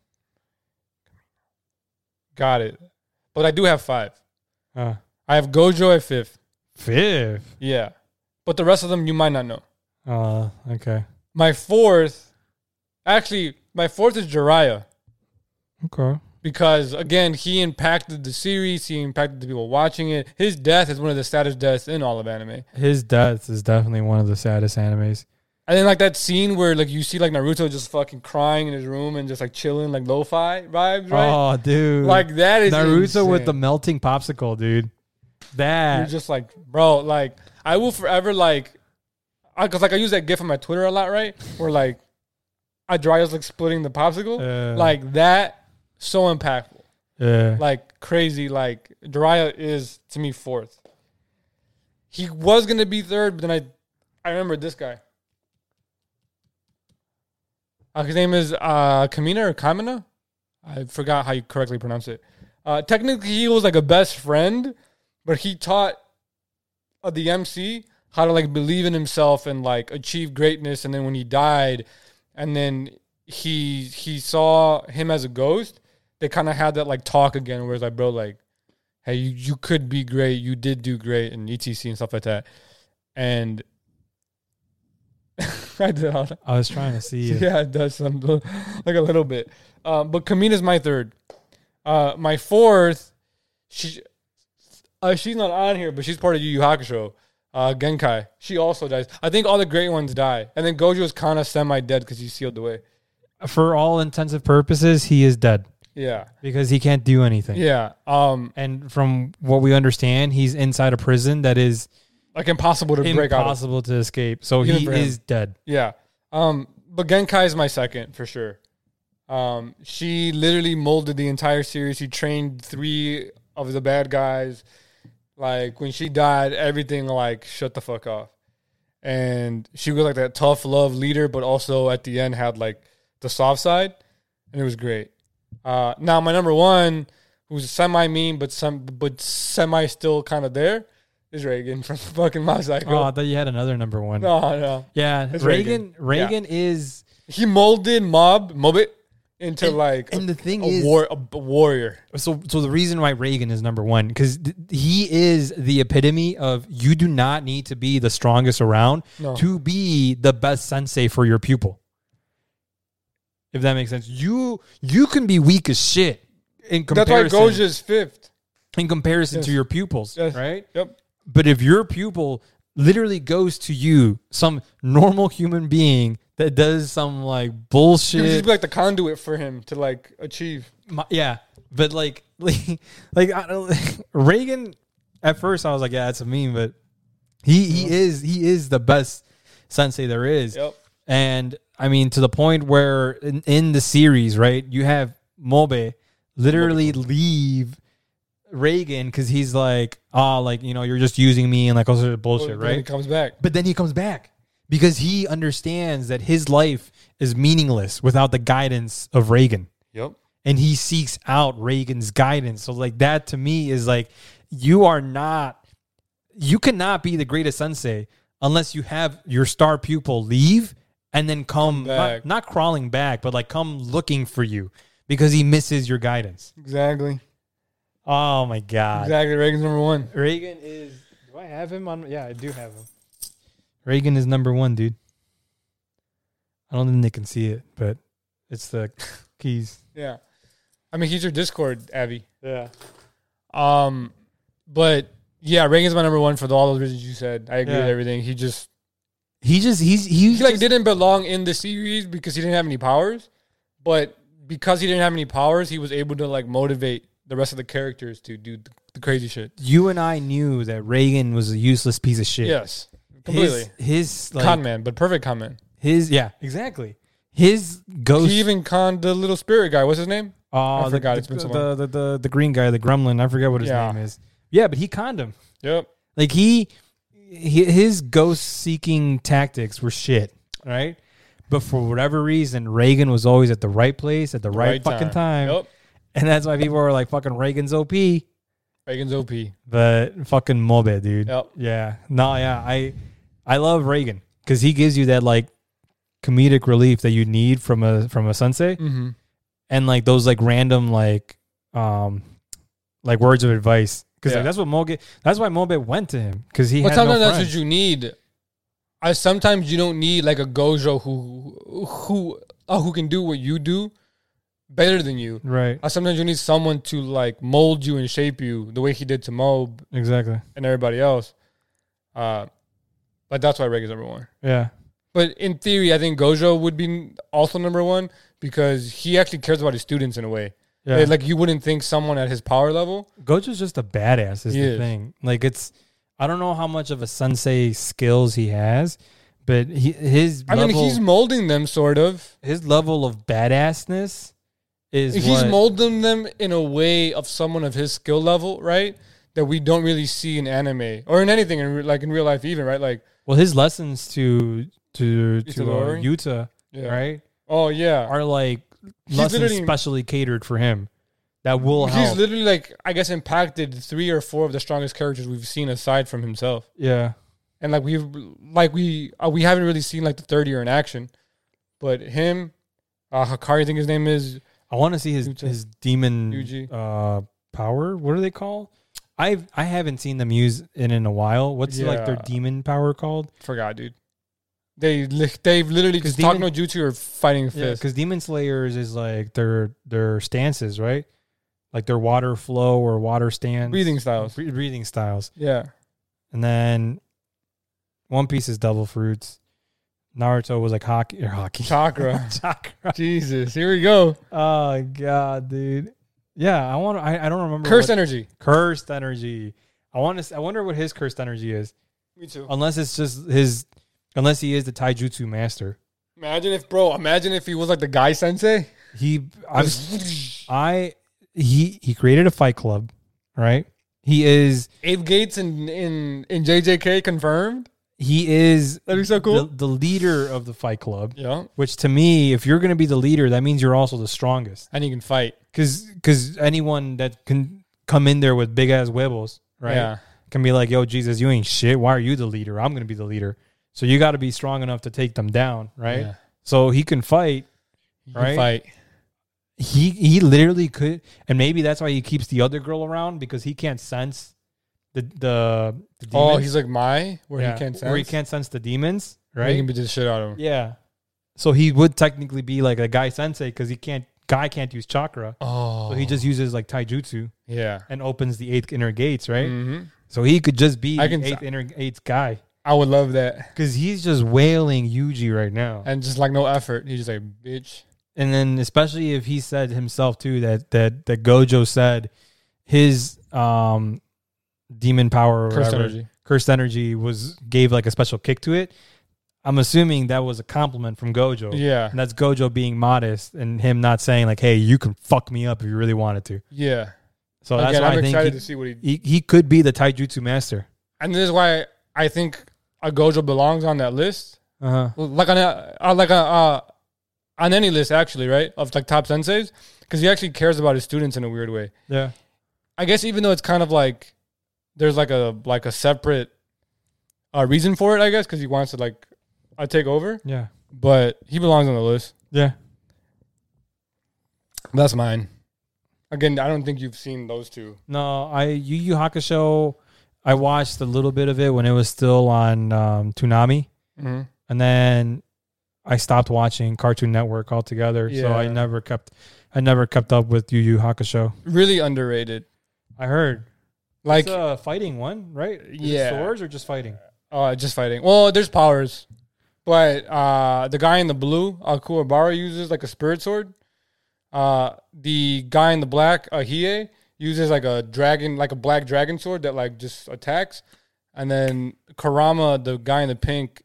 Speaker 2: Got it, but I do have five.
Speaker 1: Uh,
Speaker 2: I have Gojo at fifth.
Speaker 1: fifth.
Speaker 2: Yeah. But the rest of them you might not know.
Speaker 1: Uh, okay.
Speaker 2: My fourth, actually, my fourth is Jiraiya
Speaker 1: Okay.
Speaker 2: because, again, he impacted the series. He impacted the people watching it. His death is one of the saddest deaths in all of anime.
Speaker 1: His death is definitely one of the saddest animes.
Speaker 2: And then, like, that scene where, like, you see, like, Naruto just fucking crying in his room and just, like, chilling, like, lo fi vibes, right?
Speaker 1: Oh, dude.
Speaker 2: like, that is
Speaker 1: Naruto with the
Speaker 2: insane.
Speaker 1: melting popsicle, dude.
Speaker 2: You're
Speaker 1: That
Speaker 2: just like, bro, like, I will forever, like, because, like, I use that gif on my Twitter a lot, right? Where, like, I dry is, like, splitting the popsicle.
Speaker 1: uh,
Speaker 2: like that so impactful
Speaker 1: yeah.
Speaker 2: like crazy like Jiraiya is to me fourth he was gonna be third but then i i remember this guy uh, his name is uh kamina or kamina i forgot how you correctly pronounce it uh technically he was like a best friend but he taught uh, the mc how to like believe in himself and like achieve greatness and then when he died and then he he saw him as a ghost they kind of had that like talk again where it's like bro like hey you, you could be great you did do great and etc and stuff like that and i did all that
Speaker 1: I was trying to see
Speaker 2: yeah,
Speaker 1: it.
Speaker 2: it does some like a little bit um, but kamina's my third uh, my fourth she uh, she's not on here but she's part of yu yu hakusho uh, genkai she also dies i think all the great ones die and then gojo is kind of semi-dead because he's sealed away
Speaker 1: For all intensive purposes, he is dead
Speaker 2: yeah
Speaker 1: because he can't do anything.
Speaker 2: yeah um
Speaker 1: And from what we understand, he's inside a prison that is
Speaker 2: like impossible to break out of
Speaker 1: impossible to escape. So
Speaker 2: Even
Speaker 1: he
Speaker 2: for him.
Speaker 1: is dead.
Speaker 2: Yeah. Um, but Genkai is my second for sure. Um, she literally molded the entire series. She trained three of the bad guys. Like when she died, everything like shut the fuck off. And she was like that tough love leader, but also at the end had like the soft side, and it was great. Uh, now my number one, who's semi mean but some but semi still kind of there, is Reagan from fucking Mob
Speaker 1: Oh, I
Speaker 2: Psycho.
Speaker 1: thought you had another number one.
Speaker 2: no, no,
Speaker 1: Yeah,
Speaker 2: It's
Speaker 1: Reagan. Reagan,
Speaker 2: Reagan. Yeah.
Speaker 1: is
Speaker 2: he molded Mob Mobit into like
Speaker 1: and the thing
Speaker 2: a,
Speaker 1: is,
Speaker 2: war, a b- warrior.
Speaker 1: so so the reason why Reagan is number one because th- he is the epitome of you do not need to be the strongest around
Speaker 2: No.
Speaker 1: to be the best sensei for your pupil. If that makes sense, you you can be weak as shit in
Speaker 2: That's why
Speaker 1: comparison
Speaker 2: Goja's fifth.
Speaker 1: in comparison to
Speaker 2: Yes.
Speaker 1: your pupils,
Speaker 2: Yes.
Speaker 1: right?
Speaker 2: Yep.
Speaker 1: But if your pupil literally goes to you, some normal human being that does some like
Speaker 2: He would just
Speaker 1: bullshit,
Speaker 2: be like the conduit for him to like achieve.
Speaker 1: my, yeah. But like, like, like I don't, Reagan. At first, I was like, yeah, that's a meme, but he he is he is the best sensei there is.
Speaker 2: Yep.
Speaker 1: And I mean, to the point where in, in the series, right, you have Mobe literally leave Reagan because he's like, ah, like, you know, you're just using me and like all sorts of bullshit,
Speaker 2: But then He
Speaker 1: right?
Speaker 2: comes back.
Speaker 1: But then he comes back because he understands that his life is meaningless without the guidance of Reagan
Speaker 2: Yep.
Speaker 1: and he seeks out Reagan's guidance. So like that to me is like you are not you cannot be the greatest sensei unless you have your star pupil leave and then come,
Speaker 2: back.
Speaker 1: Not, not crawling back, but like come looking for you because he misses your guidance.
Speaker 2: Exactly.
Speaker 1: Oh my god.
Speaker 2: Exactly. Reagan's number one.
Speaker 1: Reagan is do I have him on yeah, I do have him. Reagan is number one, dude. I don't think they can see it, but it's the keys.
Speaker 2: Yeah. I mean, he's your Discord, Abby.
Speaker 1: Yeah.
Speaker 2: Um, but yeah, Reagan's my number one for the- all those reasons you said. I agree
Speaker 1: Yeah.
Speaker 2: with everything. He just
Speaker 1: He just he's
Speaker 2: he like didn't belong in the series because he didn't have any powers, but because he didn't have any powers, he was able to like motivate the rest of the characters to do th- the crazy shit.
Speaker 1: you and I knew that Reagan was a useless piece of shit.
Speaker 2: Yes, completely.
Speaker 1: his his like,
Speaker 2: con man, but perfect con man.
Speaker 1: his yeah exactly. His ghost.
Speaker 2: He even conned the little spirit guy. What's his name?
Speaker 1: uh,
Speaker 2: I
Speaker 1: the,
Speaker 2: forgot,
Speaker 1: the,
Speaker 2: it's been so
Speaker 1: the, the the the green guy, the gremlin. I forget what his
Speaker 2: Yeah.
Speaker 1: name is. Yeah, but he conned him.
Speaker 2: Yep.
Speaker 1: Like he, he his ghost seeking tactics were shit, right? But for whatever reason, Reagan was always at the right place at the right, fucking time,
Speaker 2: Yep.
Speaker 1: and that's why people were like, "Fucking Reagan's OP."
Speaker 2: Reagan's OP.
Speaker 1: But fucking Mobe, dude.
Speaker 2: Yep.
Speaker 1: Yeah. No, yeah. I I love Reagan because he gives you that like comedic relief that you need from a from a sensei
Speaker 2: Mm-hmm.
Speaker 1: and like those like random like um like words of advice because
Speaker 2: Yeah.
Speaker 1: like, that's what Mobe that's why Mobe went to him because he
Speaker 2: But
Speaker 1: had no
Speaker 2: sometimes that's what
Speaker 1: friends.
Speaker 2: you need. I sometimes you don't need like a Gojo who who uh, who can do what you do better than you.
Speaker 1: right
Speaker 2: Uh, sometimes you need someone to like mold you and shape you the way he did to Mob
Speaker 1: exactly
Speaker 2: and everybody else. Uh, but that's why Reagan's number one.
Speaker 1: yeah
Speaker 2: But in theory, I think Gojo would be also number one because he actually cares about his students in a way.
Speaker 1: yeah
Speaker 2: Eh, Like you wouldn't think someone at his power level.
Speaker 1: Gojo's just a badass is
Speaker 2: He
Speaker 1: the
Speaker 2: is.
Speaker 1: thing. Like it's I don't know how much of a sensei skills he has, but he, his
Speaker 2: I mean,
Speaker 1: level-
Speaker 2: he's molding them sort of.
Speaker 1: his level of badassness is
Speaker 2: He's
Speaker 1: what-
Speaker 2: molding them in a way of someone of his skill level, right? That we don't really see in anime or in anything, in re- like in real life, even right? Like,
Speaker 1: well his lessons to to to uh,
Speaker 2: Itadori?
Speaker 1: Utah
Speaker 2: yeah.
Speaker 1: right
Speaker 2: Oh yeah,
Speaker 1: are like
Speaker 2: He's
Speaker 1: lessons
Speaker 2: literally-
Speaker 1: specially catered for him that will
Speaker 2: he's
Speaker 1: help
Speaker 2: literally like I guess impacted three or four of the strongest characters we've seen aside from himself,
Speaker 1: yeah
Speaker 2: and like we've like we uh, we haven't really seen like the third year in action, but him, uh, Hakari, I think his name is.
Speaker 1: I want to see his
Speaker 2: Yuta.
Speaker 1: his demon
Speaker 2: Yuji.
Speaker 1: uh power what do they call I've I haven't seen them use it in a while what's like their
Speaker 2: Yeah.
Speaker 1: demon power called
Speaker 2: Forgot, dude. They li- they've literally
Speaker 1: 'Cause
Speaker 2: just talk no
Speaker 1: Demon-
Speaker 2: jutsu or fighting
Speaker 1: Yeah,
Speaker 2: fist.
Speaker 1: because demon slayers is like their their stances, right? Like their water flow or water stance,
Speaker 2: breathing styles.
Speaker 1: Bre- breathing styles,
Speaker 2: Yeah.
Speaker 1: and then One Piece is devil fruits. Naruto was like hockey or hockey
Speaker 2: Chakra.
Speaker 1: chakra.
Speaker 2: Jesus, here we go.
Speaker 1: Oh god, dude. Yeah, I want. I, I don't remember
Speaker 2: Curse
Speaker 1: what-
Speaker 2: energy.
Speaker 1: cursed energy. I want to. I wonder what his cursed energy is.
Speaker 2: Me too.
Speaker 1: Unless it's just his. Unless he is the taijutsu master.
Speaker 2: Imagine if, bro. Imagine if he was like the guy sensei.
Speaker 1: He, I'm, I, he, he created a fight club, right? He is,
Speaker 2: Abe Gates and in, in JJK confirmed.
Speaker 1: he is
Speaker 2: That'd be so cool.
Speaker 1: the, the leader of the fight club,
Speaker 2: Yeah,
Speaker 1: which to me, if you're going to be the leader, that means you're also the strongest.
Speaker 2: and he can fight.
Speaker 1: Cause, cause anyone that can come in there with big ass huevos, right?
Speaker 2: Yeah,
Speaker 1: Can be like, yo, Jesus, you ain't shit. Why are you the leader? I'm going to be the leader. So you got to be strong enough to take them down, right?
Speaker 2: Yeah.
Speaker 1: So he can fight.
Speaker 2: He
Speaker 1: Right?
Speaker 2: can fight.
Speaker 1: he he literally could and maybe that's why he keeps the other girl around because he can't sense the the, the
Speaker 2: Oh,
Speaker 1: demons.
Speaker 2: he's like my where
Speaker 1: Yeah,
Speaker 2: he can't sense.
Speaker 1: where he can't sense the demons
Speaker 2: Right? He
Speaker 1: right
Speaker 2: can beat the shit out of him.
Speaker 1: yeah so he would technically be like a guy sensei because he can't guy can't use chakra
Speaker 2: Oh,
Speaker 1: so he just uses like taijutsu
Speaker 2: yeah.
Speaker 1: and opens the eighth inner gates right
Speaker 2: hmm
Speaker 1: so he could just be
Speaker 2: I
Speaker 1: the
Speaker 2: can-
Speaker 1: eighth inner gates guy
Speaker 2: I would love that.
Speaker 1: because he's just wailing Yuji right now
Speaker 2: And just like no effort, he's just like bitch.
Speaker 1: and then especially if he said himself too that that that Gojo said his um demon power or
Speaker 2: Cursed
Speaker 1: whatever,
Speaker 2: energy.
Speaker 1: cursed energy was gave like a special kick to it. I'm assuming that was a compliment from Gojo.
Speaker 2: Yeah,
Speaker 1: And that's Gojo being modest and him not saying like, "Hey, you can fuck me up if you really wanted to."
Speaker 2: yeah.
Speaker 1: So that's
Speaker 2: Again,
Speaker 1: why i
Speaker 2: I'm excited to
Speaker 1: think
Speaker 2: see what he.
Speaker 1: he, he he could be the Taijutsu master.
Speaker 2: And this is why I think a Gojo belongs on that list,
Speaker 1: Uh-huh.
Speaker 2: like on a, uh, like a, uh, on any list actually, right? Of like top senseis, because he actually cares about his students in a weird way.
Speaker 1: Yeah.
Speaker 2: I guess even though it's kind of like there's like a like a separate uh, reason for it, I guess, because he wants to like uh, take over,
Speaker 1: Yeah.
Speaker 2: but he belongs on the list.
Speaker 1: Yeah.
Speaker 2: That's mine. Again, I don't think you've seen those two.
Speaker 1: No, I Yu Yu Hakusho. I watched a little bit of it when it was still on um, Toonami,
Speaker 2: Mm-hmm.
Speaker 1: and then I stopped watching Cartoon Network altogether. So I
Speaker 2: Yeah.
Speaker 1: never kept, I never kept up with Yu Yu Hakusho.
Speaker 2: Really underrated.
Speaker 1: I heard
Speaker 2: Like,
Speaker 1: it's a fighting one, right? Is it
Speaker 2: Yeah.
Speaker 1: swords or just fighting?
Speaker 2: uh, just fighting. Well, there's powers, but uh, the guy in the blue, uh, Kuwabara, uses like a spirit sword. Uh, the guy in the black, uh, Hiei, uses like a dragon, like a black dragon sword that like just attacks. And then Karama, the guy in the pink,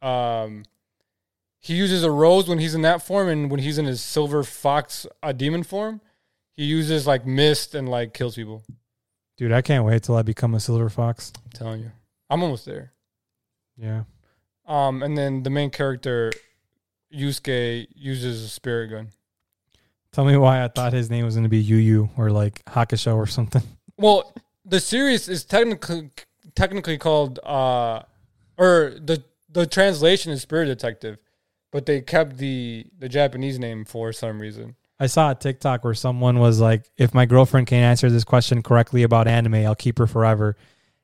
Speaker 2: um, he uses a rose when he's in that form, and when he's in his silver fox, uh, demon form, he uses like mist and like kills people.
Speaker 1: Dude, I can't wait till I become a silver fox.
Speaker 2: I'm telling you, I'm almost there.
Speaker 1: Yeah.
Speaker 2: Um, and then the main character, Yusuke, uses a spirit gun.
Speaker 1: Tell me why I thought his name was going to be Yu Yu or like Hakusho or something.
Speaker 2: Well, the series is technically technically called, uh, or the the translation is Spirit Detective, but they kept the the Japanese name for some reason.
Speaker 1: I saw a TikTok where someone was like, "If my girlfriend can't answer this question correctly about anime, I'll keep her forever."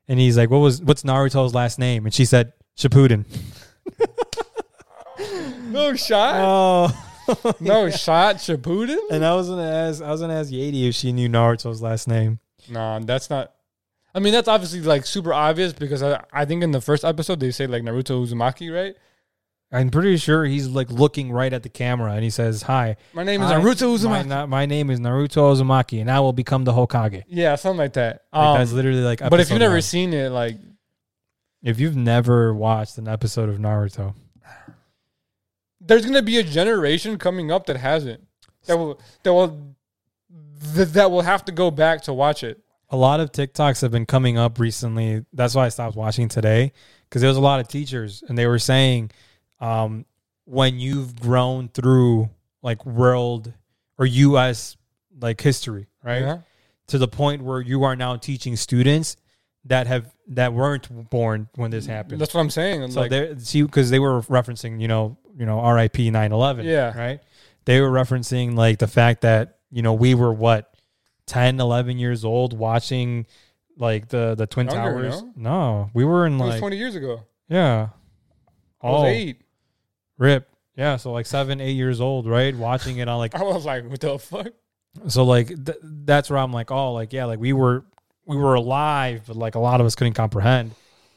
Speaker 1: And he's like, "What was what's Naruto's last name?" And she said, "Shippuden."
Speaker 2: No shot,
Speaker 1: Uh, Oh,
Speaker 2: no shot, Shippuden.
Speaker 1: and I was gonna ask, I was gonna ask Yadi if she knew Naruto's last name.
Speaker 2: Nah, that's not. I mean, that's obviously like super obvious because I I think in the first episode they say like Naruto Uzumaki, right?
Speaker 1: I'm pretty sure he's like looking right at the camera, and he says, "Hi,
Speaker 2: My name is
Speaker 1: I-
Speaker 2: Naruto
Speaker 1: my,
Speaker 2: Uzumaki.
Speaker 1: na- my name is Naruto Uzumaki, and I will become the Hokage." Like,
Speaker 2: yeah, something like that. Um,
Speaker 1: that's literally like.
Speaker 2: but if you've
Speaker 1: episode
Speaker 2: never
Speaker 1: one.
Speaker 2: seen it, like
Speaker 1: if you've never watched an episode of Naruto,
Speaker 2: there's gonna be a generation coming up that hasn't that will that will th- that will have to go back to watch it.
Speaker 1: a lot of TikToks have been coming up recently. That's why I stopped watching today because there was a lot of teachers and they were saying, um, when you've grown through like world or U.S. like history, right,
Speaker 2: Yeah.
Speaker 1: to the point where you are now teaching students that have that weren't born when this happened.
Speaker 2: That's what I'm saying.
Speaker 1: so
Speaker 2: like,
Speaker 1: there, see, because they were referencing, you know, you know, R.I.P. 9/11,
Speaker 2: Yeah.
Speaker 1: right. They were referencing like the fact that you know we were what 10, 11 years old watching like the the twin
Speaker 2: Younger,
Speaker 1: towers. No? we were in
Speaker 2: it was
Speaker 1: like
Speaker 2: 20 years ago.
Speaker 1: yeah,
Speaker 2: I was
Speaker 1: oh
Speaker 2: eight.
Speaker 1: rip, yeah. So like seven, eight years old, right? Watching it on like
Speaker 2: I was like, what the fuck?
Speaker 1: so like th- that's where I'm like, oh, like yeah, like we were we were alive, but like a lot of us couldn't comprehend.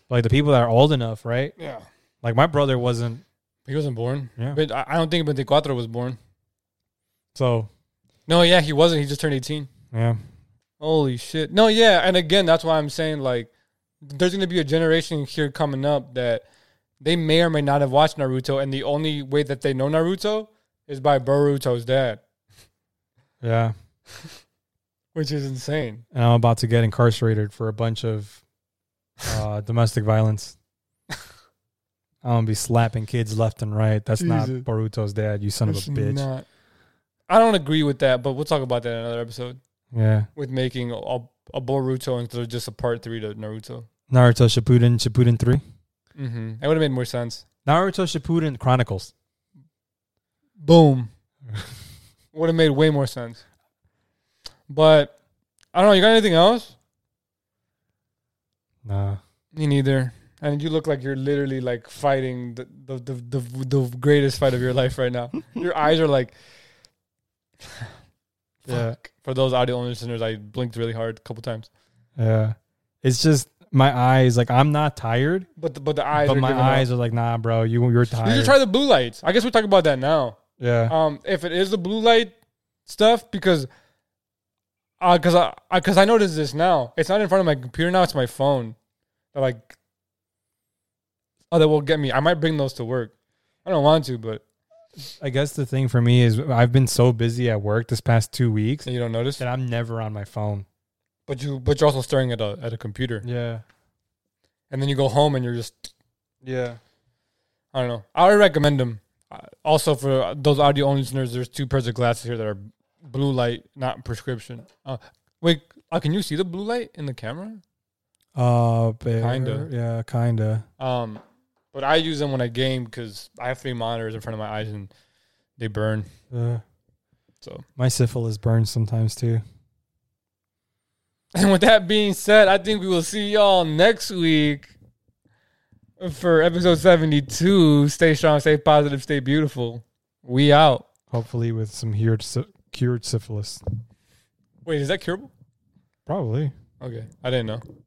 Speaker 1: Like the people that are old enough, right?
Speaker 2: Yeah,
Speaker 1: Like my brother wasn't,
Speaker 2: he wasn't born.
Speaker 1: Yeah.
Speaker 2: but I, I don't think Bentecuatro was born.
Speaker 1: so
Speaker 2: No, yeah, he wasn't. He just turned 18.
Speaker 1: yeah.
Speaker 2: Holy shit! No, yeah, and again, that's why I'm saying like, there's gonna be a generation here coming up that they may or may not have watched Naruto, and the only way that they know Naruto is by Boruto's dad.
Speaker 1: Yeah.
Speaker 2: which is insane.
Speaker 1: And I'm about to get incarcerated for a bunch of uh, domestic violence. I'm gonna be slapping kids left and right. That's not
Speaker 2: Jesus.
Speaker 1: Boruto's dad, you son
Speaker 2: It's
Speaker 1: of a bitch.
Speaker 2: not- I don't agree with that, but we'll talk about that in another episode
Speaker 1: Yeah.
Speaker 2: with making a, a Boruto into just a part three to Naruto.
Speaker 1: Naruto Shippuden, Shippuden 3.
Speaker 2: Mm-hmm. That would have made more sense.
Speaker 1: Naruto Shippuden Chronicles.
Speaker 2: Boom. would have made way more sense. But I don't know. You got anything else?
Speaker 1: Nah.
Speaker 2: Me neither. And you look like you're literally like fighting the the the, the, the greatest fight of your life right now. your eyes are like.
Speaker 1: Yeah.
Speaker 2: Fuck. For those audio only listeners, I blinked really hard a couple times.
Speaker 1: Yeah. It's just my eyes, like I'm not tired,
Speaker 2: But the, but the eyes.
Speaker 1: but
Speaker 2: are
Speaker 1: my
Speaker 2: giving out.
Speaker 1: eyes are like, nah, bro, you you're
Speaker 2: You
Speaker 1: tired.
Speaker 2: should try the blue lights. I guess we talk about that now.
Speaker 1: yeah.
Speaker 2: Um, if it is the blue light stuff, because, uh, cause I, I, cause I noticed this now. It's not in front of my computer now. It's my phone. They're like, oh, that will get me. I might bring those to work. I don't want to, but
Speaker 1: I guess the thing for me is I've been so busy at work this past two weeks
Speaker 2: so you don't notice.
Speaker 1: that I'm never on my phone.
Speaker 2: But you, but you're also staring at a at a computer,
Speaker 1: Yeah.
Speaker 2: and then you go home and you're just,
Speaker 1: Yeah.
Speaker 2: I don't know. I would recommend them. Uh, Also, for those audio only listeners, there's two pairs of glasses here that are blue light, not prescription. Uh, wait, uh, can you see the blue light in the camera?
Speaker 1: Uh, but
Speaker 2: Kinda.
Speaker 1: Yeah, kinda.
Speaker 2: Um, but I use them when I game because I have three monitors in front of my eyes and they burn.
Speaker 1: Uh,
Speaker 2: So,
Speaker 1: my syphilis burns sometimes too.
Speaker 2: and with that being said, I think we will see y'all next week for episode 72. Stay strong, stay positive, stay beautiful. We out.
Speaker 1: Hopefully, with some cured sy- cured syphilis.
Speaker 2: Wait, is that curable?
Speaker 1: Probably.
Speaker 2: Okay, I didn't know.